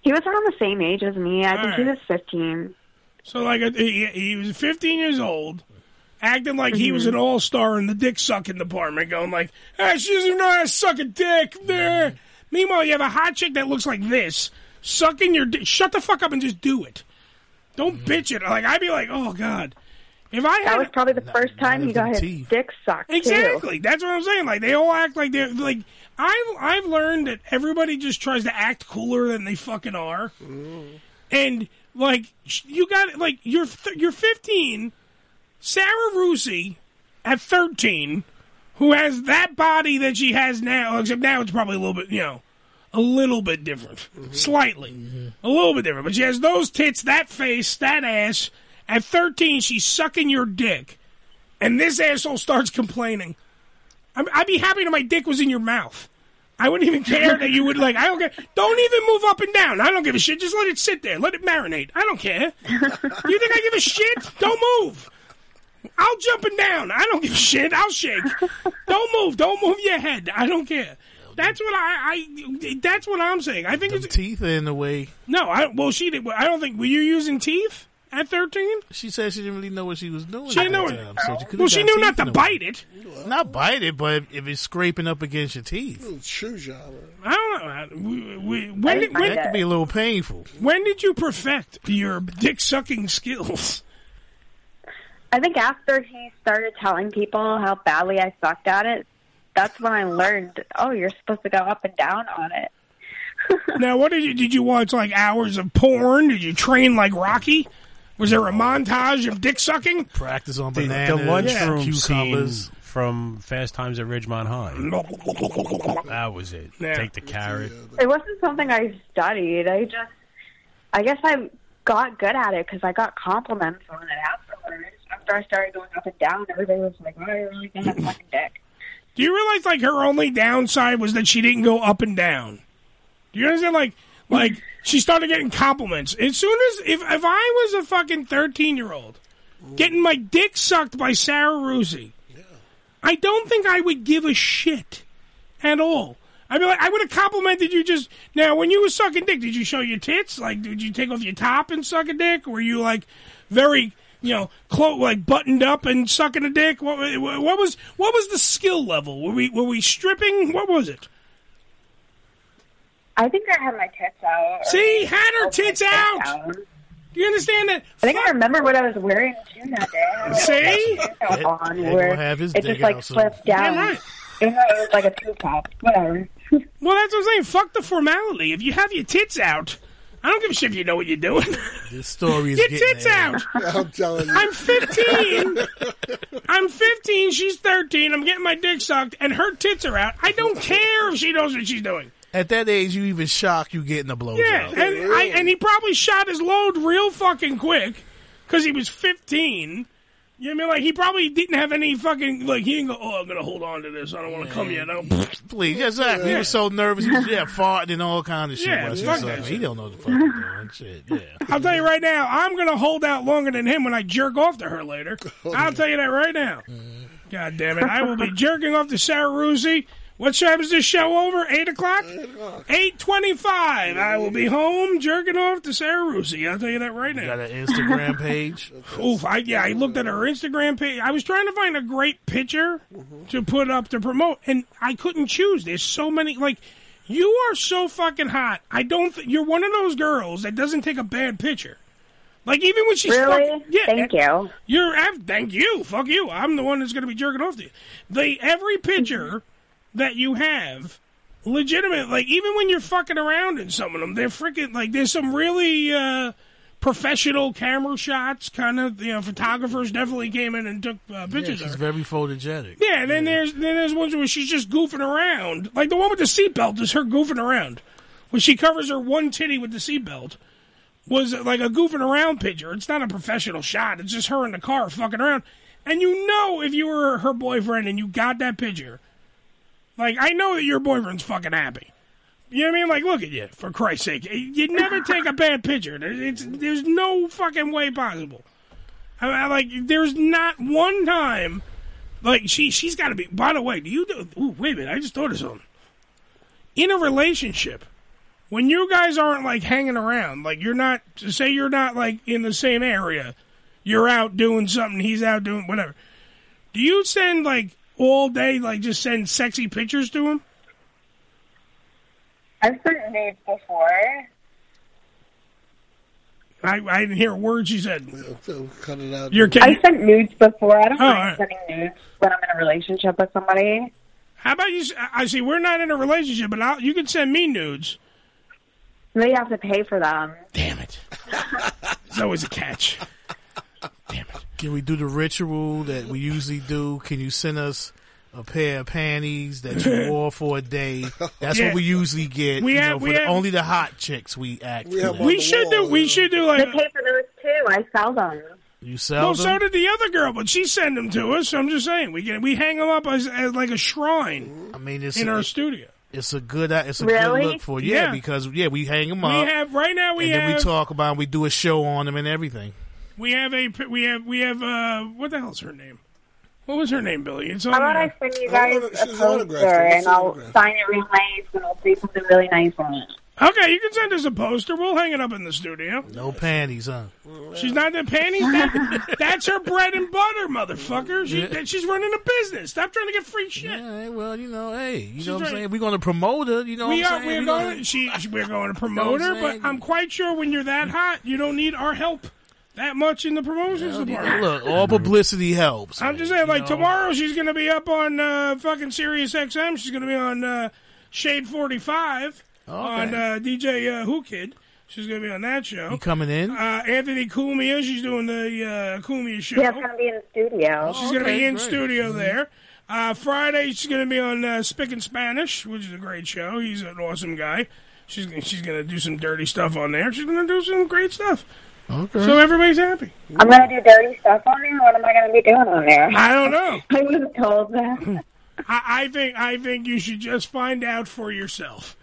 R: He was around the same age as me. I think he was
L: Alright.
R: fifteen.
L: So like a, he, he was 15 years old, acting like he was an all star in the dick sucking department, going like, ah, she doesn't even know how to suck a dick. There. Meanwhile, you have a hot chick that looks like this sucking your dick. Shut the fuck up and just do it. Don't bitch it. Like I'd be like, oh god, if I had
R: That was probably the first time he got his dick sucked. too.
L: Exactly. That's what I'm saying. Like they all act like they're like I've I've learned that everybody just tries to act cooler than they fucking are, and like sh- you got like you're th- you're 15, Sarah Rusi at 13, who has that body that she has now. Except now it's probably a little bit you know a little bit different, slightly, Mm-hmm. a little bit different. But she has those tits, that face, that ass. At 13, she's sucking your dick, and this asshole starts complaining. I'm, I'd be happy that my dick was in your mouth. I wouldn't even care that you would like. I don't care. Don't even move up and down. I don't give a shit. Just let it sit there. Let it marinate. I don't care. You think I give a shit? Don't move. I'll jump and down. I don't give a shit. I'll shake. Don't move. Don't move your head. I don't care. That's what I. I that's what I'm saying. I think it's
E: Teeth in the way.
L: no. I well, she did. I don't think. Were you using teeth at 13?
E: She said she didn't really know what she was doing.
L: She
E: at
L: didn't
E: that
L: know.
E: time, so could've
L: well, she
E: got
L: knew
E: teeth
L: not
E: in
L: to
E: the way.
L: bite it.
E: Not bite it, but if it's scraping up against your teeth,
N: Shoe genre.
L: I don't know. how- We, we, when, did,
E: that could be a
L: when,
E: little painful.
L: when did you perfect your dick sucking skills?
R: I think after he started telling people how badly I sucked at it, that's when I learned. Oh, you're supposed to go up and down on it.
L: now, what did you did you watch like hours of porn? Did you train like Rocky? Was there a montage of dick sucking?
E: Practice on
M: The, the
E: bananas,
M: lunchroom
E: cucumbers.
M: scene from Fast Times at Ridgemont High. That was it.
R: Yeah.
M: Take the carrot.
R: It wasn't something I studied. I just, I guess I got good at it because I got compliments on it afterwards. After I started going up and down, everybody was like, "Oh, you're really good at fucking dick."
L: Do you realize like her only downside was that she didn't go up and down? Do you understand? Like, like she started getting compliments as soon as if if I was a fucking thirteen year old getting my dick sucked by Sarah Rusi, I don't think I would give a shit at all. I mean, like, I would have complimented you just now when you were sucking dick. Did you show your tits? Like, did you take off your top and suck a dick? Were you like very, you know, clo- like buttoned up and sucking a dick? What, wa- what was what was the skill level? Were we were we stripping? What was it?
R: I think I had my tits out. or-
L: See, had
R: Oh,
L: her
R: my
L: tits out. Do you understand that?
R: I think I remember what I was wearing too that day. I had a
L: See?
R: t-shirt on
L: Ed will
R: where
L: have his
R: it
L: dick
R: just like
L: out soon.
R: slipped down.
L: Yeah, right.
R: Even though it was like a two pop, whatever.
L: Well, that's what I'm saying. Fuck the formality. If you have your tits out, I don't give a shit if you know what you're doing.
E: This story is
L: Get
E: getting
L: tits
E: there.
L: out.
N: I'm telling you.
L: I'm 15. I'm 15. She's 13. I'm getting my dick sucked, and her tits are out. I don't care if she knows what she's doing.
E: At that age, you even shocked you getting a blowjob.
L: Yeah, and, I, and he probably shot his load real fucking quick because he was 15. You know what I mean? Like, he probably didn't have any fucking. Like, he didn't go, oh, I'm going to hold on to this. I don't want to come yet. I don't-
E: Please, yes, exactly. He
L: Yeah.
E: was so nervous. He was, yeah, farting and all kind of shit.
L: Yeah,
E: while she
L: fuck
E: was
L: that
E: sucking.
L: shit.
E: He don't know the fucking doing shit. Yeah.
L: I'll tell you right now, I'm going to hold out longer than him when I jerk off to her later. I'll tell you that right now. God damn it. I will be jerking off to Sarah Ruzzi. What time is this show over? 8 o'clock? 8.25. I will be home jerking off to Sarah Ruzzi. I'll tell you that right now.
E: Got an Instagram page.
L: Oof, I, yeah, I looked at her Instagram page. I was trying to find a great picture to put up to promote, and I couldn't choose. There's so many. Like, you are so fucking hot. I don't. Th- you're one of those girls that doesn't take a bad picture. Like even when she's
R: Really?
L: fucking- yeah,
R: Thank you.
L: You're ab- thank you. Fuck you. I'm the one that's going to be jerking off to you. The every picture that you have, legitimate. Like even when you're fucking around in some of them, they're freaking like there's some really uh, professional camera shots. Kind of you know photographers definitely came in and took uh,
E: Yeah,
L: pictures.
E: she's
L: of her.
E: very photogenic.
L: Yeah, and then there's then there's ones where she's just goofing around. Like the one with the seatbelt is her goofing around. When she covers her one titty with the seatbelt was like a goofing around picture. It's not a professional shot. It's just her in the car fucking around. And you know if you were her boyfriend and you got that picture, like I know that your boyfriend's fucking happy. You know what I mean? Like, look at you, for Christ's sake. You never take a bad picture. There- It's, there's no fucking way possible. I, I, like, there's not one time. Like, she, she's got to be. By the way, do you do. Ooh, wait a minute. I just thought of something. In a relationship, when you guys aren't, like, hanging around, like, you're not. Say you're not, like, in the same area. You're out doing something. He's out doing whatever. Do you send, like, all day, like, just send sexy pictures to him?
R: I've seen nudes before.
L: I, I didn't hear a word she said.
N: Cut it out.
L: You're
R: I
L: kidding.
R: sent nudes before. I don't
L: Oh,
R: mind
L: all
R: sending nudes when I'm in a relationship with somebody.
L: How about you? s- I- I see we're not in a relationship, but I'll, you can send me nudes.
R: They have to pay for them.
L: Damn it! There's always a catch.
E: Can we do the ritual that we usually do? Can you send us a pair of panties that you wore for a day? That's
L: Yeah.
E: what we usually get.
L: We
E: you
L: have-
E: know, for
L: we
E: the-
L: have-
E: only the hot chicks we act. for that.
L: We should do. We should do
R: They
L: like.
R: pay for those too. I sell them.
E: You sell
L: Well,
E: them?
L: so did the other girl, but she sent them to us. So I'm just saying we get we hang them up as, as like a shrine.
E: I mean, it's
L: in
E: a-
L: our studio.
E: It's a good. uh, It's a
L: Really?
E: good look for you. yeah,
L: Yeah.
E: because yeah we hang them
L: We
E: up.
L: have right now. We
E: and
L: have
E: then we talk about 'em, we do a show on them and everything.
L: we have a we have we have uh what the hell's her name? What was her name, Billy? It's on
R: How about
L: there.
R: I send you guys
L: Hold on,
R: a
L: she's
R: poster
L: autographed it. It's
R: and I'll
L: autographed.
R: sign it real nice and I'll do something really nice on it.
L: Okay, you can send us a poster. We'll hang it up in the studio.
E: No panties, huh?
L: She's not in panties. That, that's her bread and butter, motherfucker. She,
E: Yeah.
L: She's running a business. Stop trying to get free shit.
E: well, you know, hey, you
L: She's
E: know what I'm
L: right.
E: saying? We're going to promote it. You know
L: we
E: what
L: are.
E: I'm
L: We're
E: saying?
L: going. she, she- we're going to promote her, but I'm quite sure when you're that hot, you don't need our help that much in the promotions department.
E: Look, all publicity helps.
L: I'm just saying, like tomorrow she's going to be up on uh, fucking Sirius XM. She's going to be on uh, Shade 45 on uh, DJ uh, Who Kid. She's going to be on that show.
E: You coming in?
L: Uh, Anthony Cumia, she's doing the uh, Cumia show. Oh,
R: Yeah, it's gonna be in the studio.
L: She's going to be in studio
R: Mm-hmm.
E: Mm-hmm.
L: there. Uh, Friday, she's going to be on uh, Spick and Spanish, which is a great show. He's an awesome guy. She's she's going to do some dirty stuff on there. She's going to do some great stuff.
E: Okay.
L: So everybody's happy.
R: I'm gonna do dirty stuff on there. What am I gonna be doing on there?
L: I don't know.
R: I wasn't told that.
L: I, I think I think you should just find out for yourself,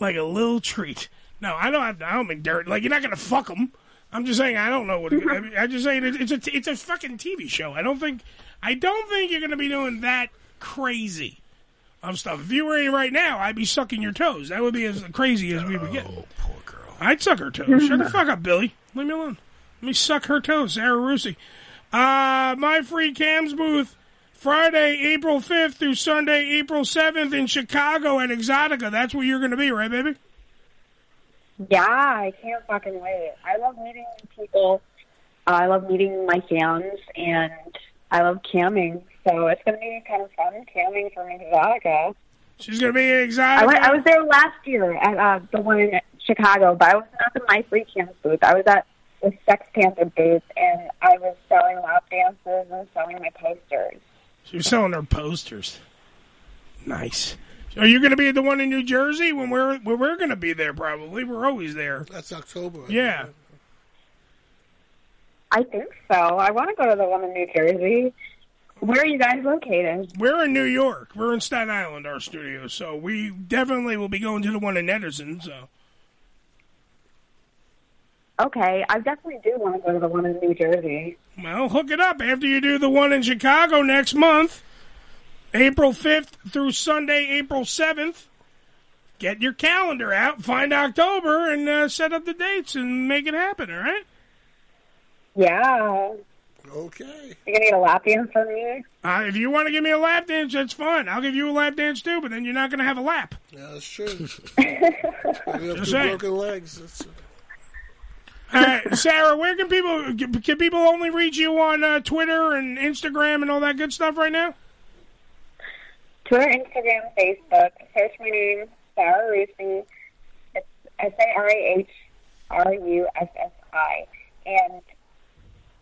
L: like a little treat. No, I don't. Have, I don't mean dirty. Like you're not going to fuck them. I'm just saying I don't know what. I mean, I'm just saying it, it's a it's a fucking TV show. I don't think I don't think you're going to be doing that crazy of stuff. If you were in right now, I'd be sucking your toes. That would be as crazy as we would get. Oh, poor girl. I'd suck her toes. Shut the fuck up, Billy. Leave me alone. Let me suck her toes, Sarah Rusi. Uh, my free cams booth. Friday, April 5th through Sunday, April 7th in Chicago at Exotica. That's where you're going to be, right, baby?
R: Yeah, I can't fucking wait. I love meeting new people. Uh, I love meeting my fans, and I love camming. So it's gonna be kind of fun camming from Exotica.
L: She's going to be in Exotica.
R: I went. I was there last year at uh, the one in Chicago, but I was not in my free camp booth. I was at the Sex Panther booth, and I was selling lap dances and selling my posters.
L: She was selling her posters. Nice. Are you going to be at the one in New Jersey when we're when we're going to be there? Probably. We're always there.
N: That's October.
L: Yeah.
R: I think so. I want to go to the one in New Jersey. Where are you guys located?
L: We're in New York. We're in Staten Island, our studio. So we definitely will be going to the one in Edison. So
R: Okay, I definitely do want to go to the one in New Jersey.
L: well, hook it up after you do the one in Chicago next month, April fifth through Sunday, April seventh. Get your calendar out, find October, and uh, set up the dates and make it happen. All right.
R: Yeah.
N: Okay.
R: You're gonna get a lap dance from me.
L: Uh, if you want to give me a lap dance, that's fine. I'll give you a lap dance too, but then you're not going to have a lap.
N: Yeah, that's true. I have two
L: Just saying.
N: broken legs. That's, uh,
L: All right, Sarah, where can people can can people only reach you on uh, Twitter and Instagram and all that good stuff right now?
R: Twitter, Instagram, Facebook. Search my name, Sarah Rusi. It's S A R A H R U S S I. And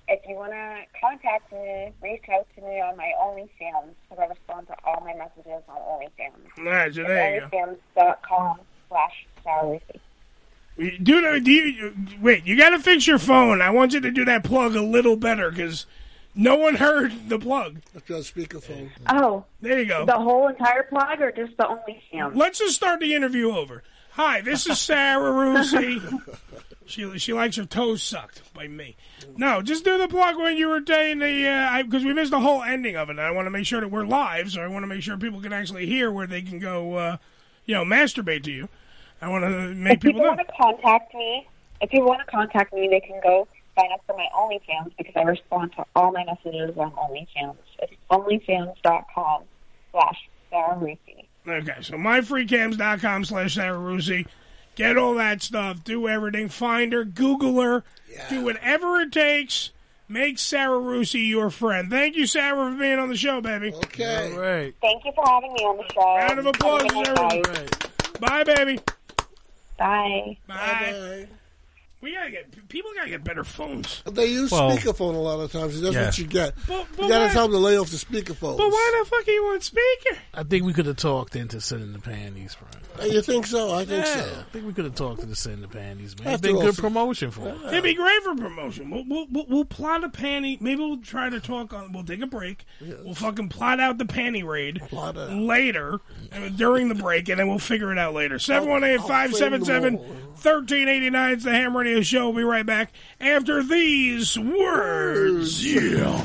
R: if you want to contact me, reach out to me on my OnlyFans because I respond to all my messages on OnlyFans.
L: All right, so there you go.
R: OnlyFans.com slash Sarah Rusi.
L: You- Do, the- do you, you- wait? You got to fix your phone. I want you to do that plug a little better because no one heard the plug.
N: Let's go speakerphone.
R: Oh,
L: there you go.
R: The whole entire plug or just the OnlyFans?
L: Let's just start the interview over. Hi, this is Sarah Rusi. she she likes her toes sucked by me. No, just do the plug when you were saying the because we missed the whole ending of it. and I want to make sure that we're live, so I want to make sure people can actually hear where they can go, uh, you know, masturbate to you. I want to make
R: If people
L: people know.
R: want to contact me, if you want to contact me, they can go sign up for my OnlyFans because I respond to all my messages on OnlyFans. It's OnlyFans.com slash Sarah Reese.
L: Okay, so myfreecams.com slash Sarusi. Get all that stuff. Do everything. Find her. Google her. Do whatever it takes. Make Sarah Rusi your friend. Thank you, Sarah, for being on the show, baby.
N: Okay.
L: All right.
R: Thank you for having me on the show.
L: Round of applause,
R: Have a good night,
L: everyone.
R: guys.
L: Bye, baby.
R: Bye.
L: Bye. We gotta get people gotta get better phones.
N: They use
L: Well-
N: speakerphone a lot of times. That's
E: Yeah.
N: what you get.
L: But- but
N: you got
L: why-
N: to tell them to lay off the speakerphone.
L: But why the fuck are you on speaker?
E: I think we could have talked into sending the panties, Frank.
N: Hey, you think so? I think
E: yeah,
N: so.
E: I think we could have talked into sending the panties, man.
N: After
E: It's been
N: all,
E: good
N: so-
E: promotion for us.
L: It'd be great for promotion. We'll, we'll, we'll, we'll plot a panty. Maybe we'll try to talk on. We'll take a break. We'll fucking plot out the panty raid later uh, during the break, and then we'll figure it out later. 718 577 1389 It's the Ham Radio Show. We'll be right back after these words. Yeah.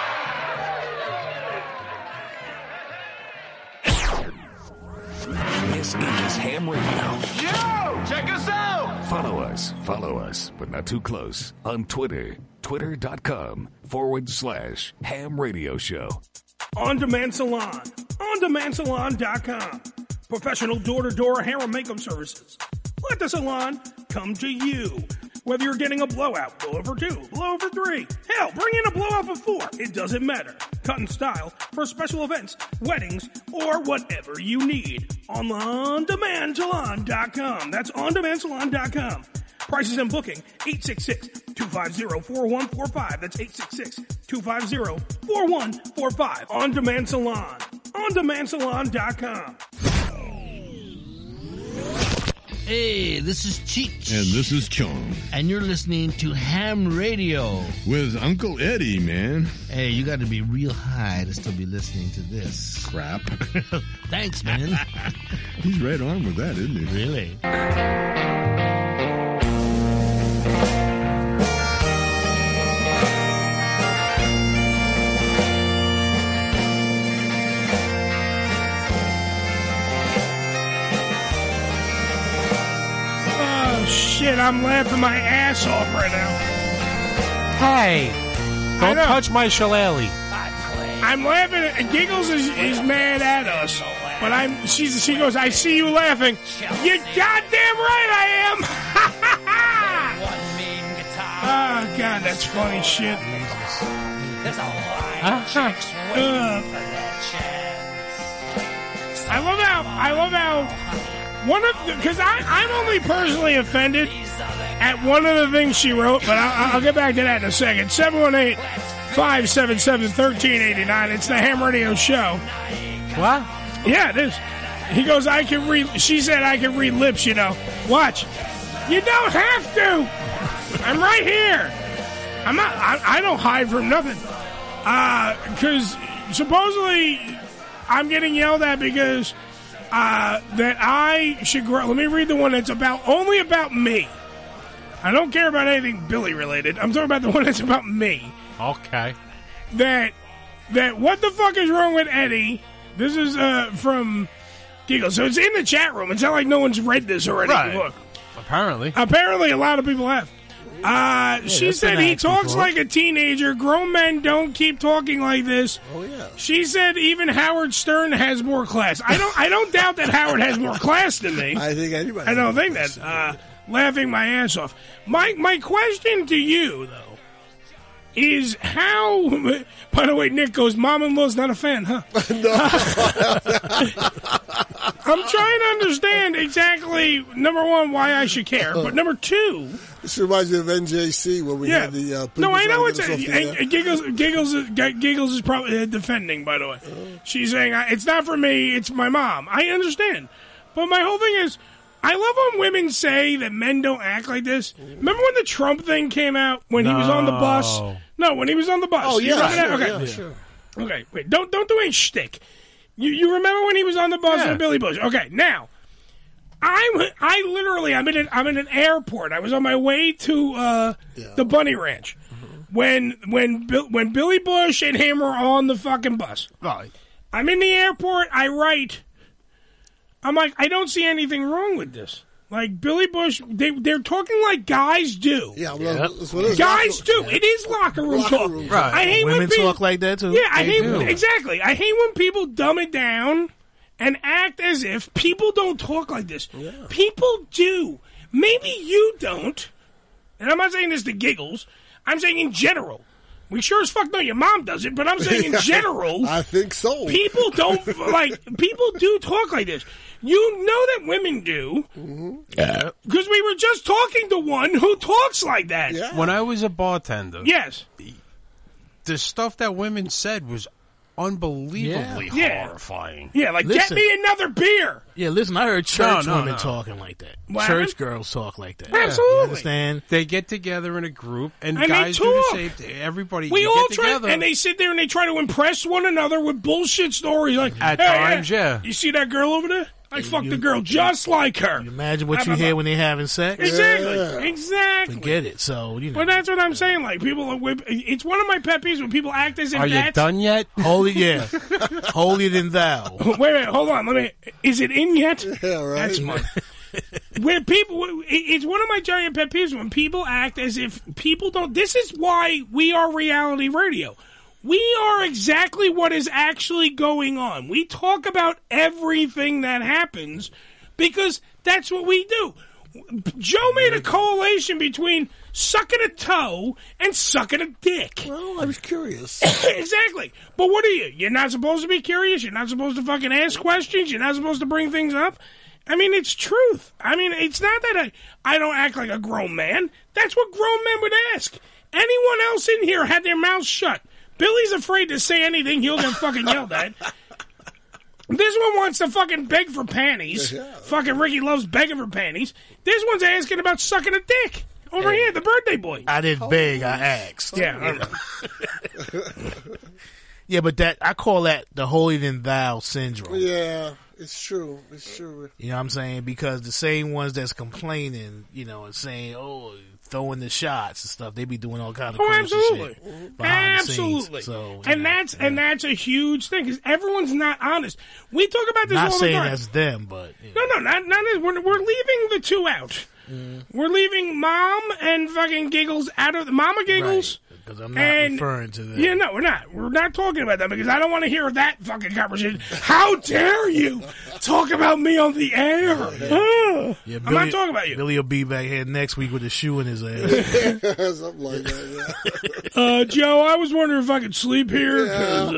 A: This is Ham Radio.
I: Yo! Check us out!
A: Follow us, follow us, but not too close on Twitter, twitter.com forward slash ham radio show.
L: On Demand Salon. OnDemandSalon.com. Professional door to door hair and makeup services. Let the salon come to you. Whether you're getting a blowout, blowover two, blowover three, hell, bring in a blowout of four. It doesn't matter. Cut and style for special events, weddings, or whatever you need. On OnDemandSalon.com. That's OnDemandSalon.com. Prices and booking 866-250-4145. That's 866-250-4145. On Demand Salon. OnDemandSalon.com.
H: Hey, this is Cheech.
O: And this is Chong
H: And you're listening to Ham Radio.
O: with Uncle Eddie, man.
H: Hey, you got to be real high to still be listening to this. Crap. Thanks, man.
O: He's right on with that, isn't he?
H: Really?
L: Oh, shit, I'm laughing my ass off right now.
P: Hey,
L: I
P: don't
L: know.
P: touch my shillelagh.
L: I'm laughing. and Giggles is, is mad at us. But I'm. She's, she goes, I see you laughing. You're goddamn right I am. oh, God, that's funny shit. Uh-huh.
I: There's a line.
L: Ugh. I love how I love how one of because I I'm only personally offended at one of the things she wrote, but I, I'll get back to that in a second. 718-577-1389. It's the Ham Radio Show. What? Yeah, it is. He goes, I can read. She said, I can read lips. You know, watch. You don't have to. I'm right here. I'm not. I, I don't hide from nothing. Because Uh, supposedly, I'm getting yelled at because uh, that I should grow. Let me read the one that's about only about me. I don't care about anything Billy related. I'm talking about the one that's about me
P: Okay.
L: that that what the fuck is wrong with Eddie? This is uh, from Giggle, so it's in the chat room. It's not like no one's read this already.
P: Right.
L: Look,
P: Apparently.
L: apparently a lot of people have. Uh, she
P: that's
L: said
P: been
L: he
P: asked
L: talks
P: before.
L: like a teenager. Grown men don't keep talking like this.
N: Oh yeah.
L: She said even Howard Stern has more class. I don't. I don't doubt that Howard has more class than me.
N: I think anybody.
L: I don't think that. Uh, laughing my ass off. My my question to you though is how. By the way, Nick goes, Mom in law's not a fan, huh? I'm trying to understand exactly, number one, why I should care, but number two.
N: Uh-huh. This reminds me of NJC when we
L: yeah.
N: had the. Uh,
L: no,
N: people
L: I
N: trying
L: know
N: to
L: it's
N: get
L: a,
N: us off the air.
L: a, giggles. Giggles, is- G- giggles is probably uh, defending. By the way, she's saying "I- it's not for me. It's my mom. I understand, but my whole thing is, I love when women say that men don't act like this. Remember when the Trump thing came out when he was on the bus?
C: No.
L: No, when he was on the bus.
C: Oh,
L: You
C: yeah,
L: remember that?
C: sure,
L: okay,
C: yeah, sure.
L: Okay, wait. Don't don't do any shtick. You you remember when he was on the bus
C: Yeah.
L: with Billy Bush? Okay, now I'm I literally I'm in an, I'm in an airport. I was on my way to uh, the Bunny Ranch when when Bill, when Billy Bush and him were on the fucking bus. Right. I'm in the airport. I write. I'm like I don't see anything wrong with this. Like Billy Bush, they they're talking like guys do. Yeah,
N: well, Yep. that's what it is.
L: guys do. It is locker room
N: Locker
L: talk.
N: room
E: Right.
L: I hate
E: Women
L: when people,
E: talk like that, too.
L: Yeah, I
E: They
L: hate
E: do.
L: exactly. I hate when people dumb it down and act as if people don't talk like this. People do. Maybe you don't. And I'm not saying this to giggles. I'm saying in general. We sure as fuck know your mom does it, but I'm saying in general.
N: I think so.
L: People don't like people do talk like this. You know that women do.
N: Mm-hmm.
L: Because we were just talking to one who talks like that.
M: When I was a bartender,
L: Yes.
M: the stuff that women said was unbelievably
E: Yeah. Yeah.
M: horrifying.
L: Yeah, like
E: Listen.
L: get me another beer.
E: Yeah, listen, I heard church
M: No, no,
E: women
M: no.
E: talking like that.
M: What
E: Church
M: happened?
E: girls talk like that.
L: Absolutely.
E: You understand?
M: They get together in a group, and,
L: And they
M: guys do the
L: talk.
M: same. thing. Everybody,
L: We
M: you
L: all
M: get
L: try,
M: together,
L: and they sit there and they try to impress one another with bullshit stories. Like
M: At
L: "Hey,
M: times,
L: hey,
M: yeah.
L: You see that girl over there? I fucked a girl just like her.
E: Imagine what you
L: Blah, blah,
E: hear
L: blah.
E: when they having sex.
L: Exactly, exactly.
E: Forget it. So you know.
L: But that's what I'm saying. Like people, are, whip- it's one of my pet peeves when people act as if
E: Are you
L: that's
E: done yet? Holy yeah, holier than thou.
L: Wait, wait, hold on. Let me. Is it in yet? Yeah,
E: right.
L: That's mine. Where people, it- it's one of my giant pet peeves when people act as if people don't. This is why we are reality radio. We are exactly what is actually going on. We talk about everything that happens because that's what we do. Joe made
N: Mm-hmm.
L: a correlation between sucking a toe and sucking a dick.
N: Well, I was curious.
L: exactly. But what are you? You're not supposed to be curious. You're not supposed to fucking ask questions. You're not supposed to bring things up. I mean, it's truth. I mean, it's not that I, I don't act like a grown man. That's what grown men would ask. Anyone else in here had their mouths shut. Billy's afraid to say anything. He'll get fucking yelled at. This one wants to fucking beg for panties. Fucking Ricky loves begging for panties. This one's asking about sucking a dick. Over here, the birthday boy.
E: I didn't beg. I asked.
L: Yeah, I know.
E: Yeah, but that I call that the holier than thou syndrome.
N: Yeah, it's true. It's true.
E: You know what I'm saying? Because the same ones that's complaining, you know, and saying, "Oh, throwing the shots and stuff," they be doing all kind of
L: Oh,
E: crazy
L: absolutely,
E: shit behind the scenes.
L: absolutely.
E: So
L: and that's and that's a huge thing because everyone's not honest. We talk about this
E: not
L: all the
E: saying
L: time.
E: that's them, but
L: No, no, not not. We're we're leaving the two out.
E: Mm.
L: We're leaving mom and fucking giggles out of mama giggles.
E: because I'm not
L: And-
E: referring to them.
L: Yeah, no, we're not. We're not talking about that because I don't want to hear that fucking conversation. How dare you talk about me on the air? Ugh.
E: Yeah,
L: I'm not talking about you.
E: Billy will be back here next week with a shoe in his ass.
N: Something like that.
L: Uh, Joe, I was wondering if I could sleep here. 'cause,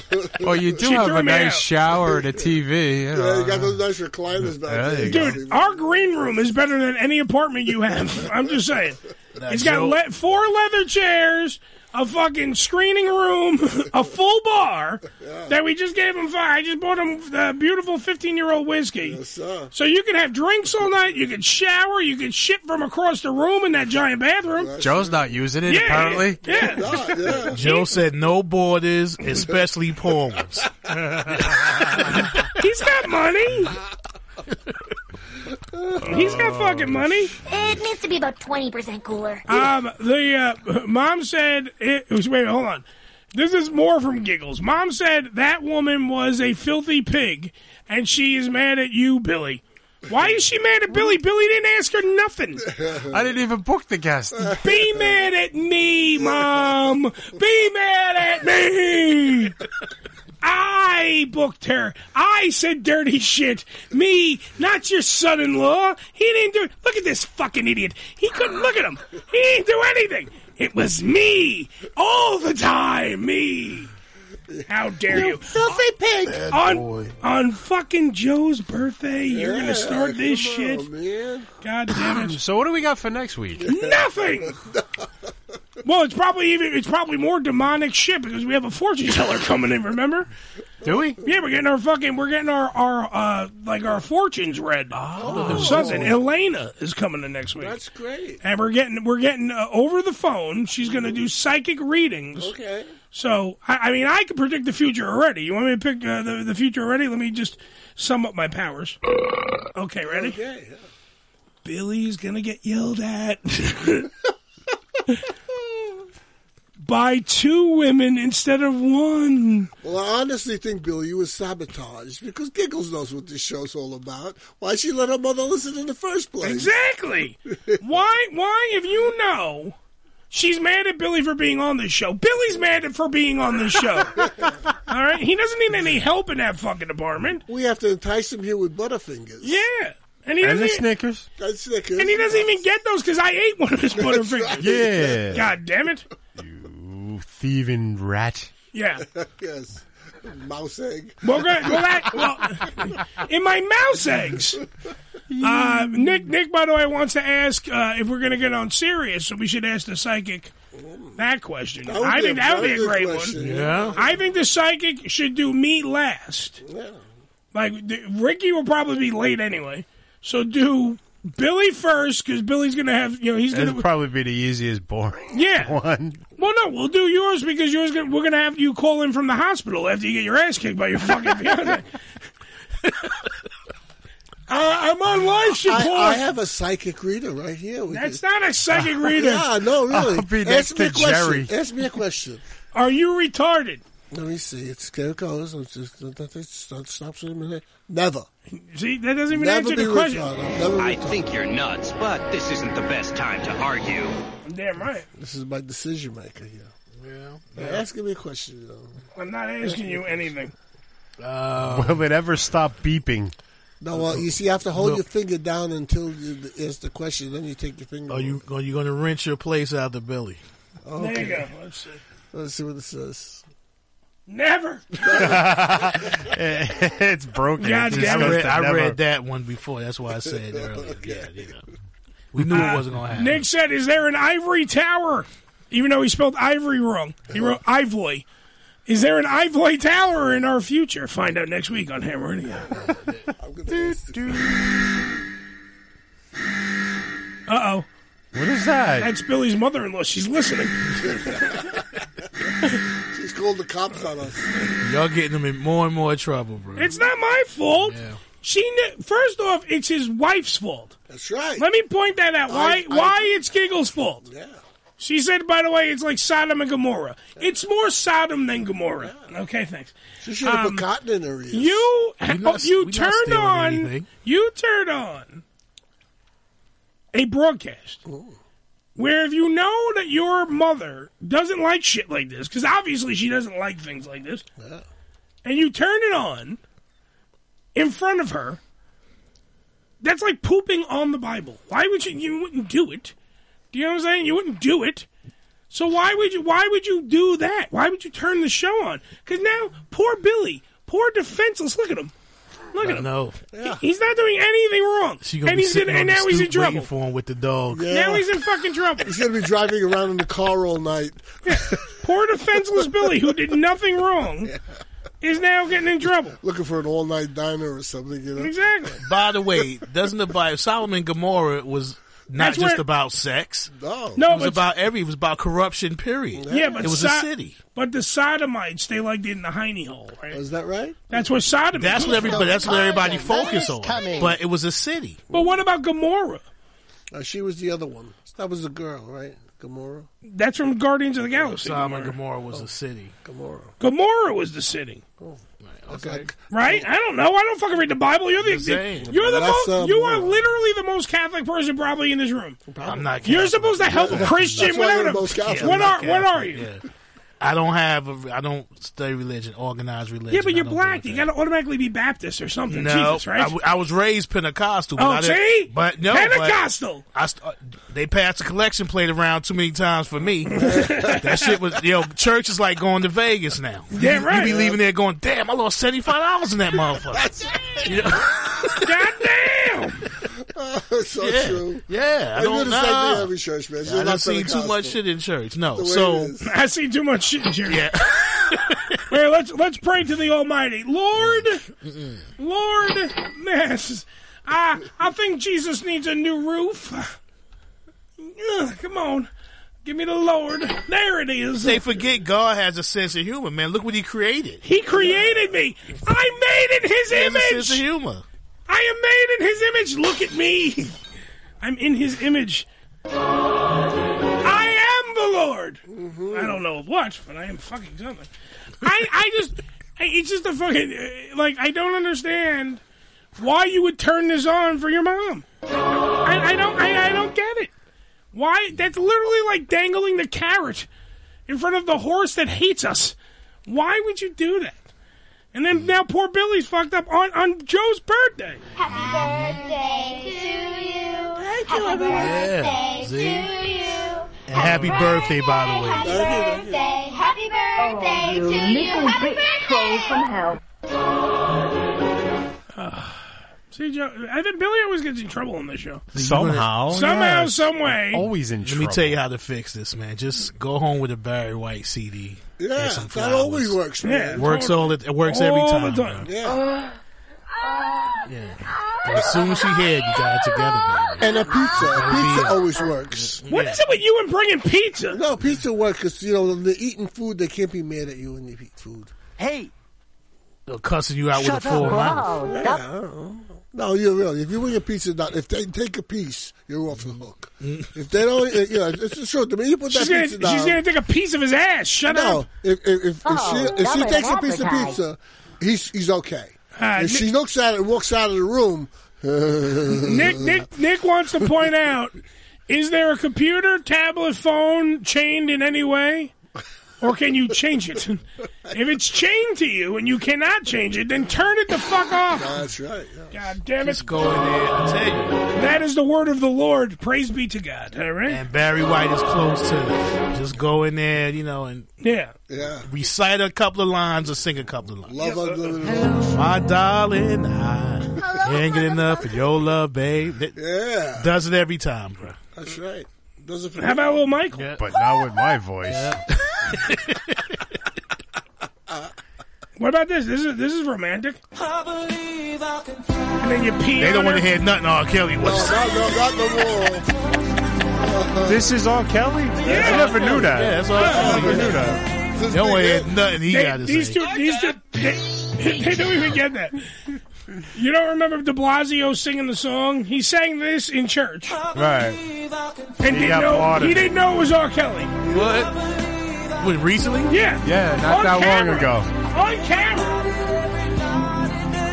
L: uh,
M: oh, you do
L: She
M: have
L: threw
M: a
L: me
M: nice
L: out.
M: shower and a TV. You
N: Yeah, yeah
M: know.
N: you got those nice recliners back
M: There
N: there.
M: you
L: Dude, our green room is better than any apartment you have. I'm just saying. it's got
E: Joe-
L: le- four leather chairs, a fucking screening room, a full bar that we just gave him. fi- I just bought him the beautiful 15 year old whiskey. So you can have drinks all night. You can shower. You can shit from across the room in that giant bathroom.
M: Joe's not using it
L: Yeah,
M: apparently.
L: Yeah.
E: Joe said no borders, especially poems.
L: He's got money. He's got fucking money.
F: It needs to be about 20% cooler.
L: Um, the uh, mom said it was. Wait, hold on. This is more from Giggles. Mom said that woman was a filthy pig, and she is mad at you, Billy. Why is she mad at Billy? Billy didn't ask her nothing.
M: I didn't even book the guest.
L: Be mad at me, mom. Um, Be mad at me. I booked her. I said dirty shit. Me, not your son-in-law. He didn't do. Look at this fucking idiot. He couldn't look at him. He didn't do anything. It was me all the time, me. How dare you, filthy pig! On on fucking Joe's birthday, you're gonna start this shit. God damn it!
M: So what do we got for next week?
L: Nothing. well, it's probably even it's probably more demonic shit because we have a fortune teller coming in. Remember?
M: Do we?
L: Yeah, we're getting our fucking we're getting our our uh like our fortunes read. Oh, something. Elena is coming in next week.
N: That's great.
L: and we're getting we're getting uh, over the phone. She's going to do psychic readings.
N: Okay.
L: So I, I mean, I can predict the future already. You want me to pick uh, the the future already? Let me just sum up my powers. Okay, ready?
N: Okay.
L: Billy's going to get yelled at. By two women instead of one.
N: Well, I honestly think, Bill, you were sabotaged because Giggles knows what this show's all about. Why she let her mother listen in the first place?
L: Exactly. why? Why? If you know, she's mad at Billy for being on this show. Billy's mad at for being on this show. All right. He doesn't need any help in that fucking department.
N: We have to entice him here with Butterfingers.
L: Yeah. And he doesn't. even-
M: Snickers.
N: That's Snickers.
L: And he doesn't even get those because I ate one of his Butterfingers.
M: Yeah.
L: God damn it.
M: You thieving rat.
L: Yeah.
N: yes. Mouse egg.
L: Well, good. Well, that, well, in my mouse eggs. Uh, Nick, Nick, by the way, wants to ask uh, if we're going to get on serious, so we should ask the psychic that question.
N: That would
L: I
N: be
L: think
N: a
L: that would be
N: very
L: a
N: good
L: great
N: question.
L: one.
N: Yeah.
L: I think the psychic should do me last.
N: Yeah.
L: Like the, Ricky will probably be late anyway, so do Billy first because Billy's going to have you know he's going
M: That'd
L: to
M: probably be the easiest, boring
L: yeah.
M: one.
L: Well, no, we'll do yours because yours. Gonna, we're gonna have you call in from the hospital after you get your ass kicked by your fucking fiance. I, I'm on life support.
N: I, I have a psychic reader right here. We
L: That's
N: can-
L: not a psychic reader.
N: Yeah, no, really.
M: I'll be next
N: Ask me a
M: to
N: question.
M: Jerry.
N: Ask me a question.
L: Are you retarded?
N: Let me see. It's there it goes. It's just, that it stops in a minute. Never.
L: See, that doesn't even
N: Never
L: answer
N: be
L: the question.
N: retarded. Never
A: I
N: retarded.
A: think you're nuts, but this isn't the best time to argue.
L: Damn right.
N: This is my decision maker here.
E: Yeah.
N: Now, Asking me a question. Though.
L: I'm not asking you anything.
E: Uh,
M: Will it ever stop beeping?
N: No, well, you see, you have to hold
E: Look.
N: your finger down until you ask the question. Then you take your finger.
E: Are you are you going to wrench your place out to Billy?
N: off. Okay.
L: There you go. Let's see.
N: Let's see what it says.
L: Never.
M: it's broken.
E: God
M: It's
E: damn it. I, read,
M: disgusting.
E: I
M: Never.
E: read that one before. That's why I said it earlier. Yeah, you know. We knew it wasn't going to happen.
L: Nick said, "Is there an ivory tower?" Even though he spelled ivory wrong, he wrote ivory. Is there an ivory tower in our future? Find out next week on Ham Radio. Uh oh.
M: What is that?
L: That's Billy's mother in law. She's listening.
N: She's called the cops on us.
E: Y'all getting him in more and more trouble, bro.
L: It's not my fault. She kn- first off, it's his wife's fault.
N: That's right.
L: Let me point that out. Why?
N: I- I-
L: why it's Giggle's fault?
N: Yeah.
L: She said, by the way, it's like Sodom and Gomorrah. It's more Sodom than Gomorrah. Okay, thanks.
N: She should have
L: Um,
N: put cotton in her ears.
L: You
N: We're not-
L: you
N: we're not
L: turned
N: stealing
L: on
N: anything.
L: you turned on a broadcast where if you know that your mother doesn't like shit like this because obviously she doesn't like things like this, and you turn it on in front of her, that's like pooping on the Bible. Why would you? You wouldn't do it. Do you know what I'm saying? You wouldn't do it. So why would you? Why would you do that? Why would you turn the show on? Because now, poor Billy, poor defenseless. Look at him. Look at him.
E: No.
L: He- He's not doing anything wrong.
E: She gonna
L: and
E: be
L: he's in,
E: sitting
L: and
E: on
L: now
E: the
L: he's in
E: stoop waiting
L: trouble.
E: for him with the dog.
N: Yeah.
L: Now he's in fucking trouble.
N: He's going to be driving around in the car all night.
L: Poor defenseless Billy, who did nothing wrong, is now getting in trouble.
N: Looking for an all night diner or something, you know?
L: Exactly.
E: By the way, doesn't the Bible Solomon and Gomorrah was not
L: That's
E: just
L: where-
E: about sex?
N: No.
L: No,
E: it was
L: but-
E: about every. It was about corruption. Period.
L: Yeah, but
E: it was a
L: So-
E: city.
L: But the sodomites, they liked it in the hiney hole, right?
N: Oh, Is that right?
L: That's where sodomy.
E: That's what everybody. That's what everybody focused on.
N: coming.
E: But it was a city.
L: But what about Gomorrah?
N: Uh, she was the other one. That was the girl, right? Gamora? Oh.
L: That's from Guardians of the Galaxy.
E: Sodom and Gomorrah was a city.
N: Gamora.
L: Gomorrah was the city,
N: Oh. Okay.
L: right? I don't know. I don't fucking read the Bible. You're the,
E: saying.
L: you're the
N: That's,
L: most.
N: uh,
L: you are literally the most Catholic person probably in this room.
E: I'm not.
L: You're supposed to help a Christian.
N: That's why
L: without
N: you're
L: a-
N: the most Catholic.
L: What
E: I'm not
L: are what are
E: Catholic,
L: you?
E: yeah. I don't have. A, I don't study religion, organized religion.
L: yeah, but you're
E: I don't do
L: black. You got to automatically be Baptist or something.
E: No,
L: Jesus, right?
E: I, w- I was raised Pentecostal. But
L: Oh,
E: I didn't-
L: see?
E: but no, but
L: Pentecostal.
E: I st- uh, they passed the collection plate around too many times for me. that shit was yo. church is like going to Vegas now.
L: Damn
E: You-
L: right.
E: You be leaving there going, damn, I lost seventy five dollars in that motherfucker.
N: so
E: Yeah.
N: true.
E: Yeah, I
N: They
E: don't
N: do the same thing
E: know.
N: every church, man. It's
E: Yeah, I
N: just
E: done
N: not
E: seen too
N: Pentecostal.
E: much shit in church. No,
N: The way
E: so
N: it is.
L: I see too much shit in church.
E: Yeah.
L: Wait, let's let's pray to the Almighty, Lord, Lord, yes, I I think Jesus needs a new roof. Ugh, come on, give me the Lord. There it is.
E: they forget God has a sense of humor, man. Look what He created.
L: He created me. I made in His
E: He has a
L: image.
E: sense of humor.
L: I am made in His image. Look at me. I'm in His image. I am the Lord. I don't know what, but I am fucking something. I I just I- it's just a fucking uh, like I don't understand why you would turn this on for your mom. I, I don't I, I don't get it. Why that's literally like dangling the carrot in front of the horse that hates us. Why would you do that? And then now poor Billy's fucked up on, on Joe's birthday.
A: Happy birthday to you. Thank you,
E: Yeah, see? And happy birthday, by the way.
A: Happy birthday
E: you
A: to you.
E: little
A: Happy birthday. from hell.
L: See, Joe, I think Billy always gets in trouble on this show.
M: Somehow,
L: somehow,
E: yes.
L: some way.
E: Let me tell you how to fix this, man. Just go home with a Barry White CD.
N: Yeah,
E: and some
N: that always
E: flowers.
N: works, man.
E: It works all. It, it works every
N: All
E: time.
N: the
E: bro.
N: Yeah.
E: As soon as she hear it, you got it together, man.
N: And a pizza.
E: be
N: Pizza
E: it.
N: always works.
L: What is it with you and bringing pizza?
N: No, pizza works because, you know, they're eating food. They can't be mad at you when you eat food.
E: Hey, they're cussing you out with a full mouth.
N: Yeah, I don't know. No, you're real. If you win your pizza, not if they take a piece, you're off the hook.
E: Mm.
N: If they don't, you know, it's the truth. The minute you put
L: She's
N: that
L: gonna,
N: pizza down,
L: she's gonna take a piece of his ass. Shut
N: no,
L: up.
N: If, if, if,
L: Oh,
N: if she, if
L: that
N: she
L: would
N: takes a piece of
L: advertise.
N: pizza, he's he's okay.
L: Uh,
N: if
L: Nick-
N: she looks at it and walks out of the room,
L: Nick, Nick, Nick wants to point out: Is there a computer, tablet, phone chained in any way, or can you change it? if it's chained to you and you cannot change it, then turn it the fuck off.
N: That's right.
L: God damn it!
E: Just go in there. I tell you.
L: That is the word of the Lord. Praise be to God. All right. And
E: Barry White is close to. it. Just go in there, you know, and
L: yeah,
N: yeah.
E: Recite a couple of lines or sing a couple of lines.
N: Love unlimited.
E: My darling, I can't get enough of your love, babe. That
N: Yeah.
E: Does it every time, bro.
N: That's right. Does it for
L: How about little Michael?
M: But not with my voice.
L: What about this? This is this is romantic. I believe I can and then you pee.
E: They
L: on
E: don't want
L: her.
E: to hear nothing R. Kelly was.
M: This is all Kelly. I never knew that.
E: Yeah, that's all
M: I
E: Kelly
M: never
E: is.
M: knew that.
E: They don't want to hear nothing he
L: They-
E: got to
L: these
E: say.
L: two, these two, they, they don't even get that. You don't remember De Blasio singing the song? He sang this in church, and
M: Right.
L: didn't
M: got
L: know
M: applauded.
L: he didn't know it was R. Kelly.
M: What?
E: What, recently?
L: Yeah.
M: Yeah, not
L: On
M: that
L: camera.
M: long ago.
L: On camera.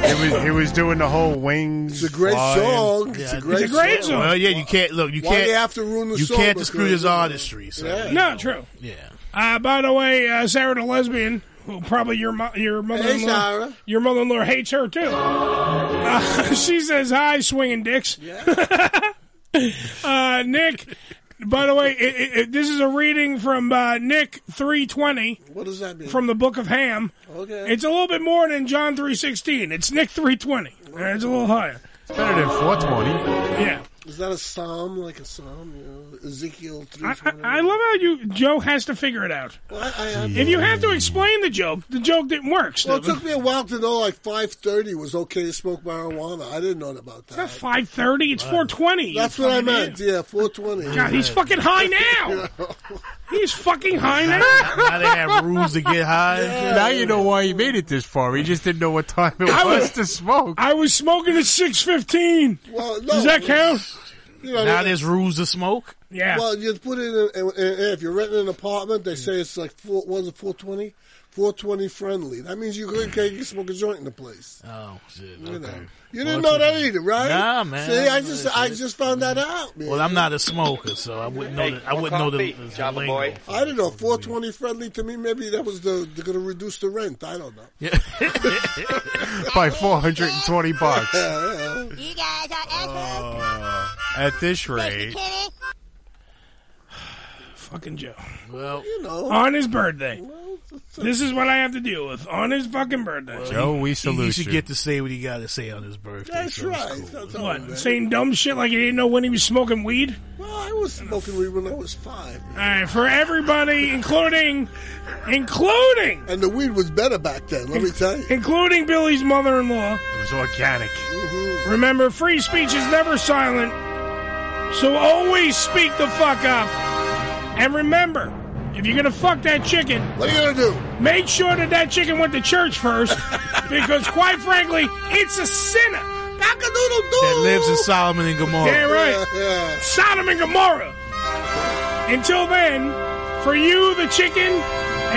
M: It was he was doing the whole wings. It's a
N: great song. It's a great, song.
E: Well, yeah, you can't look. You
N: Why
E: can't.
N: they have to ruin the
E: you
N: song?
E: can't dispute his
N: because-
E: artistry. So.
N: Yeah.
L: No, true.
E: Yeah.
L: Uh, by the way, uh, Sarah the lesbian, who probably your mo- your
N: Hey,
L: mother-in-law,
N: Sarah.
L: your mother-in-law hates her too. Uh, she says hi, swinging dicks. uh, Nick. By the way, it, it, it, this is a reading from uh, Nick three twenty
N: What does that mean?
L: from the Book of Ham.
N: okay.
L: It's a little bit more than John three sixteen. It's Nick three twenty. It's a little higher. It's
M: better than four twenty.
L: Yeah.
N: Is that a psalm like a psalm? You know, Ezekiel three.
L: I, I I love how you Joe has to figure it out. if you have to explain the joke, the joke didn't work.
N: Well, it
L: Stephen.
N: took me a while to know like five thirty was okay to smoke marijuana. I didn't know about that.
L: It's not 5.30, it's 4.20.
N: That's
L: you
N: what I
L: fucking
N: meant.
L: idiot.
N: Yeah, four twenty.
L: God, he's fucking high now. He's fucking high now.
E: Now they have rules to get high.
M: Now you know why he made it this far. He just didn't know what time it
L: I
M: was
L: was-
M: to smoke.
L: I was smoking at 6.15.
N: Well, Oh, no,
L: Does that count?
N: You know,
E: Now there's rules to smoke.
L: Yeah.
N: Well, you put it in, and, and if you're renting an apartment, they say it's like four. Was it four twenty? 420 friendly. That means you could you can smoke a joint in the place.
E: Oh shit!
N: You know.
E: Okay.
N: You didn't know that either, right?
E: Nah, man.
N: See, I
E: No,
N: just
E: it's-
N: I just found that out, man.
E: Well, I'm not a smoker, so I wouldn't know. the, I wouldn't know the, the lingo.
N: I don't know. 420 friendly to me, maybe that was the they're gonna reduce the rent. I don't know.
M: by 420 bucks.
N: you guys
M: Uh, at this rate,
L: Fucking Joe.
E: Well,
N: you know,
L: on his birthday. This is what I have to deal with on his fucking birthday.
M: Joe, we salute
E: He should
M: you.
E: get to say what he got to say on his birthday.
N: That's
E: so it's
N: right.
E: cool.
N: That's all
L: What?
N: right.
L: Saying dumb shit like he didn't know when he was smoking weed?
N: Well, I was smoking weed when I was five.
L: All right, for everybody, including, including,
N: and the weed was better back then. Let me tell you,
L: including Billy's mother-in-law.
M: It was organic.
L: Remember, free speech is never silent, so always speak the fuck up. And remember, if you're gonna fuck that chicken,
N: what are you gonna do?
L: Make sure that that chicken went to church first, because quite frankly, it's a sinner.
E: That lives in Solomon and Gomorrah.
L: Damn right. Sodom and Gomorrah. Until then, for you, the chicken,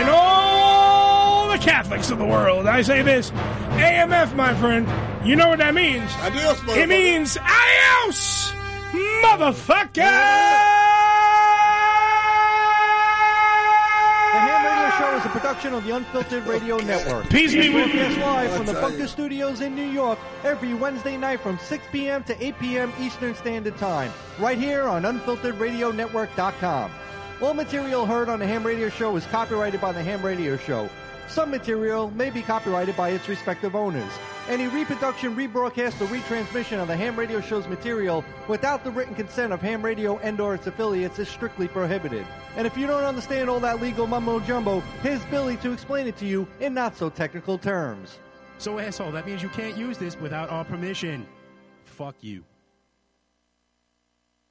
L: and all the Catholics of the world, I say this AMF, my friend, you know what that means.
N: Adios,
L: It means adios, motherfucker!
T: The Ham Radio Show is a production of the Unfiltered Radio Network.
L: Peace be
T: We
L: with you.
T: broadcast live from the
L: I'll tell you.
T: Bunker Studios in New York every Wednesday night from 6 p.m. to 8 p.m. Eastern Standard Time, right here on UnfilteredRadioNetwork.com. All material heard on the Ham Radio Show is copyrighted by the Ham Radio Show. Some material may be copyrighted by its respective owners. Any reproduction, rebroadcast, or retransmission of the Ham Radio Show's material without the written consent of Ham Radio and/or its affiliates is strictly prohibited. And if you don't understand all that legal mumbo jumbo, here's Billy to explain it to you in not so technical terms.
U: So, asshole, that means you can't use this without our permission. Fuck you.